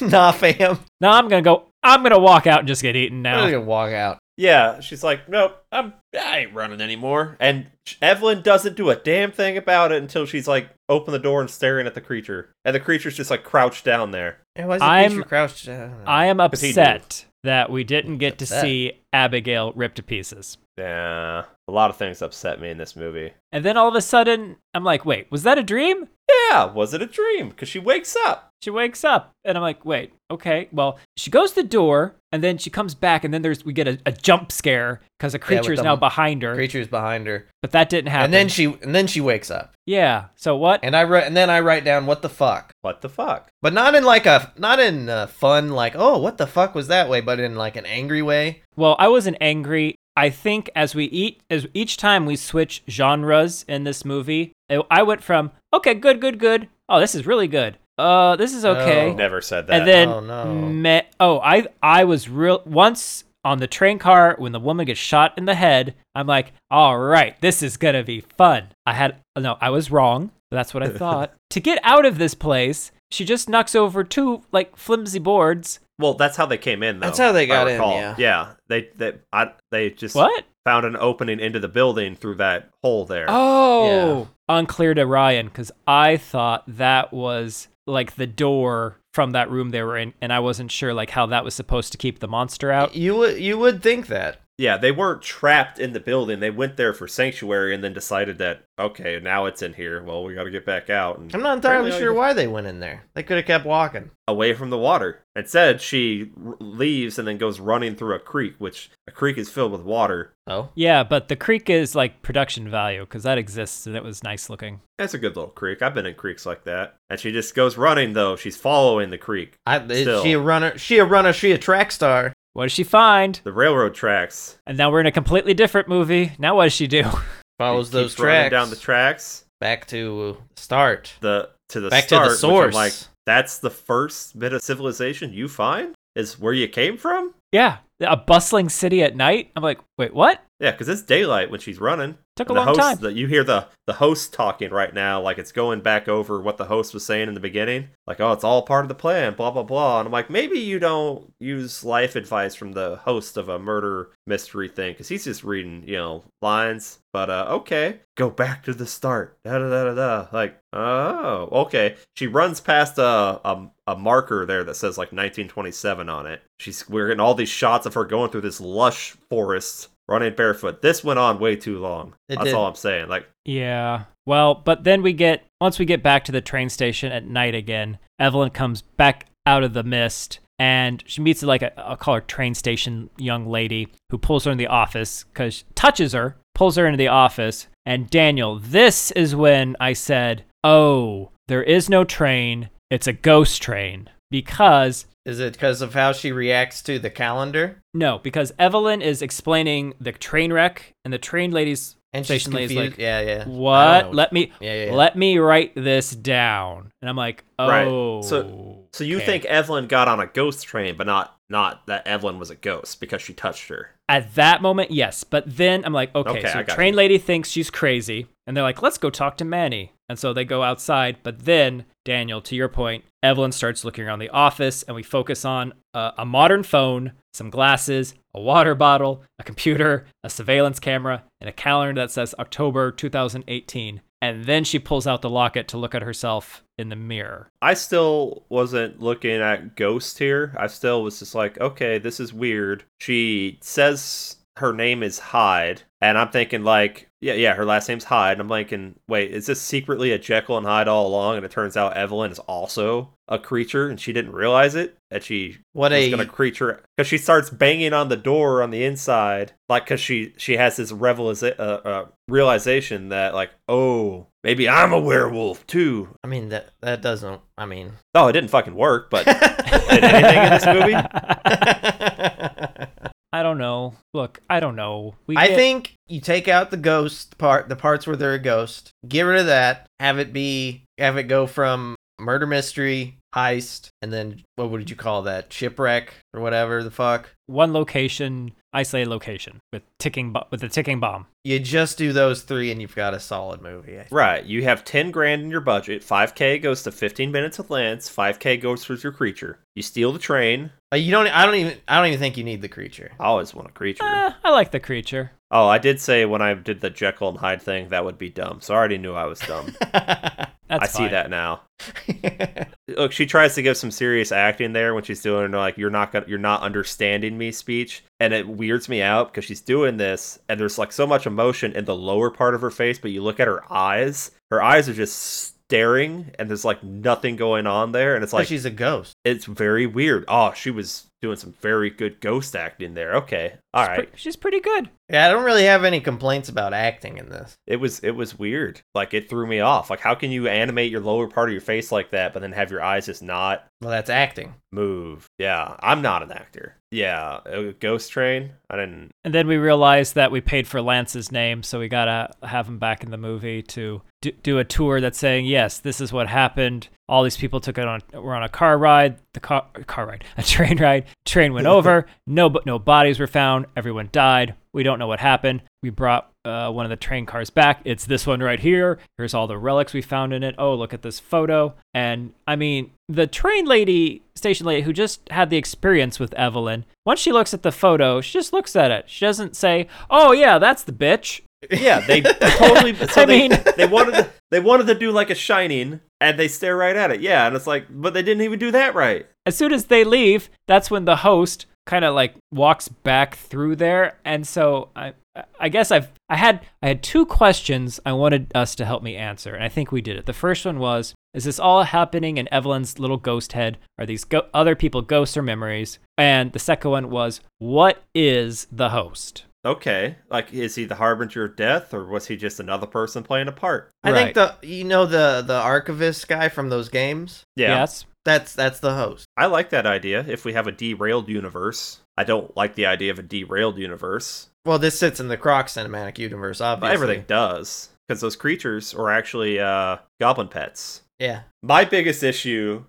Speaker 1: nah, fam.
Speaker 3: No, I'm gonna go. I'm gonna walk out and just get eaten
Speaker 1: I'm just
Speaker 3: now.
Speaker 1: gonna walk out.
Speaker 2: Yeah, she's like, nope, I'm I ain't running anymore. And Evelyn doesn't do a damn thing about it until she's like open the door and staring at the creature, and the creature's just like crouched down there.
Speaker 1: Yeah, why is the
Speaker 3: I'm-
Speaker 1: creature crouched? I don't know.
Speaker 3: I am
Speaker 2: he knew.
Speaker 3: upset that we didn't get to
Speaker 1: Upset.
Speaker 3: see Abigail ripped to pieces.
Speaker 2: Yeah, a lot of things upset me in this movie.
Speaker 3: And then all of a sudden, I'm like, wait, was that a dream?
Speaker 2: Yeah, was it a dream? Because she wakes up.
Speaker 3: She wakes up, and I'm like, wait, okay. Well, she goes to the door, and then she comes back, and then there's we get a, a jump scare because a creature is
Speaker 1: the
Speaker 3: now
Speaker 1: m-
Speaker 3: behind her.
Speaker 1: Creature's behind her,
Speaker 3: But that didn't happen.
Speaker 1: and then she and then she wakes up,
Speaker 3: yeah. So what?
Speaker 1: and I write and then I write down what the fuck.
Speaker 2: What the fuck?
Speaker 1: but not in like a not in a fun like oh what the fuck was that way but in like an angry way
Speaker 3: Well, I wasn't angry. I think as we eat, as each time we switch genres in this movie, I- I went from okay, good, good, good. Oh, this is really good. Uh, this is okay.
Speaker 1: Oh.
Speaker 2: Never said that.
Speaker 3: and then
Speaker 1: Oh, no.
Speaker 3: me- oh, I I was real once on the train car when the woman gets shot in the head. I'm like, all right, this is gonna be fun. I had no, I was wrong. but That's what I thought. to get out of this place, she just knocks over two like flimsy boards.
Speaker 2: Well, that's how they came in. Though,
Speaker 1: That's how they
Speaker 2: if I
Speaker 1: got in,
Speaker 2: recall.
Speaker 1: yeah.
Speaker 2: they they I, they just
Speaker 3: What?
Speaker 2: found an opening into the building through that hole there.
Speaker 3: Oh, unclear to Ryan because I thought that was like the door from that room they were in, and I wasn't sure like how that was supposed to keep the monster out.
Speaker 1: you would you would think that
Speaker 2: yeah, they weren't trapped in the building. They went there for sanctuary and then decided that okay, now it's in here. Well, we got to get back out and
Speaker 1: I'm not entirely
Speaker 2: Apparently all
Speaker 1: sure
Speaker 2: you-
Speaker 1: why they went in there. They could have kept walking.
Speaker 2: away from the water. Instead, she r- leaves and then goes running through a creek, which a creek is filled with water.
Speaker 1: Oh,
Speaker 3: Yeah, but the creek is like production value because that exists and it was nice looking.
Speaker 2: That's a good little creek. I've been in creeks like that. And she just goes running though. She's following the creek,
Speaker 1: I, is
Speaker 2: Still.
Speaker 1: she a runner? She a runner? She a track star?
Speaker 3: What does she find?
Speaker 2: the railroad tracks.
Speaker 3: And now we're in a completely different movie. Now what does she do?
Speaker 1: Follows
Speaker 2: Keeps
Speaker 1: those
Speaker 2: running
Speaker 1: tracks
Speaker 2: down the tracks.
Speaker 1: back to start.
Speaker 2: The to the
Speaker 1: Back to the
Speaker 2: start, which I'm
Speaker 1: source.
Speaker 2: like that's the first bit of civilization you find is where you came from.
Speaker 3: Yeah, a bustling city at night. I'm like, wait, what?
Speaker 2: Yeah, because it's daylight when she's running.
Speaker 3: Took a
Speaker 2: And the
Speaker 3: long
Speaker 2: host,
Speaker 3: time.
Speaker 2: The, you hear the the host talking right now, like it's going back over what the host was saying in the beginning. Like, oh, it's all part of the plan, blah blah blah. And I'm like, maybe you don't use life advice from the host of a murder mystery thing because he's just reading, you know, lines. But uh, okay, go back to the start. Da da da da da. Like, oh, okay. She runs past a, a a marker there that says like 1927 on it. She's we're getting all these shots of her going through this lush forest. Running barefoot. This went on way too long.
Speaker 1: It
Speaker 2: That's
Speaker 1: did.
Speaker 2: all I'm saying. Like,
Speaker 3: Yeah. Well, but then we get once we get back to the train station at night again, Evelyn comes back out of the mist and she meets like a I'll call her train station young lady who pulls her in the office cuz touches her, pulls her into the office. And Daniel, this is when I said, "Oh, there is no train. It's a ghost train." Because
Speaker 1: Is it because of how she reacts to the calendar?
Speaker 3: no, because Evelyn is explaining the train wreck and the train lady's
Speaker 1: And she's
Speaker 3: station lady's
Speaker 1: confused.
Speaker 3: like,
Speaker 1: yeah, yeah. I don't know.
Speaker 3: "What? Let me
Speaker 1: yeah, yeah, yeah.
Speaker 3: let me write this down. And I'm like,
Speaker 2: Right.
Speaker 3: oh.
Speaker 2: So- so you
Speaker 3: okay."
Speaker 2: think Evelyn got on a ghost train, but not not that Evelyn was a ghost because she touched her.
Speaker 3: at that moment, yes. But then I'm like, okay,
Speaker 2: Okay,
Speaker 3: so
Speaker 2: I got
Speaker 3: train lady thinks she's crazy. And they're like, let's go talk to Manny. And so they go outside. But then, Daniel, to your point, Evelyn starts looking around the office and we focus on uh, a modern phone, some glasses, a water bottle, a computer, a surveillance camera, and a calendar that says October 2018. And then she pulls out the locket to look at herself in the mirror.
Speaker 2: I still wasn't looking at ghost here. I still was just like, okay, this is weird. She says her name is Hyde, and I'm thinking like, yeah, yeah, her last name's Hyde. And I'm thinking, wait, is this secretly a Jekyll and Hyde all along? And it turns out Evelyn is also a creature, and she didn't realize it. That she
Speaker 1: What
Speaker 2: was
Speaker 1: a
Speaker 2: gonna creature because she starts banging on the door on the inside like because she she has this reveliza- uh, uh, realization that like oh maybe i'm a werewolf too
Speaker 1: I mean that that doesn't. I mean.
Speaker 2: oh it didn't fucking work but did anything in this movie
Speaker 3: I don't know. Look, I don't know. We
Speaker 1: I
Speaker 3: get-
Speaker 1: think you take out the ghost part, the parts where they're a ghost, get rid of that, have it be, have it go from murder mystery, heist, and then what would you call that? Shipwreck or whatever the fuck.
Speaker 3: one location, isolated location with ticking bo- with the ticking bomb.
Speaker 1: You just do those three and you've got a solid movie. I think.
Speaker 2: right you have 10 grand in your budget 5k goes to 15 minutes of lance 5k goes towards your creature you steal the train
Speaker 1: Uh, You don't. I don't even. I don't even think you need the creature.
Speaker 2: i always want a creature
Speaker 3: Eh, I like the creature.
Speaker 2: oh i did say when i did the jekyll and hyde thing that would be dumb so i already knew i was dumb i
Speaker 3: That's
Speaker 2: see
Speaker 3: fine.
Speaker 2: that now look she tries to give some serious acting there when she's doing like you're not gonna you're not understanding me speech and it weirds me out because she's doing this and there's like so much emotion in the lower part of her face but you look at her eyes her eyes are just staring and there's like nothing going on there and it's
Speaker 1: like
Speaker 2: like
Speaker 1: she's a ghost.
Speaker 2: it's very weird oh she was doing some very good ghost acting there okay all
Speaker 3: She's pre-
Speaker 2: right
Speaker 3: she's pretty good.
Speaker 1: Yeah, I don't really have any complaints about acting in this.
Speaker 2: it was it was weird like it threw me off like how can you animate your lower part of your face like that but then have your eyes just not
Speaker 1: Well, that's acting.
Speaker 2: move. Yeah, I'm not an actor. Yeah, uh, Ghost Train. I didn't.
Speaker 3: And then we realized that we paid for Lance's name, so we gotta have him back in the movie to do, do a tour that's saying, "Yes, this is what happened. All these people took it on. Were on a car ride. The car car ride, a train ride. Train went over. No, but no bodies were found. Everyone died. We don't know what happened. We brought uh, one of the train cars back. It's this one right here. Here's all the relics we found in it. Oh, look at this photo. And I mean, the train lady, station lady, who just had the experience with Evelyn, once she looks at the photo, she just looks at it. She doesn't say, "Oh yeah, that's the bitch."
Speaker 2: Yeah, they totally. So
Speaker 3: I
Speaker 2: they,
Speaker 3: mean-
Speaker 2: they wanted to, they wanted to do like a Shining, and they stare right at it. Yeah, and it's like, but they didn't even do that right.
Speaker 3: As soon as they leave, that's when the host kind of like walks back through there. And so I I guess I've I had I had two questions I wanted us to help me answer, and I think we did it. The first one was, is this all happening in Evelyn's little ghost head? Are these go- other people ghosts or memories? And the second one was, what is the host?
Speaker 2: Okay. Like, is he the harbinger of death, or was he just another person playing a part?
Speaker 1: I think
Speaker 3: Right.
Speaker 1: the you know the the archivist guy from those games.
Speaker 2: Yeah.
Speaker 3: Yes.
Speaker 1: That's that's the host.
Speaker 2: I like that idea. If we have a derailed universe, I don't like the idea of a derailed universe,
Speaker 1: Well, this sits in the Croc cinematic universe,
Speaker 2: but
Speaker 1: obviously.
Speaker 2: everything does because those creatures are actually uh, goblin pets.
Speaker 1: Yeah.
Speaker 2: My biggest issue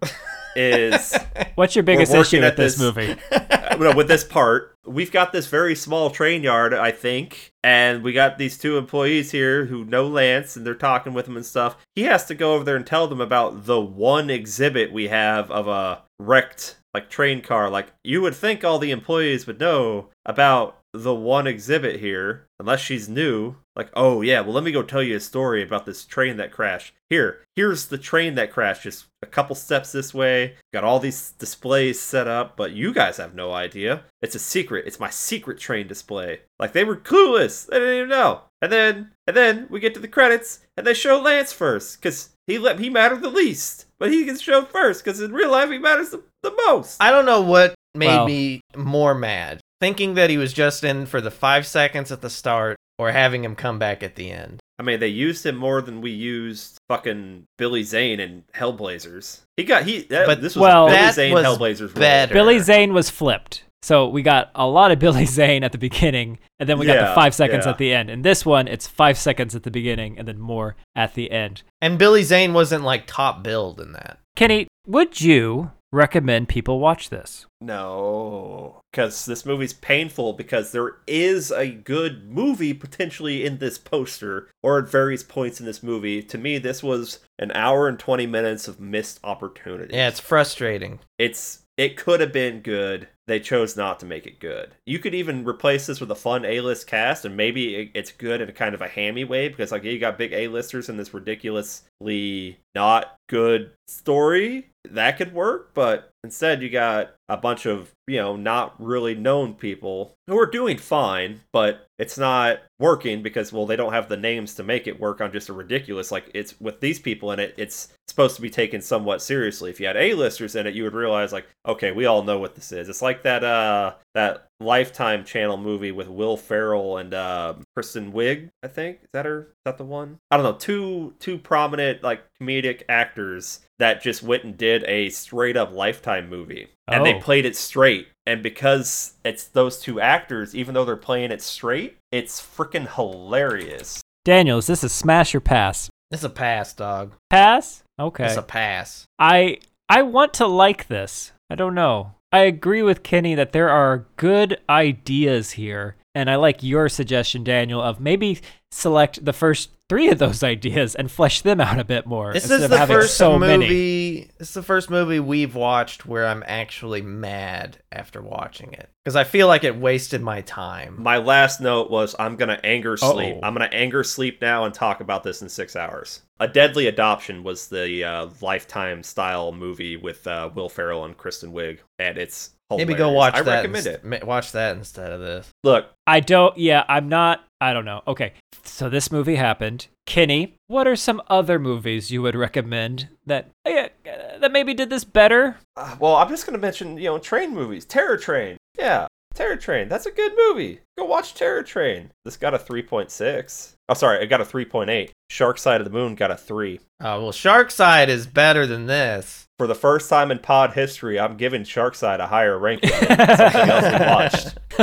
Speaker 2: is
Speaker 3: What's your biggest
Speaker 2: working
Speaker 3: issue
Speaker 2: at
Speaker 3: with this,
Speaker 2: this.
Speaker 3: movie?
Speaker 2: Uh, no, with this part, we've got this very small train yard, I think, and we got these two employees here who know Lance and they're talking with him and stuff. He has to go over there and tell them about the one exhibit we have of a wrecked like train car. Like you would think all the employees would know about the one exhibit here, unless she's new. Like, oh yeah, well let me go tell you a story about this train that crashed. Here, here's the train that crashed. Just a couple steps this way. Got all these displays set up, but you guys have no idea. It's a secret. It's my secret train display. Like they were clueless. They didn't even know. And then, and then we get to the credits, and they show Lance first, cause he let he mattered the least, but he gets shown first, cause in real life he matters the, the most.
Speaker 1: I don't know what made
Speaker 3: Wow.
Speaker 1: me more mad. Thinking that he was just in for the five seconds at the start or having him come back at the end.
Speaker 2: I mean, they used him more than we used fucking Billy Zane and Hellblazers. He got he.
Speaker 1: But-
Speaker 2: That, but this was
Speaker 3: Well-
Speaker 2: Billy
Speaker 1: That
Speaker 2: Zane
Speaker 1: was
Speaker 2: Hellblazers role.
Speaker 1: better.
Speaker 3: Billy Zane was flipped. So we got a lot of Billy Zane at the beginning, and then we got the
Speaker 2: Yeah,
Speaker 3: five seconds
Speaker 2: yeah.
Speaker 3: at the end. In this one, it's five seconds at the beginning and then more at the end.
Speaker 1: And Billy Zane wasn't like top billed in that.
Speaker 3: Kenny, would you recommend people watch this?
Speaker 2: No, because this movie's painful because there is a good movie potentially in this poster or at various points in this movie. To me, this was an hour and 20 minutes of missed opportunity.
Speaker 1: Yeah, it's frustrating.
Speaker 2: it's it could have been good. They chose not to make it good. You could even replace this with a fun A-list cast, and maybe it- it's good in a kind of a hammy way because like you got big A-listers in this ridiculously not good story. That could work, but instead you got a bunch of you know not really known people who are doing fine, but it's not working because well they don't have the names to make it work on just a ridiculous like it's with these people in it it's supposed to be taken somewhat seriously if you had a-listers in it you would realize like okay we all know what this is it's like that uh that lifetime channel movie with will ferrell and uh kristen wiig i think is that her is that the one i don't know two two prominent like comedic actors that just went and did a straight up lifetime movie and they
Speaker 3: Oh.
Speaker 2: played it straight. And because it's those two actors, even though they're playing it straight, it's freaking hilarious.
Speaker 3: Daniel, is this a smash or pass?
Speaker 1: It's a pass, dog.
Speaker 3: Pass? Okay.
Speaker 1: It's a pass.
Speaker 3: I I want to like this. I don't know. I agree with Kenny that there are good ideas here, and I like your suggestion, Daniel, of maybe select the first three of those ideas and flesh them out a bit more.
Speaker 1: This
Speaker 3: instead
Speaker 1: is
Speaker 3: of
Speaker 1: the
Speaker 3: having
Speaker 1: first
Speaker 3: so many.
Speaker 1: movie. This is the first movie we've watched where I'm actually mad after watching it because I feel like it wasted my time.
Speaker 2: My last note was I'm going to anger sleep.
Speaker 3: Uh-oh.
Speaker 2: I'm going to anger sleep now and talk about this in six hours. A Deadly Adoption was the uh, lifetime style movie with uh, Will Ferrell and Kristen Wiig. And it's hilarious.
Speaker 1: Maybe go watch
Speaker 2: I
Speaker 1: that.
Speaker 2: recommend
Speaker 1: inst-
Speaker 2: it.
Speaker 1: ma- Watch that instead of this.
Speaker 2: Look,
Speaker 3: I don't. Yeah, I'm not. I don't know. Okay, so this movie happened. Kenny, what are some other movies you would recommend that eh, uh, that maybe did this better?
Speaker 2: uh, well, I'm just going to mention, you know, train movies. Terror Train. Yeah. Terror Train. That's a good movie. Go watch Terror Train. This got a 3.6. Oh, sorry. It got a 3.8. Shark Side of the Moon got a 3.
Speaker 1: Uh, well, Sharkside is better than this.
Speaker 2: For the first time in pod history, I'm giving Sharkside a higher ranking than something else we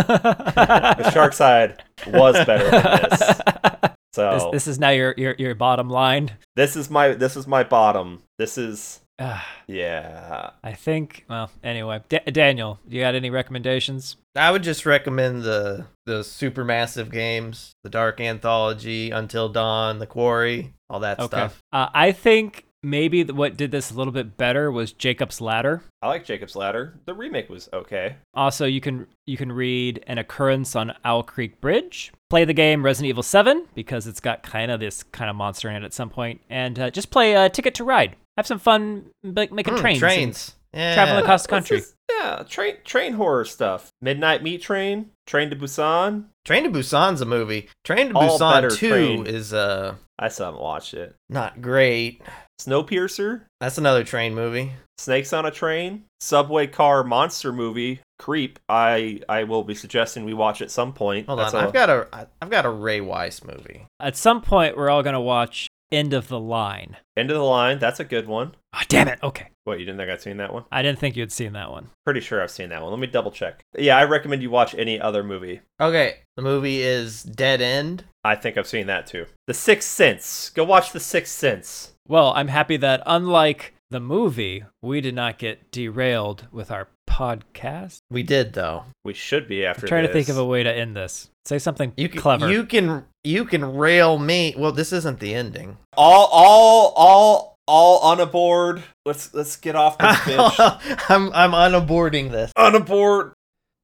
Speaker 2: watched. But Sharkside was better than this.
Speaker 3: This,
Speaker 2: So this,
Speaker 3: this is now your your, your bottom line.
Speaker 2: is my this is my bottom. This is
Speaker 3: Ugh,
Speaker 2: yeah.
Speaker 3: Uh, I think. Well, anyway, D- Daniel, you got any recommendations?
Speaker 1: I would just recommend the the supermassive games, the Dark Anthology, Until Dawn, The Quarry, all that stuff.
Speaker 3: Uh, I think maybe th- what did this a little bit better was Jacob's Ladder.
Speaker 2: I like Jacob's Ladder. The remake was okay.
Speaker 3: Also, you can you can read an occurrence on Owl Creek Bridge. Play the game Resident Evil 7 because it's got kind of this kind of monster in it at some point, and uh, just play uh, Ticket to Ride. Have some fun, like making
Speaker 1: Mm,
Speaker 3: trains, and
Speaker 1: trains. Yeah.
Speaker 3: Traveling across the
Speaker 2: What's
Speaker 3: country.
Speaker 2: this- Yeah, train train horror stuff. Midnight Meat Train, Train to Busan.
Speaker 1: Train to Busan's a movie. Train to
Speaker 2: All better
Speaker 1: Busan 2
Speaker 2: train.
Speaker 1: is uh
Speaker 2: I still haven't watched it.
Speaker 1: not great.
Speaker 2: Snowpiercer,
Speaker 1: That's another train movie.
Speaker 2: Snakes on a Train, Subway Car Monster Movie, Creep. I I will be suggesting we watch at some point.
Speaker 1: Hold
Speaker 2: That's
Speaker 1: on.
Speaker 2: a-
Speaker 1: I've got a I- I've got a Ray Weiss movie.
Speaker 3: At some point, we're all gonna watch End of the Line.
Speaker 2: End of the Line. That's a good one.
Speaker 3: Ah, damn it. Okay,
Speaker 2: What you didn't think I'd seen that one?
Speaker 3: I didn't think you had seen that one.
Speaker 2: Pretty sure I've seen that one. Let me double check. Yeah, I recommend you watch any other movie.
Speaker 1: Okay, the movie is Dead End.
Speaker 2: I think I've seen that too. The Sixth Sense. Go watch The Sixth Sense.
Speaker 3: Well, I'm happy that unlike the movie, we did not get derailed with our podcast.
Speaker 1: We did though.
Speaker 2: We should be after.
Speaker 3: I'm trying to
Speaker 2: this.
Speaker 3: think of a way to end this. Say something
Speaker 1: You can
Speaker 3: clever.
Speaker 1: you can you can rail me. Well, this isn't the ending.
Speaker 2: all, all, all, all on a board. Let's let's get off this bitch.
Speaker 1: I'm I'm unaboarding this.
Speaker 2: on a board.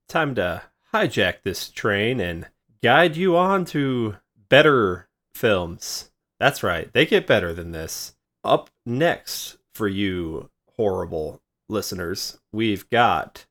Speaker 2: Time to hijack this train and guide you on to better films. That's right, they get better than this. Up next for you, horrible listeners, we've got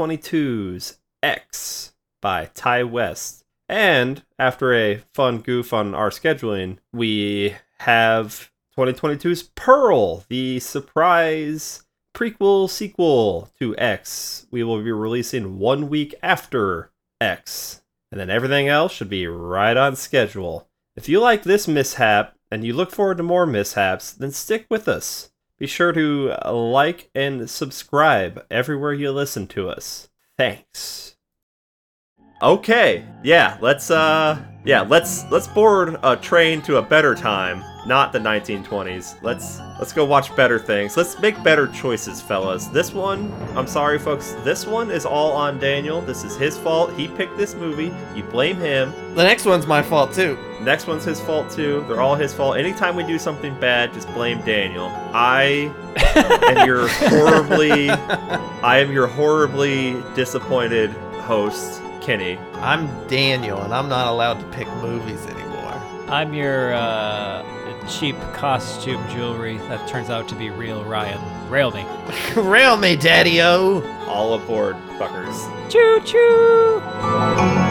Speaker 2: 2022's X by Ty West. And after a fun goof on our scheduling, we have 2022's Pearl, the surprise prequel sequel to X. We will be releasing one week after X. And then everything else should be right on schedule. If you like this mishap and you look forward to more mishaps, then stick with us. Be sure to uh, like and subscribe everywhere you listen to us. Thanks. Okay. Yeah, let's uh yeah, let's let's board a train to a better time, not the 1920s. Let's let's go watch better things. Let's make better choices, fellas. This one, I'm sorry folks, this one is all on Daniel. This is his fault. He picked this movie. You blame him.
Speaker 1: The next one's my fault too.
Speaker 2: Next one's his fault too. They're all his fault. Anytime we do something bad, just blame Daniel. I am your horribly I am your horribly disappointed host, Kenny.
Speaker 1: I'm Daniel, and I'm not allowed to pick movies anymore.
Speaker 3: I'm your uh, cheap costume jewelry that turns out to be real Ryan. Rail me.
Speaker 1: rail me, Daddy O.
Speaker 2: All aboard, fuckers.
Speaker 3: Choo choo!